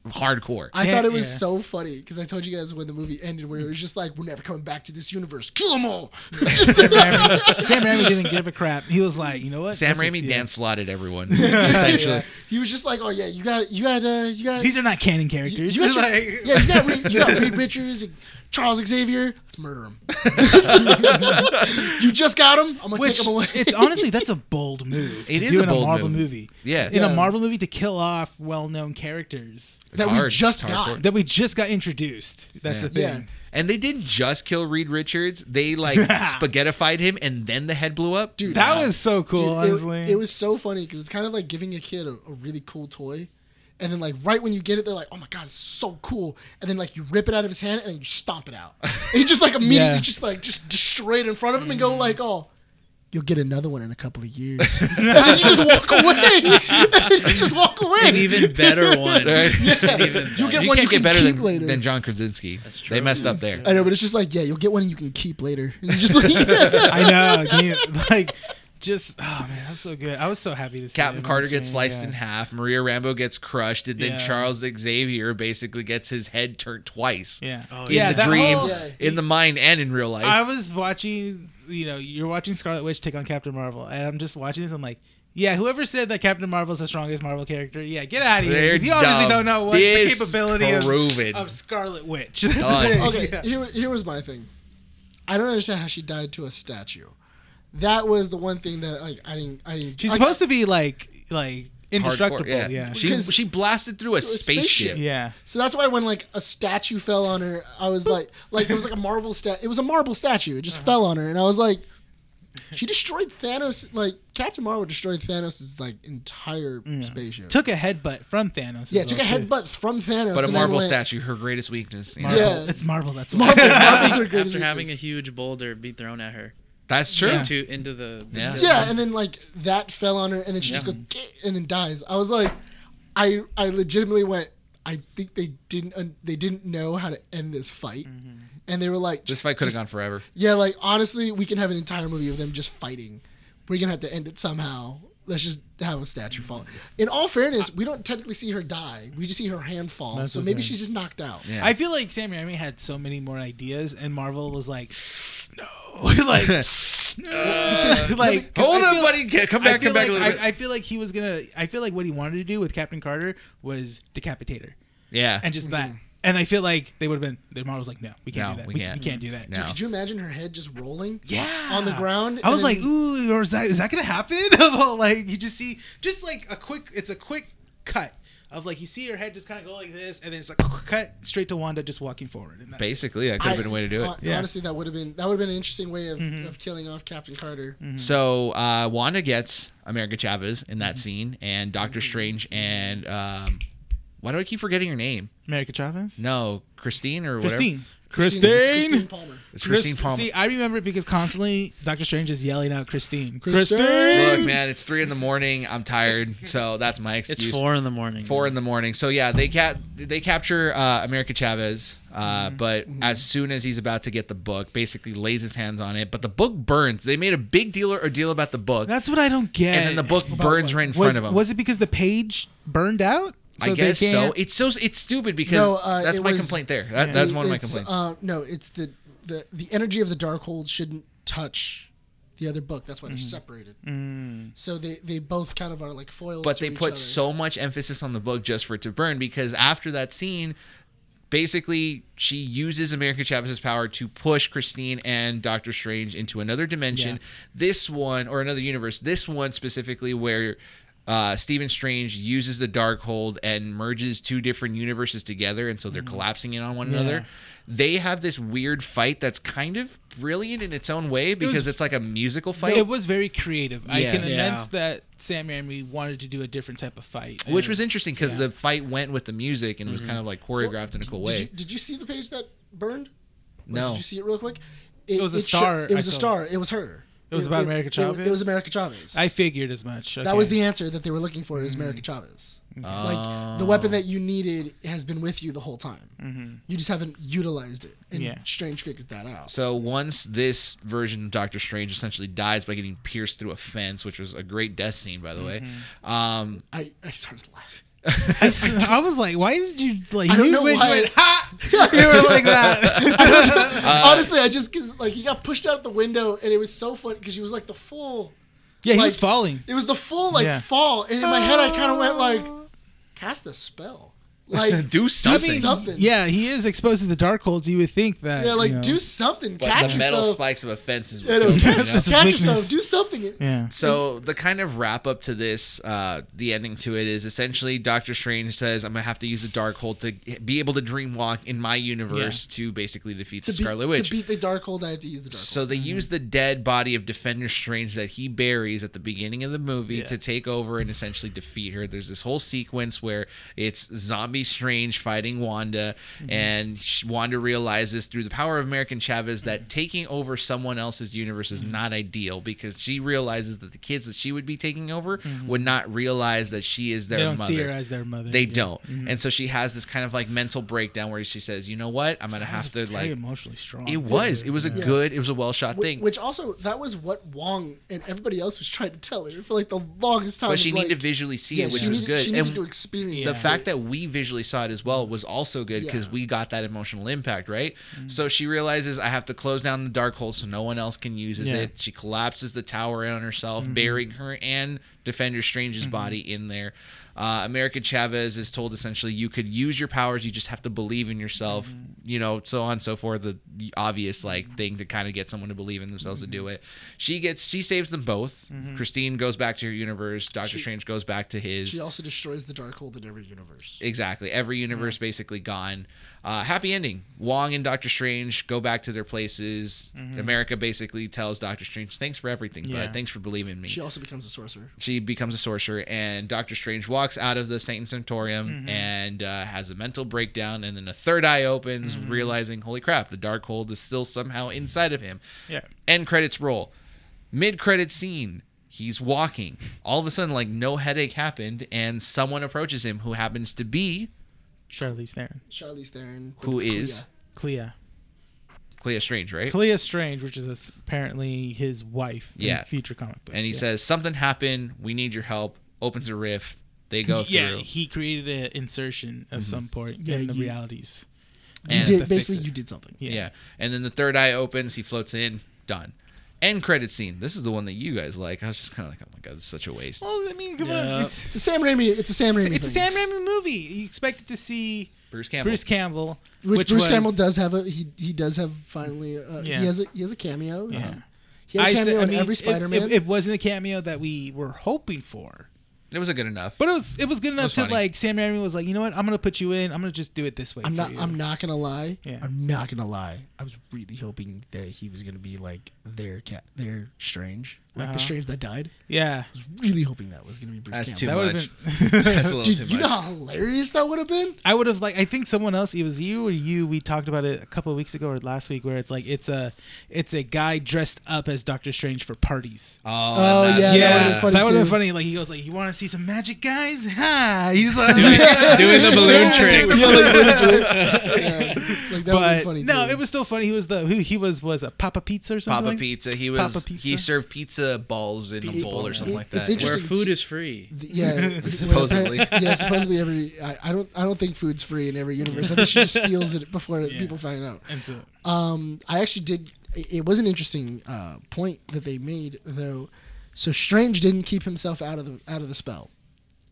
B: hardcore.
C: I thought it
A: Yeah.
C: was so funny because I told you guys when the movie ended where it was just like, we're never coming back to this universe. Kill
A: [LAUGHS]
C: them all. [LAUGHS] just,
A: Sam Raimi, [LAUGHS] Sam Raimi didn't give a crap. He was like, you know what?
B: Sam
A: Let's just-
B: Raimi
A: yeah.
B: dance slotted
A: [LAUGHS]
B: everyone essentially.
C: Yeah. He was just like, oh yeah, you got, you got, uh, you got.
A: These are not canon
C: you,
A: characters.
C: you got your- [LAUGHS]
A: Like-
C: yeah, you got, Reed,
A: [LAUGHS]
C: you got Reed Richards, and Charles Xavier. Let's murder him. [LAUGHS] you just got him. I'm gonna
A: Which
C: take him away.
A: it's honestly that's a bold move.
B: [LAUGHS] It
A: to
B: is
A: do
B: a
A: in
B: bold
A: a Marvel
B: move.
A: movie.
B: Yeah.
A: in
C: Yeah.
A: a Marvel movie to kill off well-known characters
B: It's
C: that we just
B: It's
C: got.
B: hardcore.
A: that we just got introduced. That's
B: Yeah.
A: the
C: Yeah.
A: thing.
B: And they didn't just kill Reed Richards.
A: [LAUGHS]
B: They like spaghettified him and then the head blew up.
C: Dude,
A: That was so cool.
C: Dude, it-
A: honestly,
C: It, was so funny because it's kind of like giving a kid a, a really cool toy. And then, like, right when you get it, they're like, oh my God, it's so cool. And then, like, you rip it out of his hand and then you stomp it out. And you just, like, immediately
A: Yeah.
C: just, like, just destroy it in front of him and go, like, oh, you'll get another one in a couple of years. and then you just walk away. [LAUGHS] you just walk away. [LAUGHS]
D: An even better
A: [LAUGHS]
B: Right.
D: one.
B: [LAUGHS]
D: An even
C: You'll
D: better-
C: get
B: you
C: one
B: can't
C: you
B: get
C: can
B: better
C: keep
B: than,
C: later.
B: than John Krasinski.
D: That's true.
B: They messed up there.
C: I know, but it's just like, yeah, you'll get one you can keep later. [LAUGHS] And you just, like, yeah.
A: [LAUGHS] I know. can you- like, just oh man, that's so good. I was so happy to see
B: Captain
A: it on
B: Carter gets
A: screen,
B: sliced
A: yeah.
B: in half. Maria Rambo gets crushed, and then
A: Yeah.
B: Charles Xavier basically gets his head turned twice.
A: Yeah.
D: Oh,
B: In
D: yeah.
B: the
A: that
B: dream,
A: whole-
C: Yeah.
B: in the mind, and in real life.
A: I was watching, you know, you're watching Scarlet Witch take on Captain Marvel, and I'm just watching this. I'm like, yeah, whoever said that Captain Marvel's the strongest Marvel character, yeah, get out of here.
B: They're
A: Because you obviously
B: dumb.
A: don't know what
B: This
A: the capability of,
B: proven.
A: of Scarlet Witch. [LAUGHS] That's the
B: Done.
A: thing,
C: okay,
A: yeah.
C: here, here was my thing. I don't understand how she died to a statue. That was the one thing that like I didn't I didn't.
A: She's
C: I-
A: supposed to be like, like indestructible.
B: Hardcore,
A: yeah.
B: She,
C: Because-
B: she blasted through a
C: Through a
B: spaceship.
C: spaceship.
A: Yeah.
C: So that's why when like a statue fell on her, I was like, like it was like a marble stat. It was a marble statue. It just
A: Uh-huh.
C: fell on her, and I was like, she destroyed Thanos. Like Captain Marvel destroyed Thanos' like entire spaceship.
A: Mm. Took a headbutt from Thanos. as
C: yeah, took a
A: well, too.
C: headbutt from Thanos.
B: But a
C: and then
B: marble
C: went-
B: statue, her greatest weakness. you know?
A: Marvel.
C: Yeah.
A: It's Marvel. That's why.
B: [LAUGHS]
C: Marble, marbles are
D: After,
C: great. as
D: having a
C: weakness.
D: huge boulder be thrown at her
B: That's true.
D: into into the, the
B: Yeah.
D: city.
C: Yeah, and then like that fell on her, and then she just goes "Gah," and then dies. I was like, I I legitimately went. I think they didn't un- they didn't know how to end this fight, and they were like,
B: Mm-hmm. This
C: just-
B: fight could have
C: just-
B: gone forever.
C: Yeah, like honestly, we can have an entire movie of them just fighting. We're gonna have to end it somehow. Let's just have a statue fall. In all fairness, we don't technically see her die. We just see her hand fall.
A: That's
C: So
A: the
C: maybe
A: thing.
C: she's just knocked out.
B: Yeah.
A: I feel like Sam Raimi had so many more ideas, and Marvel was like, no, [LAUGHS]
B: [LAUGHS]
A: like,
C: [LAUGHS]
A: no. like
B: Hold
A: on,
B: on, buddy. Ca- Come
A: I
B: back.
A: feel, like,
B: Come back. a little bit.
A: I, I feel like he was gonna. I feel like what he wanted to do with Captain Carter was decapitate her
B: yeah.
A: and just
C: Mm-hmm.
A: that. And I feel like they would have been. The model was like, no, we can't
B: No,
A: do that.
B: we
A: We, we
B: can't.
A: can't. do that.
B: No.
C: Could you imagine her head just rolling?
A: Yeah,
C: On the ground,
A: I
C: and
A: was like,
C: then-
A: ooh, or is that is that gonna happen? [LAUGHS] Well, like you just see, just like a quick. It's a quick cut of like you see her head just kind of go like this, and then it's like cut straight to Wanda just walking forward. And that's it.
B: Basically, that could have been a way to do it. Mm-hmm.
C: hon-
A: Yeah.
C: Honestly, that would have been that would have been an interesting way of, of killing off Captain Carter.
B: So uh, Wanda gets America Chavez in
C: Mm-hmm.
B: that scene, and Doctor Strange, and um, why do I keep forgetting her name?
A: America Chavez.
B: No, Christine or whatever.
A: Christine.
C: Christine- Christine Palmer.
B: It's Christine
A: Christ-
B: Palmer.
A: See, I remember it because constantly Doctor Strange is yelling out Christine.
C: Christine!
B: Look, man, it's three in the morning. I'm tired, so that's my
D: It's
B: excuse.
D: four in the morning.
A: Mm-hmm.
B: Four in the morning. So yeah, they cap they capture uh, America Chavez, uh,
A: Mm-hmm.
B: but as soon as he's about to get the book, basically lays his hands on it. But the book burns. They made a big deal or deal about the book,
A: That's what I don't get.
B: and then the book burns right in
A: was,
B: front of him.
A: Was it because the page burned out?
B: I
A: So they
B: guess so.
A: can't-
B: It's so it's stupid because
C: No, uh,
B: that's
C: it
B: my
C: was-
B: complaint there. That, That's one of my
C: It's,
B: complaints.
C: Uh, no, it's the, the the energy of the Darkhold shouldn't touch the other book. That's why
B: Mm-hmm.
C: they're separated. So they they both kind of are like foils.
B: Mm. but
C: to
B: they
C: each
B: put
C: other.
B: so much emphasis on the book just for it to burn because after that scene basically she uses america chavez's power to push christine and doctor strange into another dimension this one or another universe this one specifically where uh, Stephen Strange uses the dark hold and merges two different universes together, and so they're
C: Mm-hmm.
B: collapsing in on one another. They have this weird fight that's kind of brilliant in its own way because it's like a musical fight.
A: It was very creative. I
B: Yeah.
A: can
D: Yeah.
A: immense that Sam Raimi wanted to do a different type of fight,
B: which
A: And-
B: was interesting because the fight went with the music and it was kind of like
C: Well,
B: choreographed in a cool way.
C: Did you, did you see the page that burned? Like,
B: No.
C: Did you see it real quick?
A: It was a
C: sho-
A: star.
C: it was
A: I
C: a
A: saw
C: star. It was her.
A: It was about America
C: it- It,
A: Chavez?
C: was America Chavez.
A: I figured as much.
C: that was
A: Okay.
C: the answer that they were looking for. Is
B: Mm.
C: America Chavez? Like the
B: Oh.
C: weapon that you needed has been with you the whole time. You just haven't utilized it, and
A: Mm-hmm. Yeah.
C: Strange figured that out.
B: So once this version of Doctor Strange essentially dies by getting pierced through a fence, which was a great death scene, by the way. Um,
C: [LAUGHS] I, I started laughing.
A: [LAUGHS] I,
B: [LAUGHS]
A: s- I was like, why did you like?
C: I don't
A: you
C: know
A: went-
C: why.
A: went, ha! [LAUGHS] You were like
B: [LAUGHS]
C: [LAUGHS]
A: that. [LAUGHS]
C: Honestly, I just 'cause, like he got pushed out the window, and it was so funny because he was like the full.
A: yeah, he
B: Uh,
C: Like-
A: was falling.
C: It was the full like
A: Yeah. Ah.
C: fall, and in my head I kind of went like, cast a spell,
A: [LAUGHS]
C: like
B: Do something.
C: mean- something.
A: Yeah, he is exposed to the dark holds. You would think that.
C: yeah, like
A: you know.
C: do something,
B: but
C: catch
B: the metal
C: yourself,
B: spikes of offense
C: [LAUGHS]
B: is what
C: Yeah,
A: [LAUGHS]
C: no,
B: kills me, you know?
A: That's his
C: catch
A: weakness.
C: yourself, do something.
A: Yeah.
B: So the kind of wrap up to this, uh, the ending to it is essentially Doctor Strange says, "I'm gonna have to use a dark hole to be able to dreamwalk in my universe to basically defeat
C: To
B: the
C: beat,
B: Scarlet
C: to
B: Witch."
C: beat the Darkhold, I have to use the Darkhold.
B: so they use the dead body of Defender Strange that he buries at the beginning of the movie
A: Yeah.
B: to take over and essentially defeat her. There's this whole sequence where it's Zombie Strange fighting Wanda,
A: Mm-hmm.
B: and sh- Wanda realizes through the power of American Chavez
A: Mm-hmm.
B: that taking over someone else's universe is not ideal because she realizes that the kids that she would be taking over would not realize that she is their
A: Mm-hmm. They don't
B: mother.
A: see her as Mm-hmm. their mother.
B: they
A: Yeah.
B: don't, and so she has this kind of like mental breakdown where she says, "You know what? I'm gonna have to
A: Very
B: like."
A: emotionally strong.
B: It was. It was a
C: Yeah.
B: good. It was a well shot
C: Wh-
B: thing.
C: Which also that was what Wong and everybody else was trying to tell her for like the longest time.
B: but she
C: of,
B: needed
C: like,
B: to visually see
C: yeah,
B: it, which
C: she
B: was
C: needed-
B: good.
C: She needed
B: and
C: to experience
B: the
C: it.
B: fact that we visually saw it as well was also good because
C: Yeah.
B: we got that emotional impact, right? So she realizes I have to close down the dark hole so no one else can use
A: Yeah.
B: it. She collapses the tower in on herself, burying her and Defender Strange's body in there. Uh, America Chavez is told essentially you could use your powers, you just have to believe in yourself, you know, so on and so forth. The obvious like thing to kind of get someone to believe in themselves to do it. She gets, she saves them both. Christine goes back to her universe. Doctor Strange goes back to his.
C: she also destroys the Darkhold in every universe.
B: Exactly. Every universe basically gone. Uh, happy ending. Wong and Doctor Strange go back to their places. America basically tells Doctor Strange, thanks for everything,
A: Mm-hmm. Yeah.
B: bud. Thanks for believing in me.
C: She
B: She,
C: also becomes a sorcerer.
B: becomes a sorcerer, and Doctor Strange walks out of the Satan Sanctorium
A: Mm-hmm.
B: and uh, has a mental breakdown. And then a third eye opens,
A: Mm-hmm.
B: realizing, holy crap, the dark hold is still somehow inside of him.
A: Yeah.
B: End credits roll. Mid credit scene. He's walking. All of a sudden, like no headache happened, and someone approaches him who happens to be
A: Charlize Theron,
C: Charlize Theron, but
B: Who
C: it's
B: is-
C: Clea.
A: Clea,
B: Clea Strange, right?
A: Clea Strange, which is apparently his wife.
B: Yeah.
A: In future comic books.
B: and he
A: yeah.
B: says something happened. We need your help. Opens a rift. They go
A: yeah,
B: through. Mm-hmm.
A: he created an insertion of some point
C: Yeah,
A: in the
C: you-
A: realities.
B: And
C: You
A: to
C: did,
A: fix
C: basically,
A: it.
C: you did something.
B: yeah. And then the third eye opens. He floats in. Done. End credit scene. This is the one that you guys like. I was just kind of like, oh my god, this is such a waste.
A: Well, I mean, come
D: Yeah.
A: on. It's,
C: It's a Sam Raimi. It's a Sam Raimi.
A: it's a
C: thing,
A: Sam Raimi movie. You expected to see
B: Bruce Campbell.
A: Bruce Campbell,
C: Which, Bruce
A: was-
C: Campbell does have a he he does have finally uh,
A: Yeah.
C: he has a he has a cameo.
A: Yeah.
C: Um, he had a cameo
A: said-
C: in
A: mean,
C: every
A: it-
C: Spider-Man.
A: It, it wasn't a cameo that we were hoping for,
B: It wasn't good enough.
A: but it was it was good enough
B: was
A: to
B: funny.
A: like Sam Raimi was like, you know what, I'm gonna put you in. I'm gonna just do it this way.
C: I'm
A: for
C: not.
A: you."
C: I'm not gonna lie.
A: Yeah.
C: I'm not gonna lie. I was really hoping that he was gonna be like their cat, their strange, like
A: Uh-huh.
C: the strange that died.
A: Yeah,
C: I was really hoping that was gonna be Bruce
B: That's
C: Campbell.
B: too
A: that would have
B: much.
A: been. [LAUGHS]
B: [LAUGHS] [LAUGHS] That's a little
C: Dude,
B: too
C: you
B: much.
C: know how hilarious that would have been.
A: I would have like I think someone else it was you or you we talked about it a couple of weeks ago or last week where it's like it's a it's a guy dressed up as Doctor Strange for parties.
B: Oh, and
C: Oh, yeah,
B: that's-
C: that would've been funny
A: that would have been
C: too.
A: funny. Like he goes like, "You want to see some magic, guys? Ha!" He was like, [LAUGHS]
D: doing the balloon
A: Yeah, doing the
D: tricks.
A: balloon
C: Yeah, like that would
A: but
C: be funny.
A: no,
C: too.
A: it was still funny. He was the who he was was a Papa Pizza or something.
B: Papa
A: like-
B: Pizza. He was.
A: Papa
B: He
A: Pizza?
B: served pizza balls in a
C: Pizza
B: bowl or
A: balls.
B: something
C: It-
B: like
C: it's
B: that.
C: interesting.
D: Where food is free.
C: Th- Yeah,
A: [LAUGHS]
B: [LAUGHS] Supposedly.
C: [LAUGHS] Yeah, supposedly every. I, I don't. I don't think food's free in every universe. I think she just steals it before
A: [LAUGHS]
C: people find out.
A: And so
C: Um, I actually did. It it was an interesting uh, point that they made, though. So Strange didn't keep himself out of the out of the spell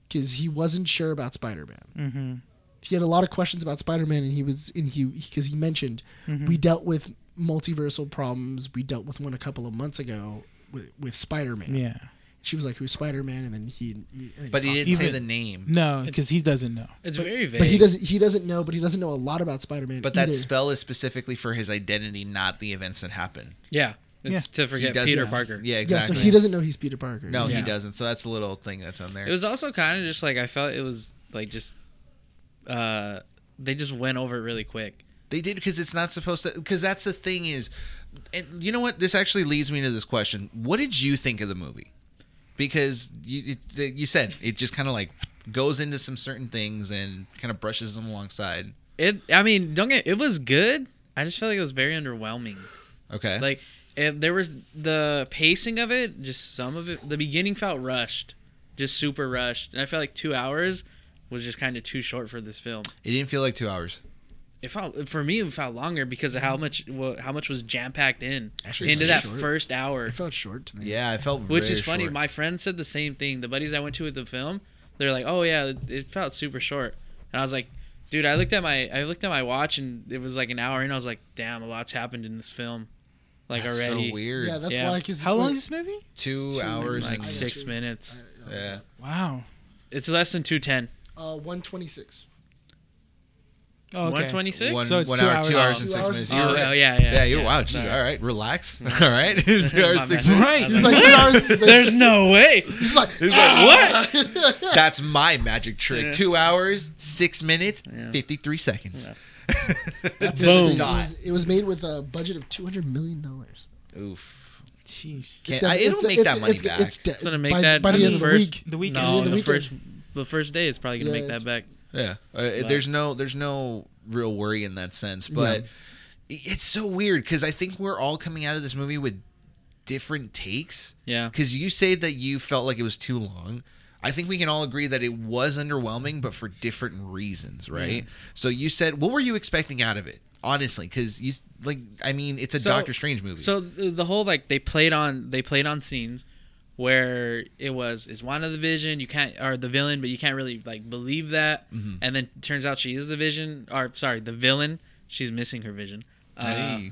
C: because he wasn't sure about Spider Man. Mm-hmm. He had a lot of questions about Spider Man, and he was in he because he mentioned we dealt with multiversal problems. We dealt with one a couple of months ago with with Spider Man.
A: yeah,
C: She was like, "Who's Spider Man?" And then he, he- and
B: but he didn't say
A: Even-
B: the name.
A: no, because he doesn't know.
D: It's very vague.
C: But he doesn't. He doesn't know. But he doesn't know a lot about Spider Man.
B: But that
C: that's
B: spell is specifically for his identity, not the events that happen.
D: Yeah, it's to
B: He
D: forget
B: does-
D: Peter
B: yeah.
D: Parker.
B: Yeah,
C: yeah.
B: exactly.
C: So he doesn't know he's Peter Parker.
B: No, he
D: Yeah.
B: doesn't. So that's a little thing that's on there.
D: It was also kind of just like I felt it was like just uh they just went over it really quick.
B: They did because it's not supposed to. Because that's the thing is, and you know what? This actually leads me to this question: What did you think of the movie? Because you it, that you said it just kind of like goes into some certain things and kind of brushes them alongside.
D: It I mean, don't get it was good. I just felt like it was very underwhelming.
B: Okay,
D: Like if there was the pacing of it, just some of it the beginning felt rushed. Just super rushed. And I felt like 2 hours was just kind of too short for this film.
B: It didn't feel like two hours.
D: It felt for me it felt longer because of how
C: Mm-hmm.
D: much wha- how much was jam packed in
C: Actually,
D: into
C: it's
D: that
C: short.
D: first hour.
C: It felt short to me.
B: Yeah, it felt
D: Which
B: very
D: is funny.
B: short.
D: My friend said the same thing. The buddies I went to with the film, they're like, "Oh yeah, it- it felt super short," and I was like, "Dude, I looked at my I looked at my watch and it was like an hour in. I was like, damn, a lot's happened in this film, like
B: That's
D: already
B: so weird.
C: Yeah, that's
D: Yeah.
C: why. Cause
A: How long
C: like-
A: is this movie?
B: two,
C: two
B: hours
C: minutes.
D: like
B: and
C: I got
D: six
C: you.
D: minutes.
B: yeah.
A: Wow.
D: It's less than two ten.
C: Uh, one twenty six.
A: Oh, okay.
D: One twenty six.
B: One,
A: So it's
B: one
A: two
B: hour,
A: hours.
B: two hours
C: Oh,
B: and
C: two
B: six
C: hours
B: minutes.
C: and
B: You're
D: six
B: right.
D: minutes. Oh, yeah, yeah,
B: Yeah, you're
D: yeah.
B: wow. Geez,
D: Sorry.
B: all right, [LAUGHS] relax. All right, [LAUGHS] two hours
D: [LAUGHS] My
B: six
D: bad.
B: minutes.
A: Right.
C: It's like two
D: [LAUGHS]
C: hours. It's like,
D: There's no way.
C: It's like, "Ah!"
B: It's like,
C: [LAUGHS]
B: That's my magic trick.
D: Yeah.
B: Two hours, six minutes,
D: Yeah.
B: fifty-three seconds. [LAUGHS]
C: That's
D: Boom.
C: interesting. It
B: Dot.
C: was, it was made with a budget of two hundred million dollars.
B: Oof.
A: Jeez.
B: Can't, I, it'll make that money
C: it's,
B: back.
C: It's, de-
D: It's gonna make
C: by,
D: that
C: by the
D: in
C: end of the
D: first-
C: week.
A: The weekend.
C: Yeah,
D: No,
C: the
D: the,
C: weekend.
D: first the first day it's probably gonna
C: Yeah,
D: make that
C: it's-
D: back.
B: yeah. Uh, it-
D: But-
B: there's no there's no real worry in that sense, but i- it's so weird because I think we're all coming out of this movie with different takes.
D: Yeah.
B: Because you say that you felt like it was too long. I think we can all agree that it was underwhelming, but for different reasons, right? So you said, what were you expecting out of it, honestly? Because you like, I mean, it's a
D: So-
B: Doctor Strange movie.
D: So th- the whole like they played on they played on scenes where it was is Wanda the Vision you can't or the villain but you can't really like believe that
B: Mm-hmm.
D: and then turns out she is the Vision or sorry the villain she's missing her vision. Uh,
B: Hey.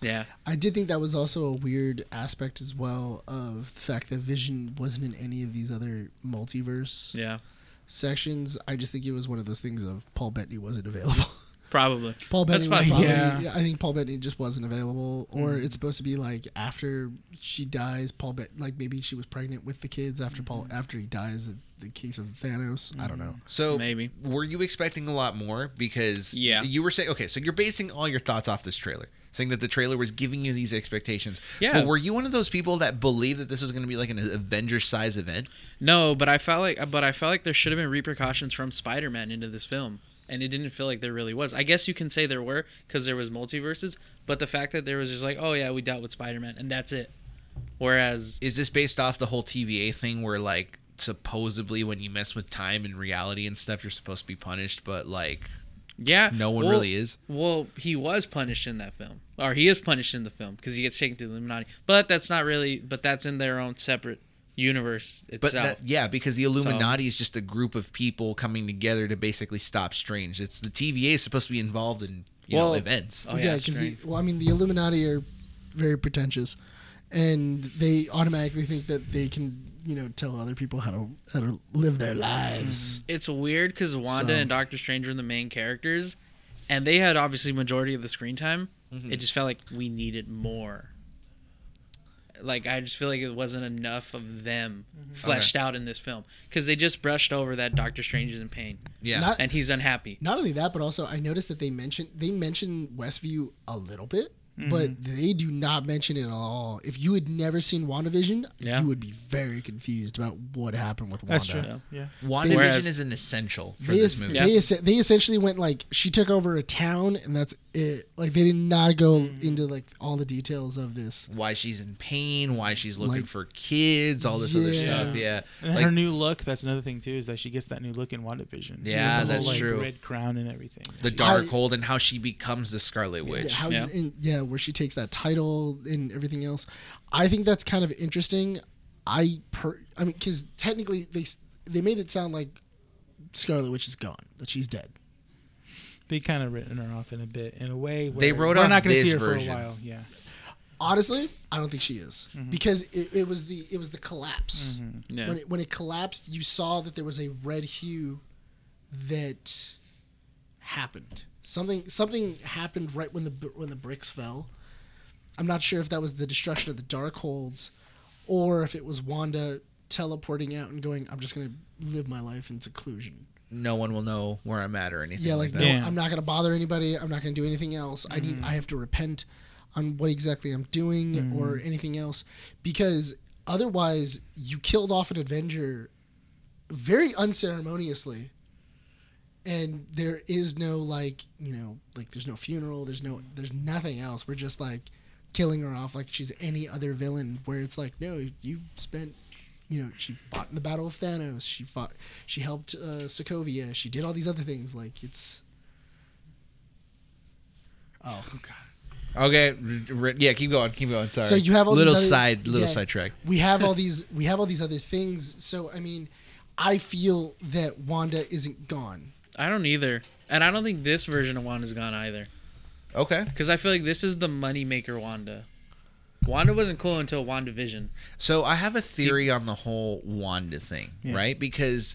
D: Yeah.
C: I did think that was also a weird aspect as well of the fact that Vision wasn't in any of these other multiverse
D: Yeah.
C: sections. I just think it was one of those things of Paul Bettany wasn't available.
D: Probably.
C: Paul
D: That's
C: Bettany was
D: probably-
C: probably,
A: Yeah.
C: yeah, I think Paul Bettany just wasn't available, or it's supposed to be like after she dies, Paul Bet like maybe she was pregnant with the kids after Paul after he dies of the case of Thanos. I don't know.
B: So
D: Maybe.
B: were you expecting a lot more because
D: Yeah.
B: you were saying okay, so you're basing all your thoughts off this trailer, saying that the trailer was giving you these expectations.
D: Yeah.
B: But were you one of those people that believed that this was going to be like an Avengers size event?
D: No, but I felt like but I felt like there should have been repercussions from Spider-Man into this film, and it didn't feel like there really was. I guess you can say there were because there was multiverses, but the fact that there was just like, oh yeah, we dealt with Spider-Man and that's it. Whereas
B: Is this based off the whole TVA thing where like supposedly when you mess with time and reality and stuff you're supposed to be punished, but like
D: yeah,
B: no one
D: well-
B: really is?
D: Well, he was punished in that film, or he is punished in the film because he gets taken to the Illuminati. But that's not really. But that's in their own separate universe
B: But
D: itself.
B: that, yeah, because the Illuminati is just a group of people coming together to basically stop Strange. It's the TVA is supposed to be involved in you know
D: Well-
B: events.
D: oh
C: yeah,
D: yeah,
C: because
D: strange.
C: well, I mean, the Illuminati are very pretentious, and they automatically think that they can, you know, tell other people how to how to live their lives.
D: it's weird because Wanda
C: So-
D: and Doctor Strange are the main characters, and they had obviously majority of the screen time.
C: Mm-hmm.
D: It just felt like we needed more. Like I just feel like it wasn't enough of them fleshed out in this film because they just brushed over that Doctor Strange is in pain
B: Yeah.
C: Not-
D: and he's unhappy.
C: Not only that, but also I noticed that they mentioned they mention Westview a little bit, but they do not mention it at all. If you had never seen WandaVision,
D: Yeah.
C: you would be very confused about what happened with Wanda.
A: That's true.
D: Yeah.
A: Yeah.
B: WandaVision
D: Whereas-
B: is an essential for
C: They,
B: this
C: es-
B: movie.
D: Yeah.
C: they, es- they essentially went like she took over a town and that's it. Like they did not go into like all the details of this.
B: Why she's in pain, why she's looking
C: Like-
B: for kids, all this other
C: Yeah.
B: stuff. Yeah.
A: And
B: Like,
A: her new look, that's another thing too, is that she gets that new look in WandaVision.
B: Yeah,
A: With the
B: that's
A: whole, like,
B: true.
A: Red crown and everything.
B: the dark hold and how she becomes the Scarlet
C: Yeah,
B: Witch.
C: how
D: yeah.
C: and- yeah, where she takes that title and everything else. I think that's kind of interesting. I per, I mean, because technically they s- they made it sound like Scarlet Witch is gone, that she's dead.
A: They kind of written her off in a bit, in a way. Where
B: They wrote
A: we're
B: off
A: not gonna
B: this
A: see her
B: version.
A: for a while. Yeah.
C: Honestly, I don't think she is because it, it was the it was the collapse.
D: Yeah.
C: When it when it collapsed, you saw that there was a red hue that happened. Something something happened right when the br- when the bricks fell. I'm not sure if that was the destruction of the dark holds or if it was Wanda teleporting out and going I'm just going to live my life in seclusion.
B: No one will know where I'm at or anything.
C: Yeah, like
B: that. Mm.
C: no,
A: Yeah.
C: I'm not gonna bother anybody. I'm not gonna do anything else. I need. I have to repent on what exactly I'm doing or anything else, because otherwise you killed off an Avenger very unceremoniously, and there is no like you know like there's no funeral. There's no there's nothing else. We're just like killing her off like she's any other villain. Where it's like no, you spent you know, she fought in the Battle of Thanos. She fought. She helped uh, Sokovia. She did all these other things. Like it's.
B: [SIGHS]
C: Oh god.
B: Okay, r- r- yeah, keep going, keep going. Sorry.
C: So you have all
B: little
C: these other-
B: side, little
C: yeah.
B: sidetrack.
C: we
B: [LAUGHS]
C: have all these we have all these other things so i mean i feel that wanda isn't gone
D: I don't either, and I don't think this version of Wanda's gone either.
B: Okay,
D: Because I feel like this is the moneymaker Wanda. Wanda wasn't cool until WandaVision.
B: so I have a theory on the whole Wanda thing,
A: Yeah.
B: right? Because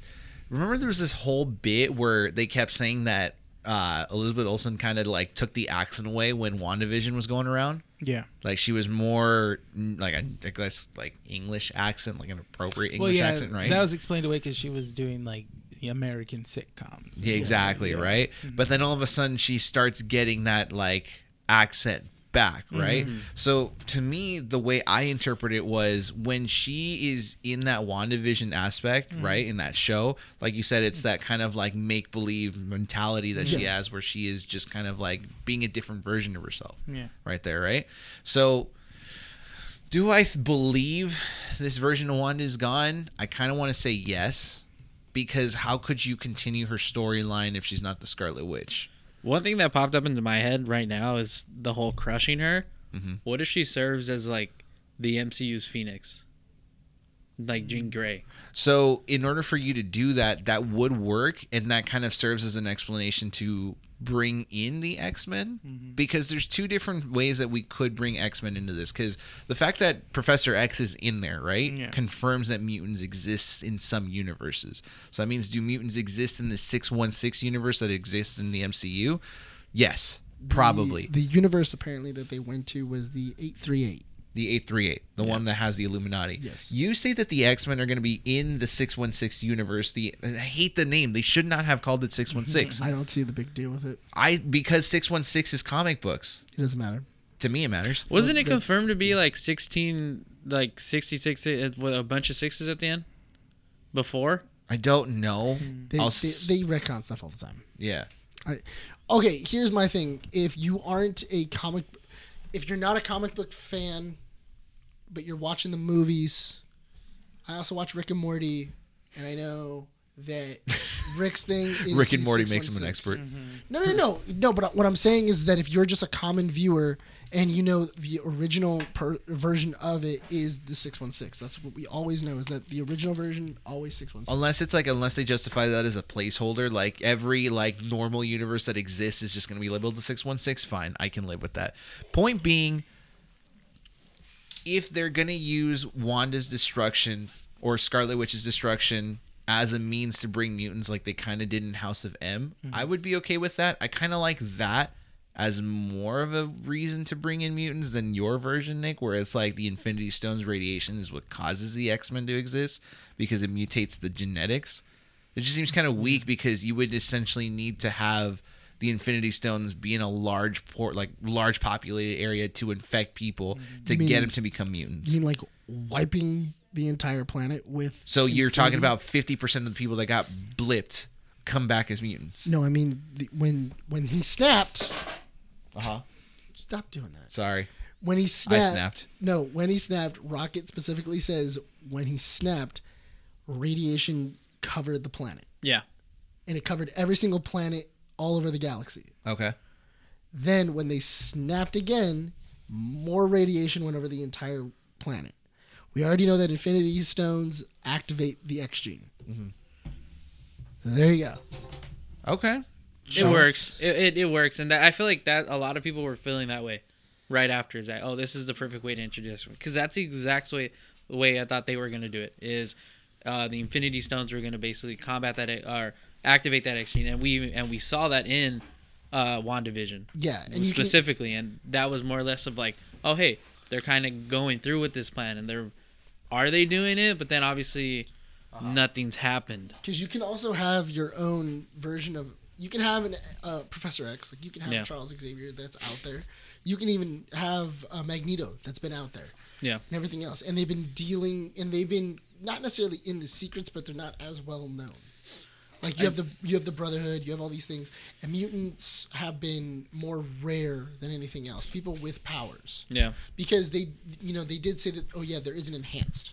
B: remember, there was this whole bit where they kept saying that uh, Elizabeth Olsen kind of like took the accent away when WandaVision was going around.
A: Yeah.
B: Like she was more mm, like a I guess like English accent, like an appropriate English
A: well, yeah,
B: accent, right?
A: that was explained away because she was doing like the American sitcoms.
B: Yeah, exactly,
A: Yeah. Mm-hmm.
B: right? But then all of a sudden she starts getting that like accent back,
A: Mm-hmm.
B: right? So to me, the way I interpret it was when she is in that WandaVision aspect,
A: Mm-hmm.
B: right? In that show, like you said, it's that kind of like make believe mentality that she
C: Yes.
B: has where she is just kind of like being a different version of herself
A: Yeah.
B: right there, right? So, do I th- believe this version of Wanda is gone? I kind of want to say yes, because how could you continue her storyline if she's not the Scarlet Witch?
D: One thing that popped up into my head right now is the whole crushing her. What if she serves as like the MCU's Phoenix, like Jean Grey?
B: So, in order for you to do that, that would work, and that kind of serves as an explanation to bring in the X-Men because there's two different ways that we could bring X-Men into this cuz the fact that Professor X is in there, right?
A: Yeah.
B: confirms that mutants exist in some universes. So that means do mutants exist in the 616 universe that exists in the MCU? Yes, probably.
C: the, the universe apparently that they went to was the 838
B: The 838, the one that has the Illuminati.
C: Yes.
B: You say that the X Men are going to be in the 616 universe. The I hate the name. They should not have called it
C: [LAUGHS]
B: 616.
C: i don't see the big deal with it
B: I because 616 is comic books.
C: it doesn't matter
B: To me, it matters.
D: Wasn't it
C: that's-
D: confirmed to be like sixteen, like sixty six with a bunch of sixes at the end? Before
B: I don't know.
C: they,
B: I'll
C: Mm-hmm. they,
B: s-
C: they retcon stuff all the time
B: yeah.
C: I, okay here's my thing if you aren't a comic if you're not a comic book fan but you're watching the movies i also watch rick and morty and i know
B: [LAUGHS]
C: that rick's thing is
B: Rick and
C: he's
B: Morty makes him an
C: 616.
B: expert.
C: No, no, no, no. But what I'm saying is that if you're just a common viewer and you know the original per- version of it is the 616, that's what we always know is that the original version always 616.
B: Unless it's like unless they justify that as a placeholder, like every like normal universe that exists is just going to be labeled to 616, fine, I can live with that. Point being if they're going to use Wanda's destruction or Scarlet Witch's destruction as a means to bring mutants like they kind of did in House of M, I would be okay with that. I kind of like that as more of a reason to bring in mutants than your version, Nick, where it's like the Infinity Stones radiation is what causes the X Men to exist because it mutates the genetics. It just seems kind of weak because you would essentially need to have the Infinity Stones be in a large port, like large populated area to infect people to
C: mean-
B: get them to become mutants.
C: You mean like wiping the entire planet with?
B: So you're talking about 50% of the people that got blipped come back as mutants.
C: No, I mean the, when when he snapped.
B: Uh huh.
C: Stop doing that.
B: Sorry.
C: When he snapped.
B: snapped.
C: No, when he snapped, Rocket specifically says when he snapped, radiation covered the planet,
D: yeah,
C: and it covered every single planet all over the galaxy.
B: Okay.
C: Then when they snapped again, more radiation went over the entire planet. We already know that Infinity Stones activate the X gene. There you go.
B: Okay.
D: it works. It, it it works, and that, I feel like that a lot of people were feeling that way right after is that oh this is the perfect way to introduce because that's the exact way the way I thought they were gonna do it is uh, the Infinity Stones were gonna basically combat that or activate that X gene, and we and we saw that in uh, Wandavision
C: Yeah, and you can,
D: specifically, and that was more or less of like oh hey they're kind of going through with this plan and they're are they doing it? But then obviously
C: Uh-huh.
D: nothing's happened.
C: because you can also have your own version of. You can have an uh, Professor X, like you can have
D: Yeah.
C: Charles Xavier that's out there. You can even have uh, Magneto that's been out there.
D: Yeah.
C: and everything else. And they've been dealing, and they've been not necessarily in the secrets, but they're not as well known. Like you have the you have the Brotherhood, you have all these things, and mutants have been more rare than anything else. People with powers,
D: Yeah.
C: because they you know they did say that oh yeah there is an enhanced,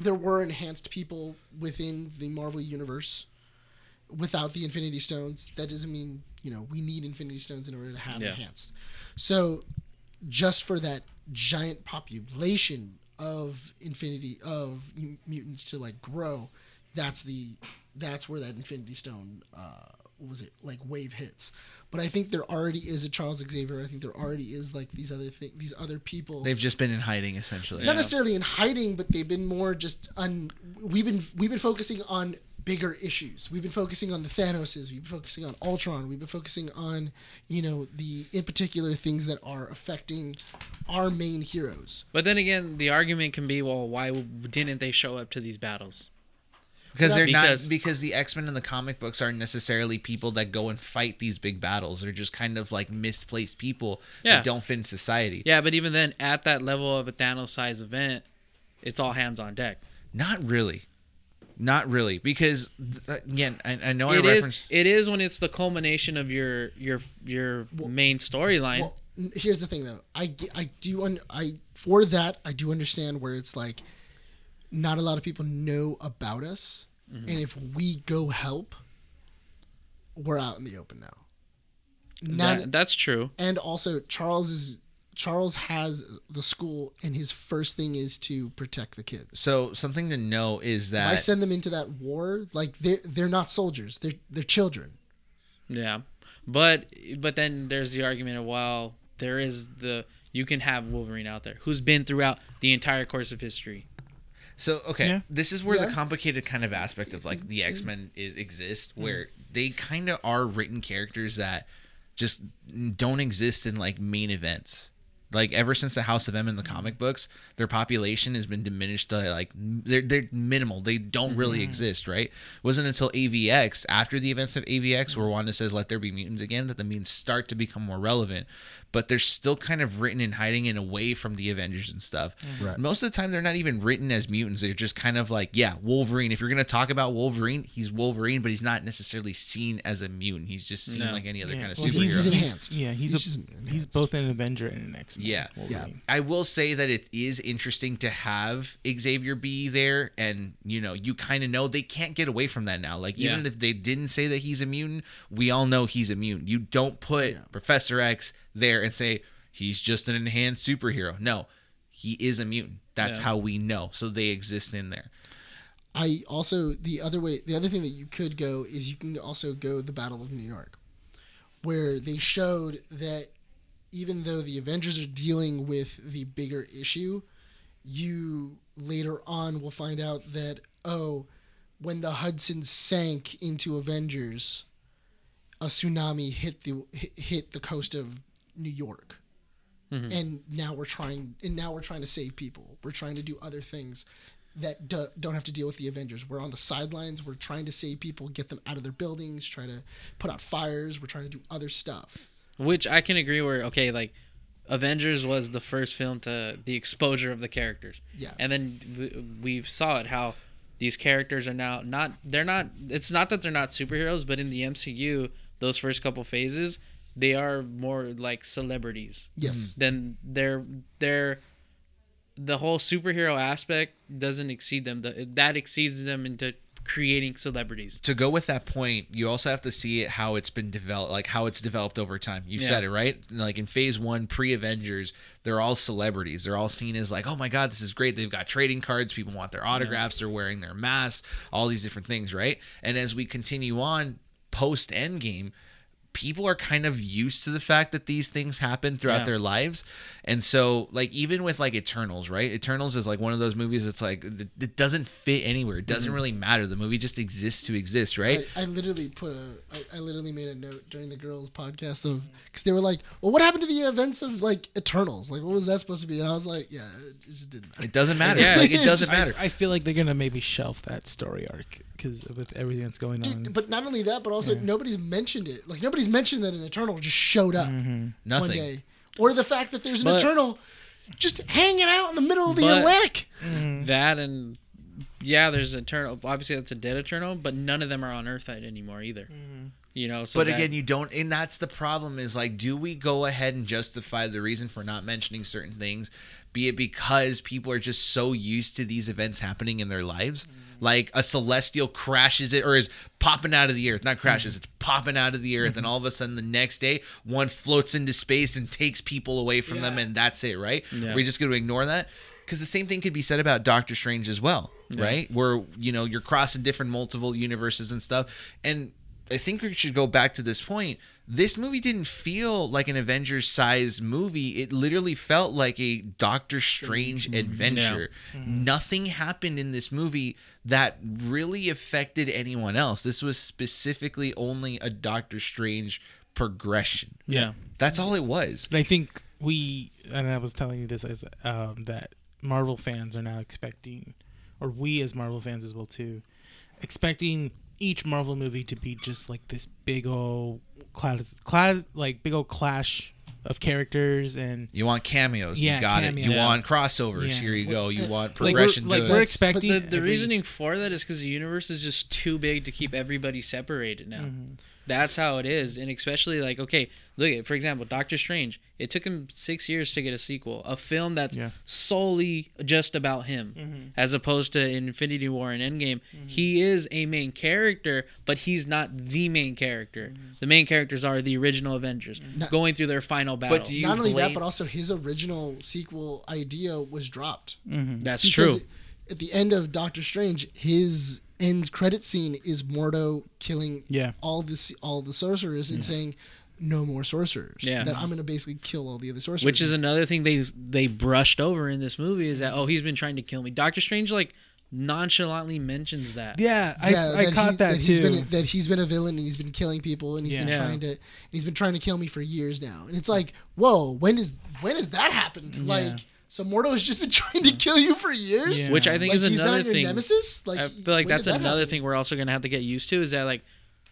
C: there were enhanced people within the Marvel universe without the Infinity Stones. That doesn't mean you know we need Infinity Stones in order to have
D: Yeah.
C: enhanced. So just for that giant population of Infinity of mu- mutants to like grow, that's the that's where that Infinity Stone. Uh, what was it like wave hits? But I think there already is a Charles Xavier. I think there already is like these other thing, these other people
B: They've just been in hiding essentially.
C: not
D: Yeah.
C: necessarily in hiding, but they've been more just on. We've been we've been focusing on bigger issues. We've been focusing on the Thanoses. We've been focusing on Ultron. We've been focusing on you know the in particular things that are affecting our main heroes.
D: But then again, the argument can be, well, why didn't they show up to these battles?
B: Because they're
D: Because-
B: not because the X Men in the comic books aren't necessarily people that go and fight these big battles. They're just kind of like misplaced people
D: Yeah.
B: that don't fit in society.
D: Yeah, but even then, at that level of a Thanos size event, it's all hands on deck.
B: Not really, not really. Because th- uh, again, I, I know I
D: It
B: referenced.
D: is. It is when it's the culmination of your your your main storyline.
C: Well, n- here's the thing though. I ge- I do un, I for that I do understand where it's like not a lot of people know about us,
D: Mm-hmm.
C: and if we go help, we're out in the open now. Not,
D: That- that's true.
C: and also Charles is Charles has the school, and his first thing is to protect the kids.
B: So something to know is
C: If
B: that
C: I send them into that war, like they're they're not soldiers; they're they're children.
D: Yeah, but but then there's the argument of well, there is the you can have Wolverine out there who's been throughout the entire course of history.
B: So okay,
A: Yeah.
B: this is where
C: Yeah.
B: the complicated kind of aspect of like the X Men is exists,
C: Mm.
B: where they kind of are written characters that just don't exist in like main events. Like ever since the House of M in the comic books, their population has been diminished to like they're they're minimal. They don't really exist, right? wasn't until AVX after the events of AVX where Wanda says let there be mutants again that the mutants start to become more relevant. But they're still kind of written in hiding and away from the Avengers and stuff.
C: Right.
B: Most of the time, they're not even written as mutants. They're just kind of like, yeah, Wolverine. If you're going to talk about Wolverine, he's Wolverine, but he's not necessarily seen as a mutant. He's just seen
D: No.
B: like any other
A: Yeah.
B: kind of
A: Well,
C: He's, he's
B: superhero.
C: enhanced.
A: Yeah, he's
C: he's,
A: a,
C: just enhanced.
A: he's both an Avenger and an X Men.
B: Yeah.
C: Yeah.
B: I will say that it is interesting to have Xavier be there, and you know, you kind of know they can't get away from that now. Like, even
D: Yeah.
B: if they didn't say that he's immune, we all know he's immune. You don't put Professor X there and say he's just an enhanced superhero. No, he is immune. That's
D: Yeah.
B: how we know. So they exist in there.
C: I also the other way the other thing that you could go is you can also go the Battle of New York, where they showed that even though the Avengers are dealing with the bigger issue, you later on will find out that oh, when the Hudson sank into Avengers, a tsunami hit the hit- hit the coast of New York and now we're trying and now we're trying to save people we're trying to do other things that do, don't have to deal with the avengers we're on the sidelines we're trying to save people get them out of their buildings try to put out fires we're trying to do other stuff
D: Which I can agree where okay, like Avengers was the first film to the exposure of the characters.
C: Yeah.
D: And then w- we saw it how these characters are now not they're not it's not that they're not superheroes, but in the MCU, those first couple phases, they are more like celebrities.
C: yes
D: Then they're they're the whole superhero aspect doesn't exceed them. The, that exceeds them into creating celebrities.
B: to go with that point, you also have to see it how it's been developed, like how it's developed over time. You have
D: Yeah.
B: said it right. Like in Phase One, pre-Avengers, they're all celebrities. They're all seen as like, oh my god, this is great. They've got trading cards. People want their autographs. They're wearing their masks. All these different things, right? And as we continue on post Endgame, people are kind of used to the fact that these things happen throughout
D: Yeah.
B: their lives and so like even with like eternals right eternals is like one of those movies that's like it it doesn't fit anywhere it
D: Mm-hmm.
B: doesn't really matter the movie just exists to exist right
C: I, I literally put a I, I literally made a note during the girls podcast of because they were like well what happened to the events of like eternals like what was that supposed to be and i was like yeah it just didn't matter
B: it doesn't matter
D: Yeah.
B: like it doesn't
A: I-
B: matter
A: I, feel like they're gonna maybe shelf that story arc because with everything that's going on.
C: Dude, but not only that, but also nobody's mentioned it. Like nobody's mentioned that an Eternal just showed up
B: Nothing.
C: one day, or the fact that there's an
D: But-
C: Eternal just hanging out in the middle of the
B: Mm-hmm.
D: But-
C: Atlantic.
D: That and yeah, there's Eternal. Obviously, that's a dead Eternal, but none of them are on Earth anymore either. You know,
B: Mm-hmm.
D: so
B: but
D: that-
B: again, you don't, and that's the problem. Is like, do we go ahead and justify the reason for not mentioning certain things? Be it because people are just so used to these events happening in their lives,
D: Mm-hmm.
B: like a celestial crashes it or is popping out of the earth. Not crashes,
D: Mm-hmm.
B: it's popping out of the earth, and all of a sudden the next day, one floats into space and takes people away from them, and that's it, right?
D: Yeah.
B: We just going to ignore that because the same thing could be said about Doctor Strange as well, right? Where you know you're crossing different multiple universes and stuff. And I think we should go back to this point. This movie didn't feel like an Avengers size movie. It literally felt like a Doctor Strange adventure. Nothing happened in this movie that really affected anyone else. This was specifically only a Doctor Strange progression.
D: yeah,
B: That's all it was.
A: But I think we, and I was telling you this, is um, that Marvel fans are now expecting, or we as Marvel fans as well too, expecting each Marvel movie to be just like this big old class, class like big old clash of characters and
B: You want cameos.
A: Yeah,
B: you got it. You
A: cameos.
B: want crossovers.
A: Yeah.
B: Here you go. You want
A: like we're,
B: progression
A: like
B: to
A: we're
B: it.
C: but
A: expecting
D: the, the
A: every-
D: reasoning for that is because the universe is just too big to keep everybody separated now.
A: Mm-hmm.
D: That's how it is, and especially like okay, look at for example, Doctor Strange. It took him six years to get a sequel, a film that's
A: Yeah. Mm-hmm.
D: solely just about him, as opposed to Infinity War and Endgame. He is a main character, but he's not the main character.
A: Mm-hmm.
D: The main characters are the original Avengers going through their final battle.
B: do you-
C: Not only
B: blame-
C: that, but also his original sequel idea was dropped.
D: that's
C: Because
D: true.
C: At the end of Doctor Strange, his end credit scene is Mordo killing
A: Yeah.
C: all the s- all the sorcerers and saying, "No more sorcerers."
D: Yeah.
C: That I'm gonna basically kill all the other sorcerers.
D: which is another thing they they brushed over in this movie is that oh he's been trying to kill me. Doctor Strange like nonchalantly mentions that.
A: yeah, I,
C: Yeah,
A: I caught
C: he,
A: that,
C: he's
A: too.
C: been, that he's been a villain and he's been killing people and he's been
A: Yeah.
C: trying to and he's been trying to kill me for years now. And it's like, whoa, when is when has that happened? Like, so Mordo has just been [LAUGHS] trying to kill you for years.
A: Yeah.
D: Which I think
C: Like,
D: is
C: he's
D: another
C: not your
D: thing.
C: nemesis. Like,
D: I feel
C: when
D: like that's
C: did that
D: another
C: happen?
D: thing we're also gonna have to get used to is that like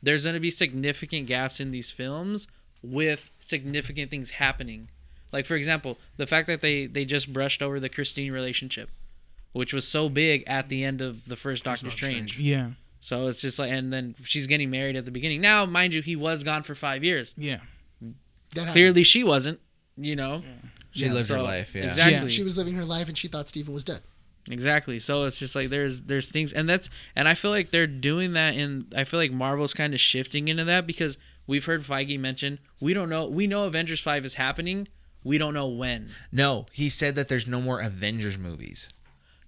D: there's gonna be significant gaps in these films with significant things happening. Like for example, the fact that they they just brushed over the Christine relationship, which was so big at the end of the first Doctor Strange.
A: yeah,
D: So it's just like and then she's getting married at the beginning. Now, mind you, he was gone for five years.
A: yeah,
C: That
D: Clearly,
C: happens.
D: she wasn't. You know.
B: She lived her
D: so-
B: life. Yeah.
D: Exactly.
A: Yeah.
C: she was living her life and she thought Stephen was dead.
D: Exactly. So it's just like there's there's things and that's and I feel like they're doing that and I feel like Marvel's kind of shifting into that because we've heard Feige mention we don't know we know Avengers 5 is happening, we don't know when.
B: No, he said that there's no more Avengers movies.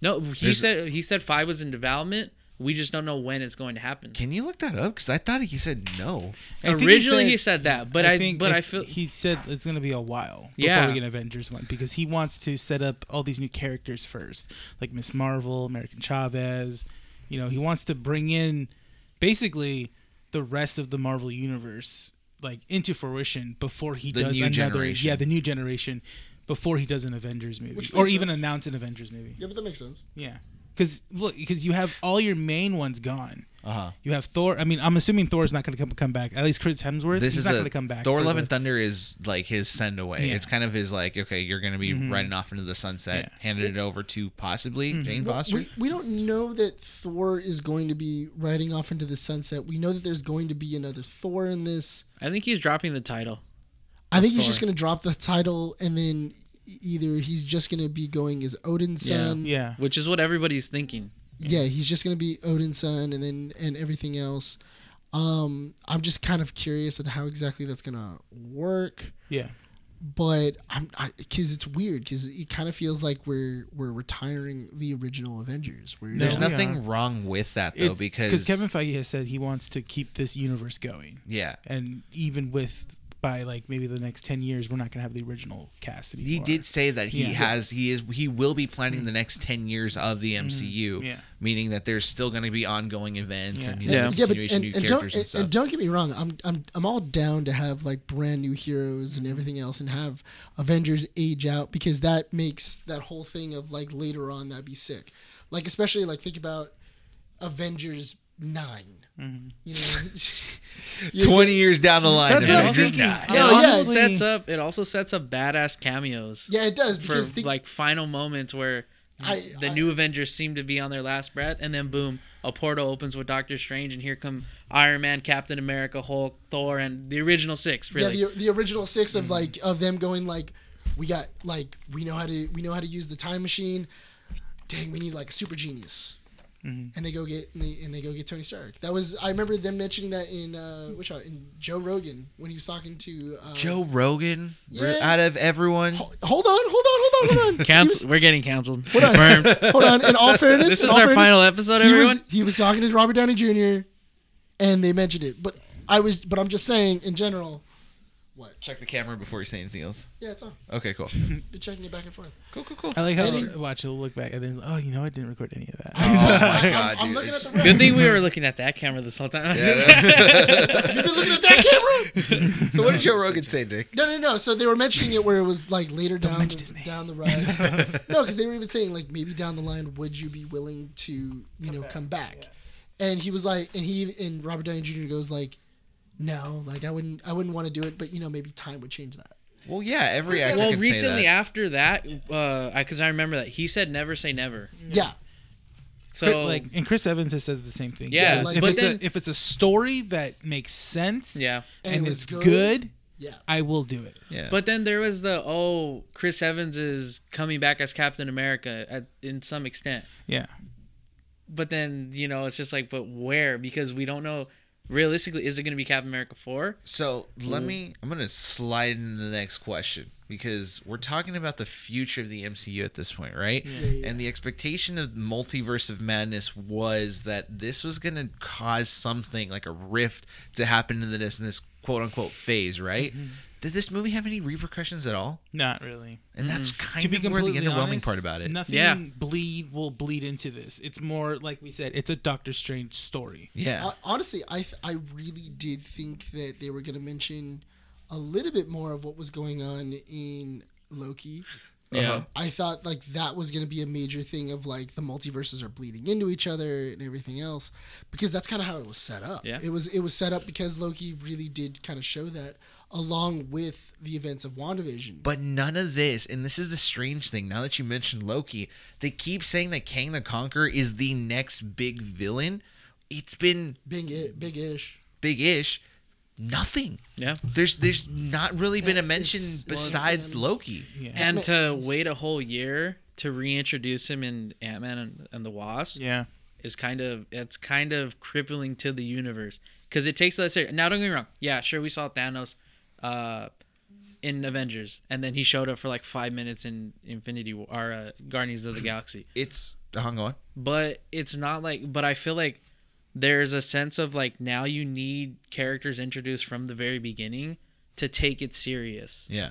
D: No, he
B: There's-
D: said he said 5 was in development, we just don't know when it's going to happen.
B: Can you look that up? Because I thought he said no.
A: I think
D: Originally he said that, but I,
A: think
D: but
A: it-
D: I feel
A: he said it's gonna be a while before
D: Yeah.
A: we get an Avengers one because he wants to set up all these new characters first, like Miss Marvel, American Chavez. You know, he wants to bring in basically the rest of the Marvel universe like into fruition before he
B: The
A: does
B: new
A: another
B: generation.
A: yeah the new generation before he does an Avengers movie
C: Which
A: or
C: makes
A: even
C: sense.
A: announce an Avengers movie.
C: Yeah, but that makes sense.
A: Yeah, because look, because you have all your main ones gone.
B: Uh huh.
A: You have Thor. I mean, I'm assuming Thor's not going to come come back. At least Chris Hemsworth.
B: This
A: he's
B: is
A: not
B: a,
A: going to come back.
B: Thor:
A: for
B: Love
A: the-
B: and Thunder is like his send away.
A: Yeah. Mm-hmm.
B: It's kind of his like, okay, you're gonna be riding off into the sunset,
A: Yeah. Mm-hmm.
B: handed it over to possibly Jane Foster.
C: We, we don't know that Thor is going to be riding off into the sunset. We know that there's going to be another Thor in this.
D: I think he's dropping the title.
C: I think he's
D: Thor.
C: just going to drop the title and then e- either he's just going to be going as Odin's
D: Yeah.
C: son.
A: Yeah.
D: Which is what everybody's thinking.
C: Yeah, he's just going to be Odin's son and then and everything else. Um, I'm just kind of curious on how exactly that's going to work.
A: Yeah.
C: but I'm because it's weird because it kind of feels like we're we're retiring the original Avengers. We're
B: There's
A: No, we
B: nothing
A: are.
B: wrong with that though,
A: It's-
B: because
A: Kevin Feige has said he wants to keep this universe going,
B: yeah,
A: and even with by like maybe the next ten years, we're not going to have the original cast anymore.
B: He did say that he
A: Yeah. Mm.
B: has he is he will be planning the next ten years of the MCU,
A: Yeah.
B: meaning that there's still going to be ongoing events
A: Yeah.
B: and you know,
D: Yeah.
C: yeah, but
B: continuation
C: and,
B: new
C: and don't
B: characters
C: and, and
B: and stuff.
C: don't get me wrong, I'm I'm I'm all down to have like brand new heroes and everything else, and have Avengers age out because that makes that whole thing of like later on that'd be sick. Like especially like think about Avengers 9 You know, You're-
B: Twenty years down the line,
A: That's
B: they're
A: what I'm
B: like, "This
A: thinking.
B: guy."
D: It
C: Oh,
D: also
C: yeah.
D: sets up it also sets up badass cameos.
C: [LAUGHS] yeah, it does
D: for
C: because think,
D: like final moments where
C: I,
D: the
C: I-
D: new Avengers seem to be on their last breath, and then boom, a portal opens with Doctor Strange, and here come Iron Man, Captain America, Hulk, Thor, and the original six. Really, Mm-hmm.
C: Yeah, the, the original six of like of them going like, we got like we know how to we know how to use the time machine. Dang, we need like a super genius.
D: Mm-hmm.
C: And they go get and they, and they go get Tony Stark. That was I remember them mentioning that in uh, which one? in Joe Rogan when he was talking to uh,
B: Joe Rogan, Re-
C: Yeah.
B: out of everyone,
C: Ho- [LAUGHS] Hold on, hold on, hold on,
D: [LAUGHS]
C: hold on. He was-
D: Cancel. We're getting canceled.
C: Hold on. [LAUGHS]
D: Confirmed.
C: hold on. In
D: [LAUGHS]
C: all fairness,
D: This
C: in
D: is
C: all
D: our
C: fairness,
D: final episode,
C: he
D: everyone.
C: was he was talking to Robert Downey Jr. and they mentioned it, but I was but I'm just saying in general.
B: check the camera before you say anything else.
C: Yeah, it's on.
B: Okay, cool,
C: Been checking it back and forth.
B: cool, cool, cool.
A: I like how
C: Maybe-
A: watch it'll look back and then oh you know I didn't record any of that.
B: Oh,
C: Oh [LAUGHS]
A: [LAUGHS]
B: my
C: I'm-
B: God,
C: I'm
B: dude,
C: looking at
B: it's-
C: the red.
D: Good thing we were looking at that camera this whole [LAUGHS] time.
B: Yeah.
C: [LAUGHS] You've been looking at that [LAUGHS] camera.
B: So what did Joe Rogan say,
C: [LAUGHS]
B: Nick?
C: No, no, no. So they were mentioning it where it was like later down
A: mention his
C: the,
A: name.
C: down
A: [LAUGHS]
C: the ride. no, because they were even saying like maybe down the line would you be willing to you know come back? And he was like, and he and Robert Downey Jr. goes like, no, like I wouldn't, I wouldn't want to do it, but you know maybe time would change that.
B: Well, yeah, every actor
D: well,
B: can say
D: recently
B: that.
D: after that, because I, 'cause I remember that he said never say never.
C: Yeah,
A: Chri-
D: So
A: like and Chris Evans has said the same thing. He
D: Yeah,
A: goes,
C: like-
A: if
D: but
A: it's
D: then-
A: a, if it's a story that makes sense,
D: yeah.
A: and,
C: And it was
A: it's
C: good.
A: good,
C: yeah.
A: I will do it.
B: yeah.
D: But then there was the oh Chris Evans is coming back as Captain America at, in some extent.
A: Yeah,
D: But then you know it's just like but where because we don't know realistically is it going to be Captain America four?
B: So let me. I'm gonna slide into the next question because we're talking about the future of the MCU at this point, right?
C: yeah.
B: And the expectation of Multiverse of Madness was that this was gonna cause something like a rift to happen in this in this quote unquote phase, right? Did this movie have any repercussions at all?
A: not really.
B: And that's kind
A: to be
B: of where the
A: completely
B: underwhelming
A: honest,
B: part about it.
A: Nothing
D: Yeah.
A: bleed will bleed into this. It's more like we said, it's a Doctor Strange story.
B: yeah.
C: Hon- Honestly, I th- I really did think that they were going to mention a little bit more of what was going on in Loki.
B: Yeah.
C: I thought like that was going to be a major thing of like the multiverses are bleeding into each other and everything else because that's kind of how it was set up.
D: Yeah.
C: It was it was set up because Loki really did kind of show that along with the events of WandaVision.
B: But none of this, and this is the strange thing. Now that you mentioned Loki, they keep saying that Kang the Conqueror is the next big villain. It's been
C: big i- big ish.
B: big ish. Nothing.
D: Yeah.
B: There's there's not really been a
C: Yeah,
B: mention
C: it's-
B: besides
C: well,
B: Loki.
A: Yeah,
D: And to wait a whole year to reintroduce him in Ant Man and, and the Wasp
A: yeah.
D: is kind of it's kind of crippling to the universe because it takes us now. Don't get me wrong. Yeah, sure, we saw Thanos uh, in Avengers, and then he showed up for like five minutes in Infinity War, or uh, Guardians of the Galaxy.
B: It's hung on.
D: But it's not like. But I feel like there's a sense of like now you need characters introduced from the very beginning to take it serious,
B: Yeah.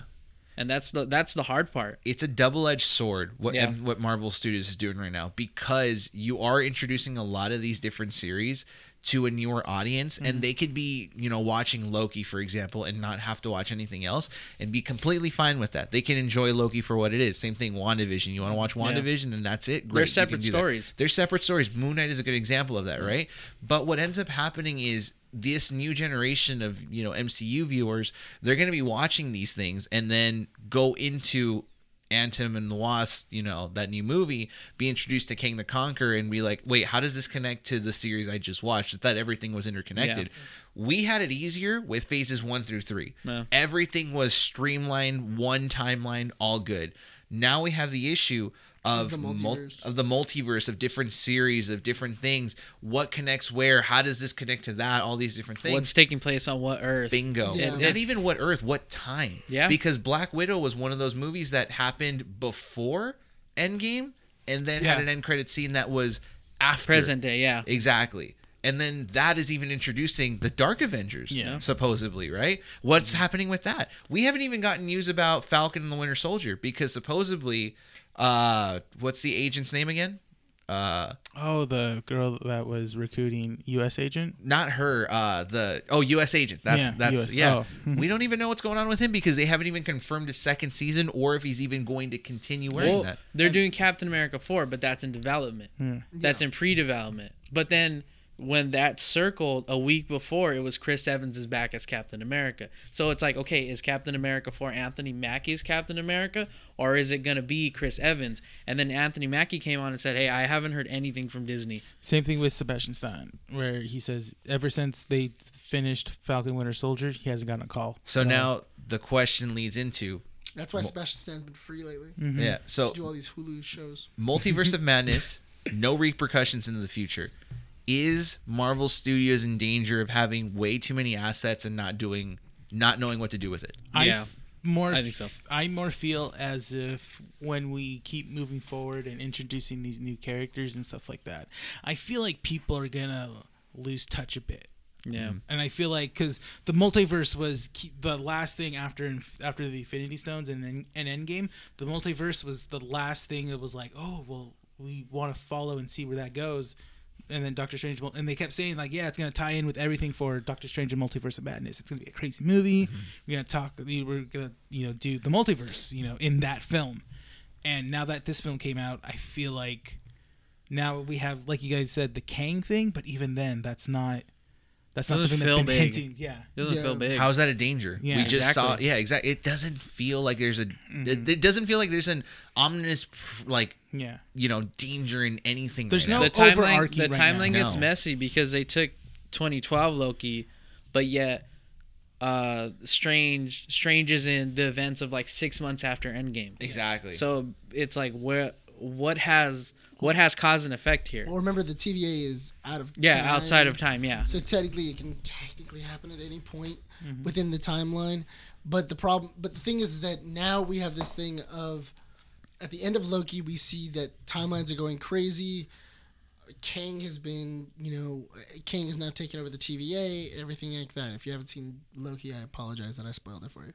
D: and that's the that's the hard part.
B: It's a double-edged sword. What
D: Yeah.
B: and what Marvel Studios is doing right now because you are introducing a lot of these different series to a newer audience,
D: Mm-hmm.
B: and they could be you know watching Loki for example and not have to watch anything else and be completely fine with that. They can enjoy Loki for what it is. Same thing, WandaVision. You want to watch WandaVision and that's it. Great, you can
D: separate
B: do that.
D: stories.
B: They're separate stories. Moon Knight is a good example of that, right? But what ends up happening is this new generation of you know MCU viewers, they're going to be watching these things and then go into Anthem and the Wasp, you know, that new movie, be introduced to King the Conqueror and be like, wait, how does this connect to the series I just watched? I thought everything was interconnected. We had it easier with phases one through three.
D: Yeah.
B: Everything was streamlined, one timeline, all good. Now we have the issue of
C: the
B: mul-
C: multiverse.
B: of the multiverse of different series of different things. What connects where? How does this connect to that? All these different things.
D: What's taking place on what Earth?
B: Bingo.
C: Yeah.
B: Not even what Earth, what time.
D: Yeah.
B: Because Black Widow was one of those movies that happened before Endgame and then had
A: Yeah.
B: an end credit scene that was after.
D: Present day, yeah.
B: Exactly. And then that is even introducing the Dark Avengers,
A: Yeah.
B: supposedly, right? What's happening with that? We haven't even gotten news about Falcon and the Winter Soldier because supposedly, uh, what's the agent's name again? Uh,
A: Oh, the girl that was recruiting U.S. agent.
B: not her uh the oh us agent that's
A: Yeah,
B: that's
A: US.
B: yeah
A: Oh. [LAUGHS]
B: we don't even know what's going on with him because they haven't even confirmed his second season or if he's even going to continue wearing
D: Well,
B: that
D: they're doing Captain America 4, but that's in development. That's in pre development. But then when that circled a week before, it was Chris Evans is back as Captain America. So it's like, okay, is Captain America for Anthony Mackie's Captain America, or is it gonna be Chris Evans? And then Anthony Mackie came on and said, "Hey, I haven't heard anything from Disney."
A: Same thing with Sebastian Stan, where he says ever since they finished Falcon Winter Soldier, he hasn't gotten a call.
B: So
A: at all.
B: now the question leads into
C: That's why Sebastian Stan's been free lately.
D: Mm-hmm.
A: Hmm.
B: yeah. So
C: To do all these Hulu shows.
B: Multiverse of Madness, no repercussions into the future. Is Marvel Studios in danger of having way too many assets and not doing, not knowing what to do with it?
A: I
D: Yeah.
A: f- more
D: I think so.
A: f- I more feel as if when we keep moving forward and introducing these new characters and stuff like that, I feel like people are gonna lose touch a bit.
B: Mm-hmm.
D: Yeah.
A: And I feel like because the multiverse was key, the last thing after Inf- after the Infinity Stones and en- and Endgame, the multiverse was the last thing that was like, oh well, we want to follow and see where that goes. And then Doctor Strange, mul- and they kept saying like, yeah, it's gonna tie in with everything for Doctor Strange and Multiverse of Madness. It's gonna be a crazy movie. We're gonna talk. We're gonna you know do the multiverse, you know, in that film. And now that this film came out, I feel like now we have like you guys said the Kang thing, but even then, that's not. That's not
D: Doesn't
A: something that's
D: feel
A: been
D: big.
A: hinting. Yeah.
D: It doesn't
C: Yeah.
D: feel big.
B: How is that a danger?
A: Yeah,
B: we just saw.
D: exactly.
B: Yeah, exactly. It doesn't feel like there's a. It, it doesn't feel like there's an ominous, like
A: Yeah.
B: you know, danger in anything.
A: There's
B: right
A: no-
B: now.
D: [LAUGHS] the timeline,
A: overarching
D: the
A: right
D: timeline
B: now.
D: gets
B: No.
D: messy because they took 2012 Loki, but yet uh Strange Strange is in the events of like six months after Endgame.
B: exactly.
D: So it's like where what has what has cause and effect here?
C: Well, remember the TVA is out of
D: Yeah,
C: time.
D: outside of time. Yeah,
C: So technically, it can technically happen at any point within the timeline. But the problem, but the thing is that now we have this thing of, at the end of Loki, we see that timelines are going crazy. Kang has been, you know, Kang has now taken over the TVA, everything like that. If you haven't seen Loki, I apologize that I spoiled it for you.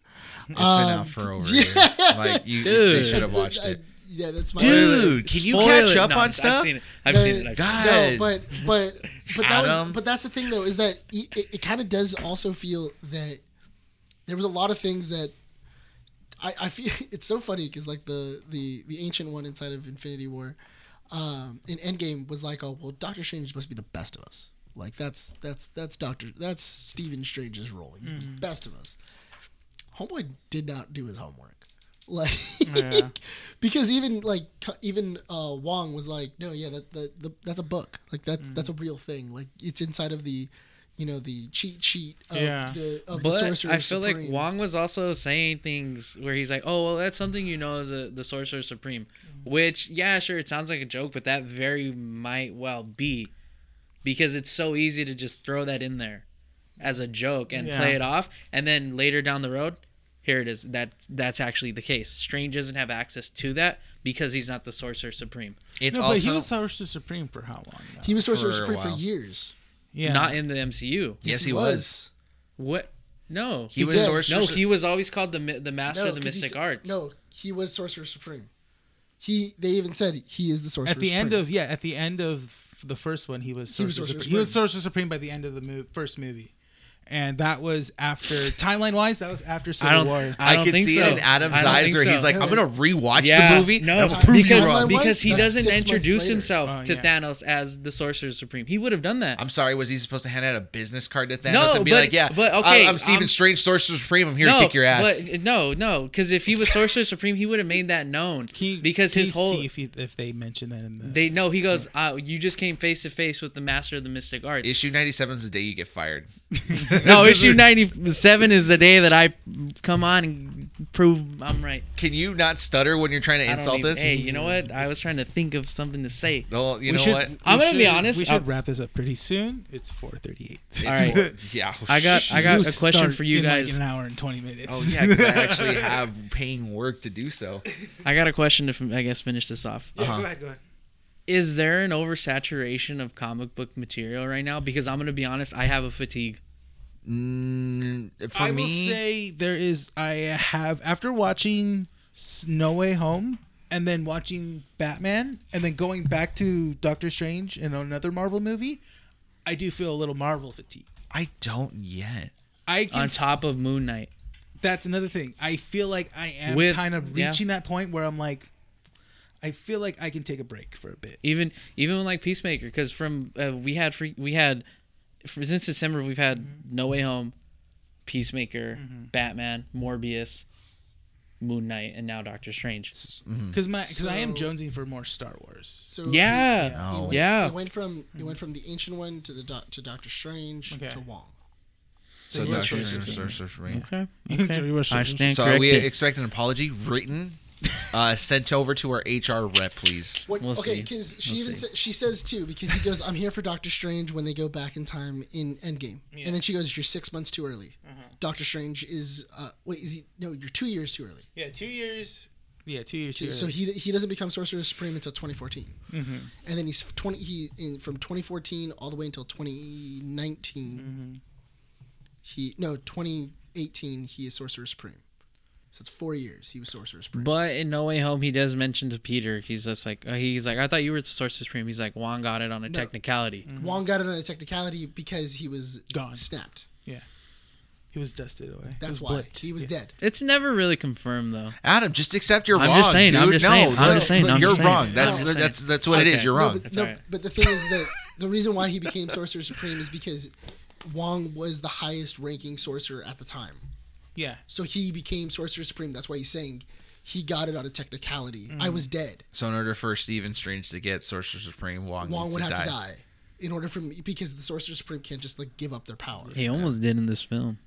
B: It's been
A: um,
B: out
A: [LAUGHS]
B: for over. a year. Like you,
D: Dude.
B: they should have watched
C: I-
B: it.
C: yeah, that's my
B: Dude, can you
D: Spoil
B: catch
D: it.
B: up
D: No,
B: on
D: I've
B: stuff?
D: seen it. I've
C: No,
D: seen it. I've seen it.
B: God.
C: No, but but but that
B: Adam.
C: was but that's the thing though is that it, it, it kind of does also feel that there was a lot of things that I, I feel [LAUGHS] it's so funny because like the the the ancient one inside of Infinity War um, in Endgame was like oh well Doctor Strange must be the best of us like that's that's that's Doctor that's Stephen Strange's role he's the best of us. Homeboy did not do his homework. [LAUGHS] Like,
A: Yeah.
C: because even like cu- even uh, Wong was like, no, yeah, that the, the that's a book. Like that's that's a
A: Mm.
C: real thing. Like it's inside of the, you know, the cheat sheet of
A: Yeah.
C: the of the
D: But
C: sorcerer.
D: I feel like
C: Supreme.
D: Wong was also saying things where he's like, "Oh, well, that's something you know as a, the Sorcerer Supreme,"
C: Mm-hmm.
D: which, yeah, sure, it sounds like a joke, but that very might well be, because it's so easy to just throw that in there as a joke and
A: Yeah.
D: play it off, and then later down the road, here it is. That that's actually the case. Strange doesn't have access to that because he's not the Sorcerer Supreme.
B: It's
A: no,
B: also
A: but he was Sorcerer Supreme for how long? Though?
C: He was sorcerer
B: for a
C: supreme for
B: while.
C: years.
A: yeah.
D: Not in the MCU.
B: yes, he was.
D: What? No.
B: He was
C: was.
B: sorcerer.
D: no, he was always called the mi- the master of the
C: 'cause he's-
D: mystic arts.
C: No, he was sorcerer supreme. He they even said he is the sorcerer.
A: at the end
C: Supreme.
A: of yeah, at the end of the first one, he was
C: He
A: Sorcerer
C: was
A: Supreme.
C: Sorcerer
A: He was Sorcerer Supreme by the end of the mo- first movie, and that was after timeline wise. That was after Civil
D: I don't.
A: War.
D: I
B: I,
D: don't
B: could
D: think
B: see
D: so.
B: it in Adam's
D: I don't
B: eyes
D: think
B: where he's
D: so.
B: like, "I'm gonna rewatch
D: Yeah,
B: the movie."
D: No,
B: and I'm gonna prove you
D: because,
B: wrong."
D: because he
C: That's
D: doesn't
C: six months
D: introduce
C: later.
D: himself
A: Oh,
D: to
A: yeah.
D: Thanos as the Sorcerer Supreme. He would have done that.
B: I'm sorry, was he supposed to hand out a business card to Thanos
D: No,
B: and be
D: but-
B: like, "Yeah,
D: but,
B: I-
D: okay,
B: I'm Stephen
D: I'm-
B: Strange, Sorcerer Supreme. I'm here
D: no,
B: to kick your ass."
D: But, no, no, because if he was Sorcerer Supreme, he would have made that known.
A: Can you-
D: because
A: can
D: his
A: you
D: whole
A: see if, he, if they mention that in the
D: they no, he goes, uh, you just came face to face with the master of the mystic arts.
B: Issue 97 is the day you get fired.
D: [LAUGHS]
B: [LAUGHS]
D: no, issue ninety seven is the day that I come on and prove I'm right.
B: Can you not stutter when you're trying to
D: I don't
B: insult
D: even-
B: this?
D: Hey, you know what? I was trying to think of something to say.
B: Well, you
A: We
B: know
A: should-
B: what?
A: we
D: [LAUGHS] I'm gonna be
A: should-
D: honest,
A: We
D: I'll-
A: should uh, wrap this up pretty soon. It's 4:38.
D: All right.
B: more- [LAUGHS] yeah.
D: I got I got
A: You
D: a question
A: start
D: for you
A: in, like,
D: guys.
A: in an hour and 20 minutes.
B: Oh yeah, 'cause I actually have paying work to do
D: [LAUGHS]
B: so.
D: I got a question to f- I guess finish this off.
A: Yeah,
B: Uh-huh.
A: [LAUGHS] Go ahead. Go ahead.
D: is there an oversaturation of comic book material right now? Because I'm gonna be honest, I have a fatigue.
B: Mm, for
A: I
B: me,
A: will say there is. I have after watching S- No Way Home and then watching Batman and then going back to Doctor Strange and another Marvel movie, I do feel a little Marvel fatigue.
B: I don't yet.
A: I can
D: On top of Moon Knight,
A: that's another thing. I feel like I am
D: With-
A: kind of
D: yeah.
A: reaching that point where I'm like, I feel like I can take a break for a bit.
D: even even when, like Peacemaker, because from uh, we had free, we had for, since December we've had No Way Home, Peacemaker, Batman, Morbius, Moon Knight, and now Doctor Strange. Mm.
A: Because my because I am
C: So-
A: jonesing for more Star Wars.
C: So
D: Yeah. Oh.
C: it- it
B: No.
C: went-
D: Yeah.
C: It went from it went from the ancient one to the doc to Doctor Strange
A: Mm. Okay.
C: to Wong.
B: So,
C: you were
B: Doctor
C: supposed to-
B: Strange, Sorcerer Supreme.
D: Okay,
C: [LAUGHS]
A: So you were
D: I
A: supposed to-
D: [LAUGHS] stand
B: So
D: corrected.
B: we expect an apology written, uh, sent over to our HR rep, please.
C: What,
D: We'll
C: okay,
D: see.
C: because she
D: We'll
C: even
D: see.
C: sa- she says too because he goes, "I'm here for Doctor Strange when they go back in time in Endgame," and then she goes, "You're six months too early." Doctor Strange is uh, wait is he no? You're two years too early.
A: Yeah, two years. Yeah, two years. Mm-hmm.
C: So he he doesn't become Sorcerer Supreme until 2014, and then he's 20 he in from 2014 all the way until 2019.
A: Mm-hmm.
C: He no 2018 he is Sorcerer Supreme, so it's four years he was Sorcerer Supreme.
D: But in No Way Home, he does mention to Peter, he's just like, uh, he's like, I thought you were the Source Supreme. He's like, Juan got it on a
C: No. Mm.
D: technicality.
C: Wong got it on a technicality because he was
A: Mm-hmm. Gone.
C: snapped.
A: he was dusted away. He was
C: That's why
A: blipped.
C: he was
A: Yeah.
C: dead.
D: It's never really confirmed though.
B: Adam, just accept your
D: I'm
B: wrong.
D: just saying,
B: Dude.
D: I'm just
B: no,
D: saying, I'm
B: look,
D: just saying,
B: look,
D: I'm
B: you're
D: just saying,
B: wrong.
D: I'm
B: That's
D: just
B: that's,
D: saying.
B: that's what it
D: Okay.
B: is. You're wrong.
C: No, but,
D: That's
C: no,
D: alright.
C: but the thing is that the reason why he became Sorcerer Supreme is because Wong was the highest ranking sorcerer at the time.
A: Yeah.
C: So he became Sorcerer Supreme. That's why he's saying he got it on a technicality.
A: Mm-hmm.
C: I was dead.
B: so in order for Stephen Strange to get Sorcerer Supreme, Wong,
C: Wong
B: needs
C: would
B: to
C: have
B: die.
C: to die in order for me because the Sorcerer Supreme can't just like give up their power.
D: He almost did in this film.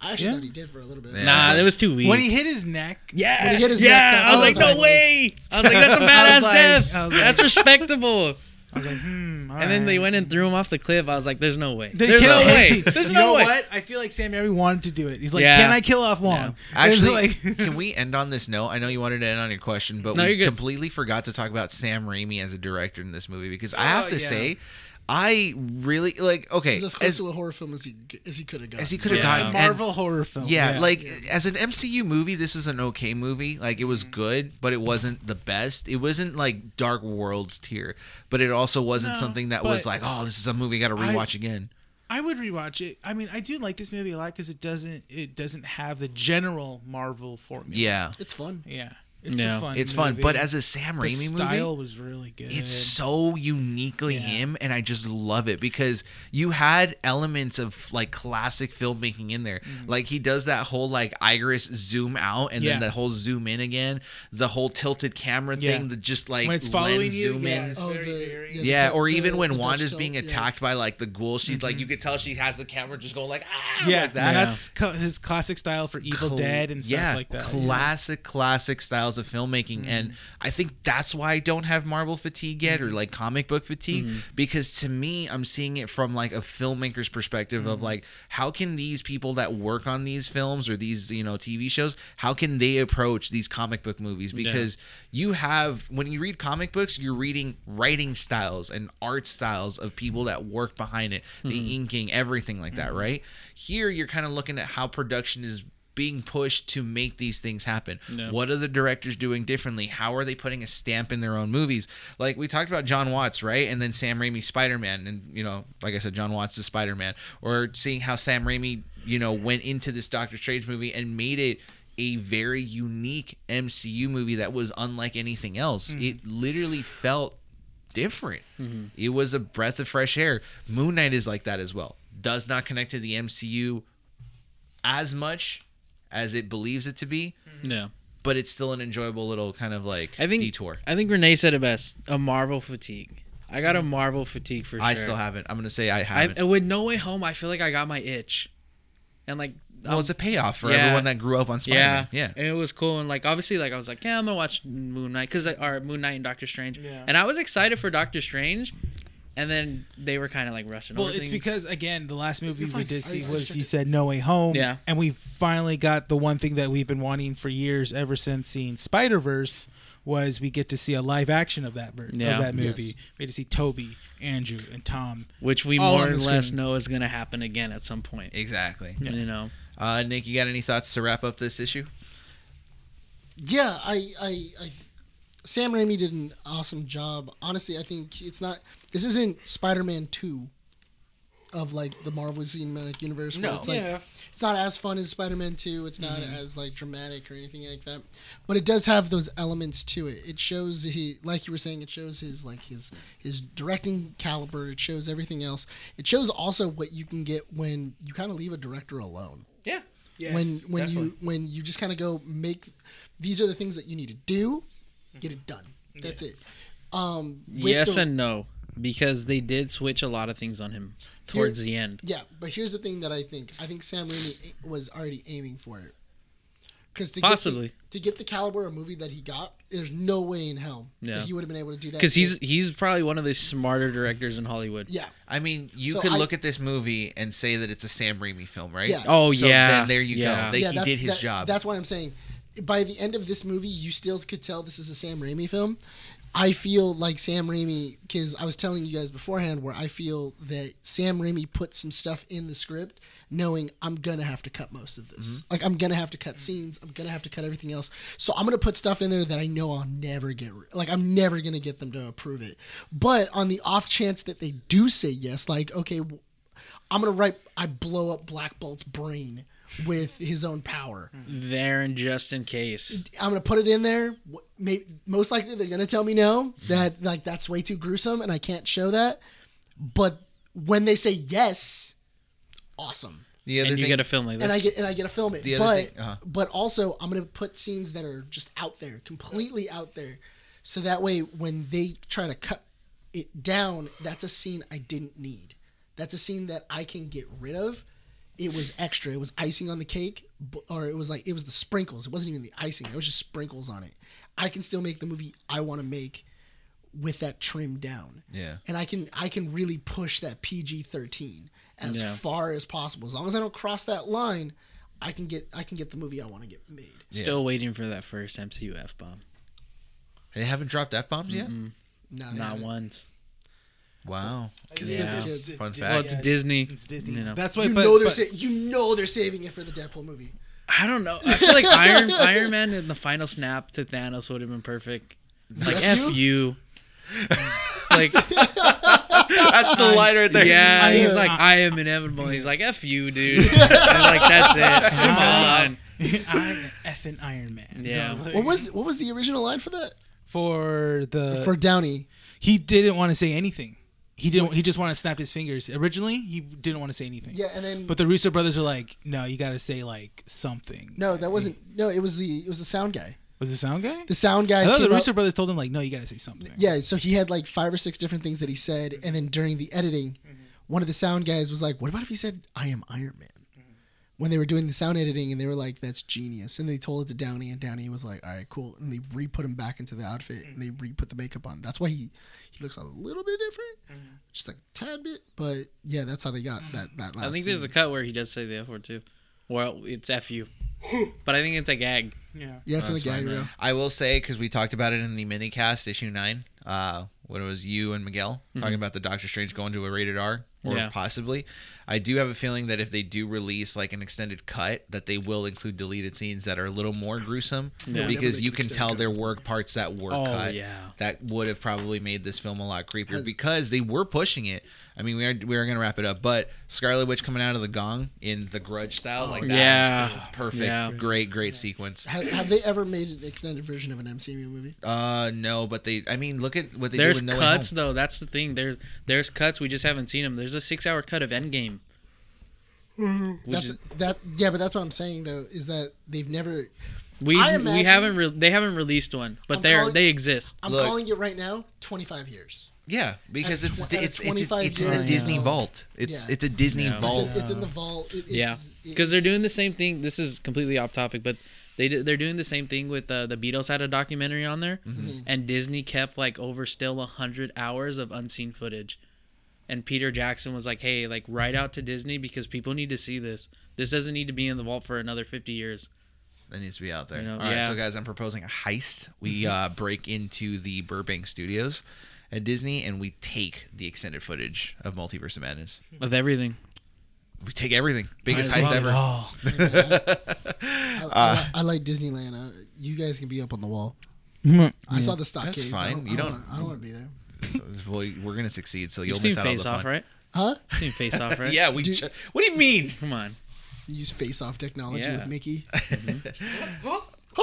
C: I actually
A: Yeah.
C: thought he did for a little bit.
B: Yeah.
D: Nah, that was too weak.
A: When he hit his neck.
D: yeah,
C: When he hit his
D: yeah.
C: neck,
D: I was like,
C: that's
D: no
C: all
D: way. I was like, that's
A: [LAUGHS]
D: a
A: I
D: badass
A: was like-
D: death.
A: I was like-
D: that's respectable.
A: I was like, hmm.
D: And then they went and threw him off the cliff. I was like, there's no way.
A: They
D: there's no
A: killed
D: way.
A: him.
D: There's
A: you
D: no
A: know
D: way.
A: what? I feel like Sam Raimi wanted to do it. He's like,
D: Yeah.
A: "Can I kill off Wong?" And it's
B: [LAUGHS] Actually,
A: like,
B: [LAUGHS] can we end on this note? I know you wanted to end on your question, but
D: No, you're
B: we
D: good.
B: completely forgot to talk about Sam Raimi as a director in this movie because I have
A: Oh,
B: to
A: yeah.
B: say, I really like. Okay,
C: He's as close
B: as,
C: to a horror film as he as he could have gotten.
B: as he could have
D: Yeah.
B: gotten, and-
A: Marvel horror film.
B: yeah, like as an MCU movie, this is an okay movie. Like it was
A: Mm-hmm.
B: good, but it wasn't the best. It wasn't like Dark Worlds tier, but it also wasn't
A: No,
B: something that was
A: but-
B: like, oh, this is a movie I got to
A: I-
B: rewatch again.
A: I would rewatch it. I mean, I do like this movie a lot because it doesn't it doesn't have the general Marvel formula.
B: Yeah,
C: it's fun.
A: yeah, it's
D: Yeah.
A: a fun.
B: it's fun,
A: movie.
B: but as a Sam
A: the
B: Raimi
A: style
B: movie.
A: was really good.
B: It's so uniquely
A: Yeah.
B: him, and I just love it because you had elements of like classic filmmaking in there. Like he does that whole like iris zoom out, and then
A: Mm-hmm. Yeah.
B: the whole zoom in again, the whole tilted camera
A: Yeah.
B: thing, the just like
A: when it's
B: lens
A: following you,
B: zoom
A: yeah,
B: in.
A: it's
C: Oh,
A: very
C: the-
A: eerie.
C: yeah,
B: Yeah,
C: the-
B: or
C: the-
B: even when
C: the
B: Wanda's
C: touchstone,
B: being
C: yeah. Mm-hmm.
B: attacked by like the ghoul, she's like you could tell she has the camera just going like ah
A: Yeah,
B: like that.
A: and that's co- his classic style for Evil
B: Cl-
A: Dead and stuff
B: yeah,
A: like that. Mm-hmm.
B: Classic, classic styles of filmmaking, and I think that's why I don't have Marvel fatigue yet,
A: Mm-hmm.
B: or like comic book fatigue, because to me, I'm seeing it from like a filmmaker's perspective
A: Mm-hmm.
B: of like how can these people that work on these films or these you know TV shows, how can they approach these comic book movies? Because you have when you read comic books, you're reading writing styles and art styles of people that work behind it,
A: Mm-hmm.
B: the inking, everything like that, right? Here, you're kind of looking at how production is being pushed to make these things happen. What are the directors doing differently? How are they putting a stamp in their own movies? Like we talked about John Watts, right? And then Sam Raimi's Spider-Man and you know, like I said John Watts is Spider-Man or seeing how Sam Raimi, you know, went into this Doctor Strange movie and made it a very unique MCU movie that was unlike anything else. It literally felt different. It was a breath of fresh air. Moon Knight is like that as well. Does not connect to the MCU as much as it believes it to be,
D: Yeah.
B: but it's still an enjoyable little kind of like
D: I think
B: detour.
D: I think Renee said it best. A Marvel fatigue. I got a Marvel fatigue for sure.
B: I still haven't. I'm gonna say I
D: I,
B: haven't.
D: and with No Way Home, I feel like I got my itch, and like
B: well,
D: um,
B: it's a payoff for
D: yeah.
B: everyone that grew up on Spider-Man. Yeah,
D: yeah, and it was cool. And like obviously, like I was like, yeah, I'm gonna watch Moon Knight because or Moon Knight and Doctor Strange,
A: Yeah.
D: and I was excited for Doctor Strange, and then they were kind of like rushing.
A: Well,
D: over
A: it's
D: things.
A: because again, the last movie we
C: fine.
A: did
C: I-
A: see
C: I
A: was
C: checked
A: you
C: it.
A: said No Way Home,
D: Yeah.
A: and we finally got the one thing that we've been wanting for years, ever since seeing Spider Verse, was we get to see a live action of that ver-
D: Yeah.
A: of that
C: Yes.
A: movie. We get to see Toby, Andrew, and Tom.
D: which we
A: all
D: more
A: on
D: or
A: the
D: less
A: screen.
D: know is gonna happen again at some point.
B: exactly.
D: You know,
B: Uh, Nick, you got any thoughts to wrap up this issue?
C: yeah, I, I, I, Sam Raimi did an awesome job. Honestly, I think it's not. This isn't Spider-Man Two, of like the Marvel Cinematic Universe.
B: No.
C: where it's like
A: Yeah.
C: it's not as fun as Spider-Man Two. It's not as like dramatic or anything like that, but it does have those elements to it. It shows he, like you were saying, it shows his like his his directing caliber. It shows everything else. It shows also what you can get when you kind of leave a director alone
B: Yeah.
C: when when you
B: definitely.
C: when you just kind of go make these are the things that you need to do get it done that's it um with
D: yes
C: the-
D: and no, because they did switch a lot of things on him towards the end.
C: yeah but here's the thing that i think i think sam raimi a- was already aiming for it because to
D: Possibly.
C: get the, to get the caliber of movie that he got there's no way in hell
D: Yeah.
C: that he would have been able to do that
D: Because he's he's probably one of the smarter directors in Hollywood.
C: yeah
B: I mean, you
C: So
B: could
C: I-
B: look at this movie and say that it's a Sam Raimi film, right?
C: Yeah.
D: Oh
B: So
D: yeah.
B: then there you go.
D: yeah.
B: They- Like,
C: yeah,
B: he
C: that's,
B: did his
C: that-
B: job.
C: That's why I'm saying, by the end of this movie, you still could tell this is a Sam Raimi film. I feel like Sam Raimi, because I was telling you guys beforehand, where I feel that Sam Raimi put some stuff in the script, knowing I'm gonna have to cut most of this.
B: Mm-hmm.
C: Like I'm gonna have to cut scenes. I'm gonna have to cut everything else. So I'm gonna put stuff in there that I know I'll never get. Like I'm never gonna get them to approve it. But on the off chance that they do say yes, like okay, w- I'm gonna write. I blow up Black Bolt's brain with his own power.
D: there and just in case.
C: I'm gonna put it in there. Maybe, most likely, they're gonna tell me no. That like that's way too gruesome, and I can't show that. But when they say yes, awesome,
B: The other
D: And you
B: thing,
D: get a film like this.
C: and I get and I get to film it.
B: The other
C: but
B: thing- uh-huh.
C: but also, I'm gonna put scenes that are just out there, completely out there, so that way when they try to cut it down, that's a scene I didn't need. That's a scene that I can get rid of. It was extra. It was icing on the cake, b- or it was like it was the sprinkles. It wasn't even the icing. It was just sprinkles on it. I can still make the movie I want to make with that trim down.
B: Yeah.
C: And I can I can really push that PG thirteen as
D: Yeah.
C: far as possible. As long as I don't cross that line, I can get I can get the movie I want to get made.
D: Still waiting for that first MCU F bomb.
B: they haven't dropped f bombs yet.
C: No, they
D: Not
C: haven't.
D: once.
B: Wow.
D: Yeah.
B: Fun fact.
D: Well, it's Disney.
A: It's Disney.
D: You know.
A: That's why.
C: You
A: but,
C: know they're
A: but-
C: sa- you know they're saving it for the Deadpool movie.
D: I don't know. I feel
C: [LAUGHS]
D: like Iron Iron Man in the final snap to Thanos would have been perfect. Like
C: F
D: F you. like
B: That's the line right there.
D: yeah,
A: I-
D: he's like
C: uh,
D: I am inevitable. He's like F you, dude. And, like that's
C: [LAUGHS]
D: it. That's it.
A: I'm effing [LAUGHS] Iron Man.
D: Yeah.
A: So, like,
C: What was what was the original line for that?
A: for the
C: for Downey.
A: he didn't want to say anything. He didn't. He just wanted to snap his fingers. Originally, he didn't want to say anything.
C: Yeah, and then
A: But the Russo brothers are like, no, you got to say like something.
C: no, that wasn't no. It was the it was the sound guy.
A: Was the sound guy?
C: The sound guy.
A: I thought the
C: came up-
A: Russo brothers told him like, no, you got to say something.
C: Yeah, so he had like five or six different things that he said, and then during the editing, one of the sound guys was like, "What about if he said I am Iron Man?" When they were doing the sound editing, and they were like, "That's genius," and they told it to Downey, and Downey was like, "All right, cool," and they re put him back into the outfit, and they re put the makeup on. That's why he he looks a little bit different, just like a tad bit, but yeah, that's how they got that that last.
D: I think there's a
C: scene.
D: cut where he does say the F word too. Well, it's F you. But I think it's a gag.
A: Yeah.
C: yeah, it's in the
B: That's fine,
C: gag
B: man.
C: reel.
B: I will say because we talked about it in the mini cast issue nine, uh, when it was you and Miguel talking about the Doctor Strange going to a rated R or
D: Mm-hmm. Yeah.
B: possibly. I do have a feeling that if they do release like an extended cut, that they will include deleted scenes that are a little more gruesome
D: Yeah.
B: because
C: Definitely
B: you can
C: extended
B: tell there
C: cuts.
B: were parts that were
D: Oh,
B: cut
D: yeah.
B: that would have probably made this film a lot creepier
C: Has-
B: because they were pushing it. I mean, we are we are gonna wrap it up, but Scarlet Witch coming out of the gong in the Grudge style, like that
D: yeah.
B: was cool. perfect,
D: Yeah.
B: great, great sequence.
C: Have, have they ever made an extended version of an MCU movie?
B: Uh, no, but they. I mean, look at what they
D: There's
B: do with No
D: cuts
B: Way
D: though. That's the thing. There's there's cuts. We just haven't seen them. There's a six hour cut of Endgame. Which
C: That's
D: is,
C: that. Yeah, but that's what I'm saying though is that they've never
D: we
C: I
D: we
C: imagine-
D: haven't re- they haven't released one, but
C: I'm
D: they're
C: calling-
D: they exist.
C: I'm
B: Look.
C: calling it right now. 25 years.
B: Home. Yeah, because
C: At
B: it's
C: tw- at
B: it's it's,
C: 25
B: it's in a
C: years,
B: Disney
C: yeah.
B: vault. It's
C: Yeah.
B: it's a Disney
D: Yeah.
C: It's,
B: vault.
C: in- it's in the vault. It, it's,
D: yeah, because they're doing the same thing. This is completely off topic, but they do- they're doing the same thing with uh, the Beatles had a documentary on there,
B: Mm-hmm.
D: and Disney kept like over still a hundred hours of unseen footage, and Peter Jackson was like, "Hey, like write out to Disney because people need to see this. This doesn't need to be in the vault for another fifty years."
B: That needs to be out there.
D: You know,
B: All right,
D: yeah. Mm-hmm.
B: so guys, I'm proposing a heist. We uh, break into the Burbank Studios at Disney and we take the extended footage of Multiverse of Madness.
D: Of everything,
B: We take everything. Biggest
D: Might as
B: heist
D: well.
B: ever.
D: [LAUGHS]
C: I,
D: Uh.
C: I, I like Disneyland. I, you guys can be up on the wall. I saw the stockades.
B: fine.
C: I don't,
B: You
C: I
B: don't-
C: wanna- I don't want to be there.
B: So, well, we're gonna succeed. So you'll
D: You've seen
B: miss out on
D: Face
B: the
D: Off,
B: fun.
D: right?
C: Huh?
D: Seen Face
B: [LAUGHS]
D: Off, right?
B: Yeah, we.
C: Do-
B: ju- what do you mean?
D: Come on.
C: You use face off technology
D: Yeah.
C: with
D: [LAUGHS]
C: Mickey.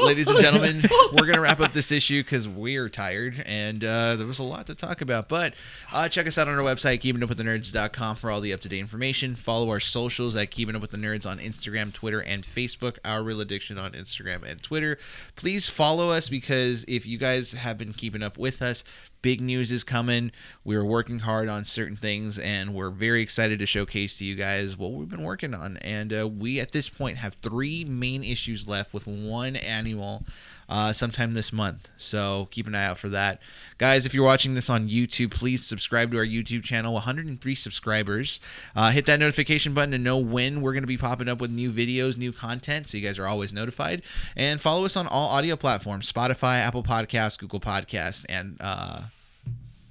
B: Ladies and gentlemen, we're going to wrap up this issue because we're tired and uh, there was a lot to talk about. But uh, check us out on our website, keepingupwiththenerds.com, for all the up to date information. Follow our socials at Keeping Up With The Nerds on Instagram, Twitter, and Facebook. Our Real Addiction on Instagram and Twitter. Please follow us because if you guys have been keeping up with us, big news is coming. We're working hard on certain things, and we're very excited to showcase to you guys what we've been working on. And uh, we, at this point, have three main issues left with one annual uh, sometime this month. So keep an eye out for that. Guys, if you're watching this on YouTube, please subscribe to our YouTube channel. 103 subscribers. Uh, hit that notification button to know when we're going to be popping up with new videos, new content, so you guys are always notified. And follow us on all audio platforms Spotify, Apple Podcasts, Google Podcasts, and. Uh,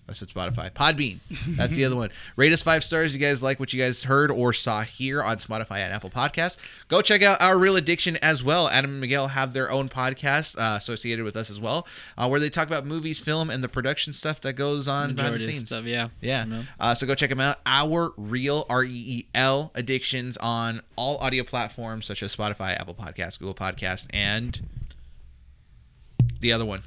B: I said Spotify. Podbean. That's the other one. Rate us five stars. You guys like what you guys heard or saw here on Spotify and Apple Podcasts. Go check out our Real Addiction as well. Adam and Miguel have their own podcast uh, associated with us as well, uh, where they talk about movies, film, and the production stuff that goes on behind the
D: Majority of
B: scenes.
D: stuff, yeah.
B: Yeah.
D: You know?
B: Uh, so go check them out. Our Real R E E L addictions on all audio platforms such as Spotify, Apple Podcasts, Google Podcasts, and the other one.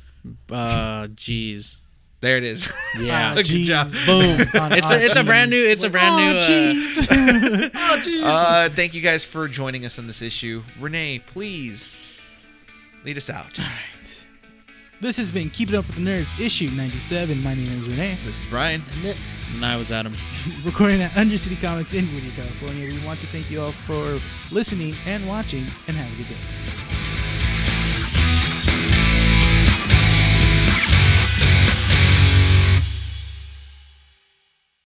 D: Uh, [LAUGHS] jeez.
B: There it is. [LAUGHS]
D: Yeah.
C: Ah,
B: Look, good job.
C: [LAUGHS]
A: Jeez. Boom. On
D: It's a, it's a brand new. It's a brand
C: Ah,
D: new. Uh,
A: new.
D: [LAUGHS]
B: Uh, thank you guys for joining us on this issue. Renee, please lead us out.
A: [LAUGHS] This has been Keeping Up with the Nerds, issue 97. My name is Renee. [LAUGHS]
B: This is Brian.
C: Nick,
D: and I was Adam.
A: recording at Undercity Comics in Whittier, California. We want to thank you all for listening and watching, and have a good day.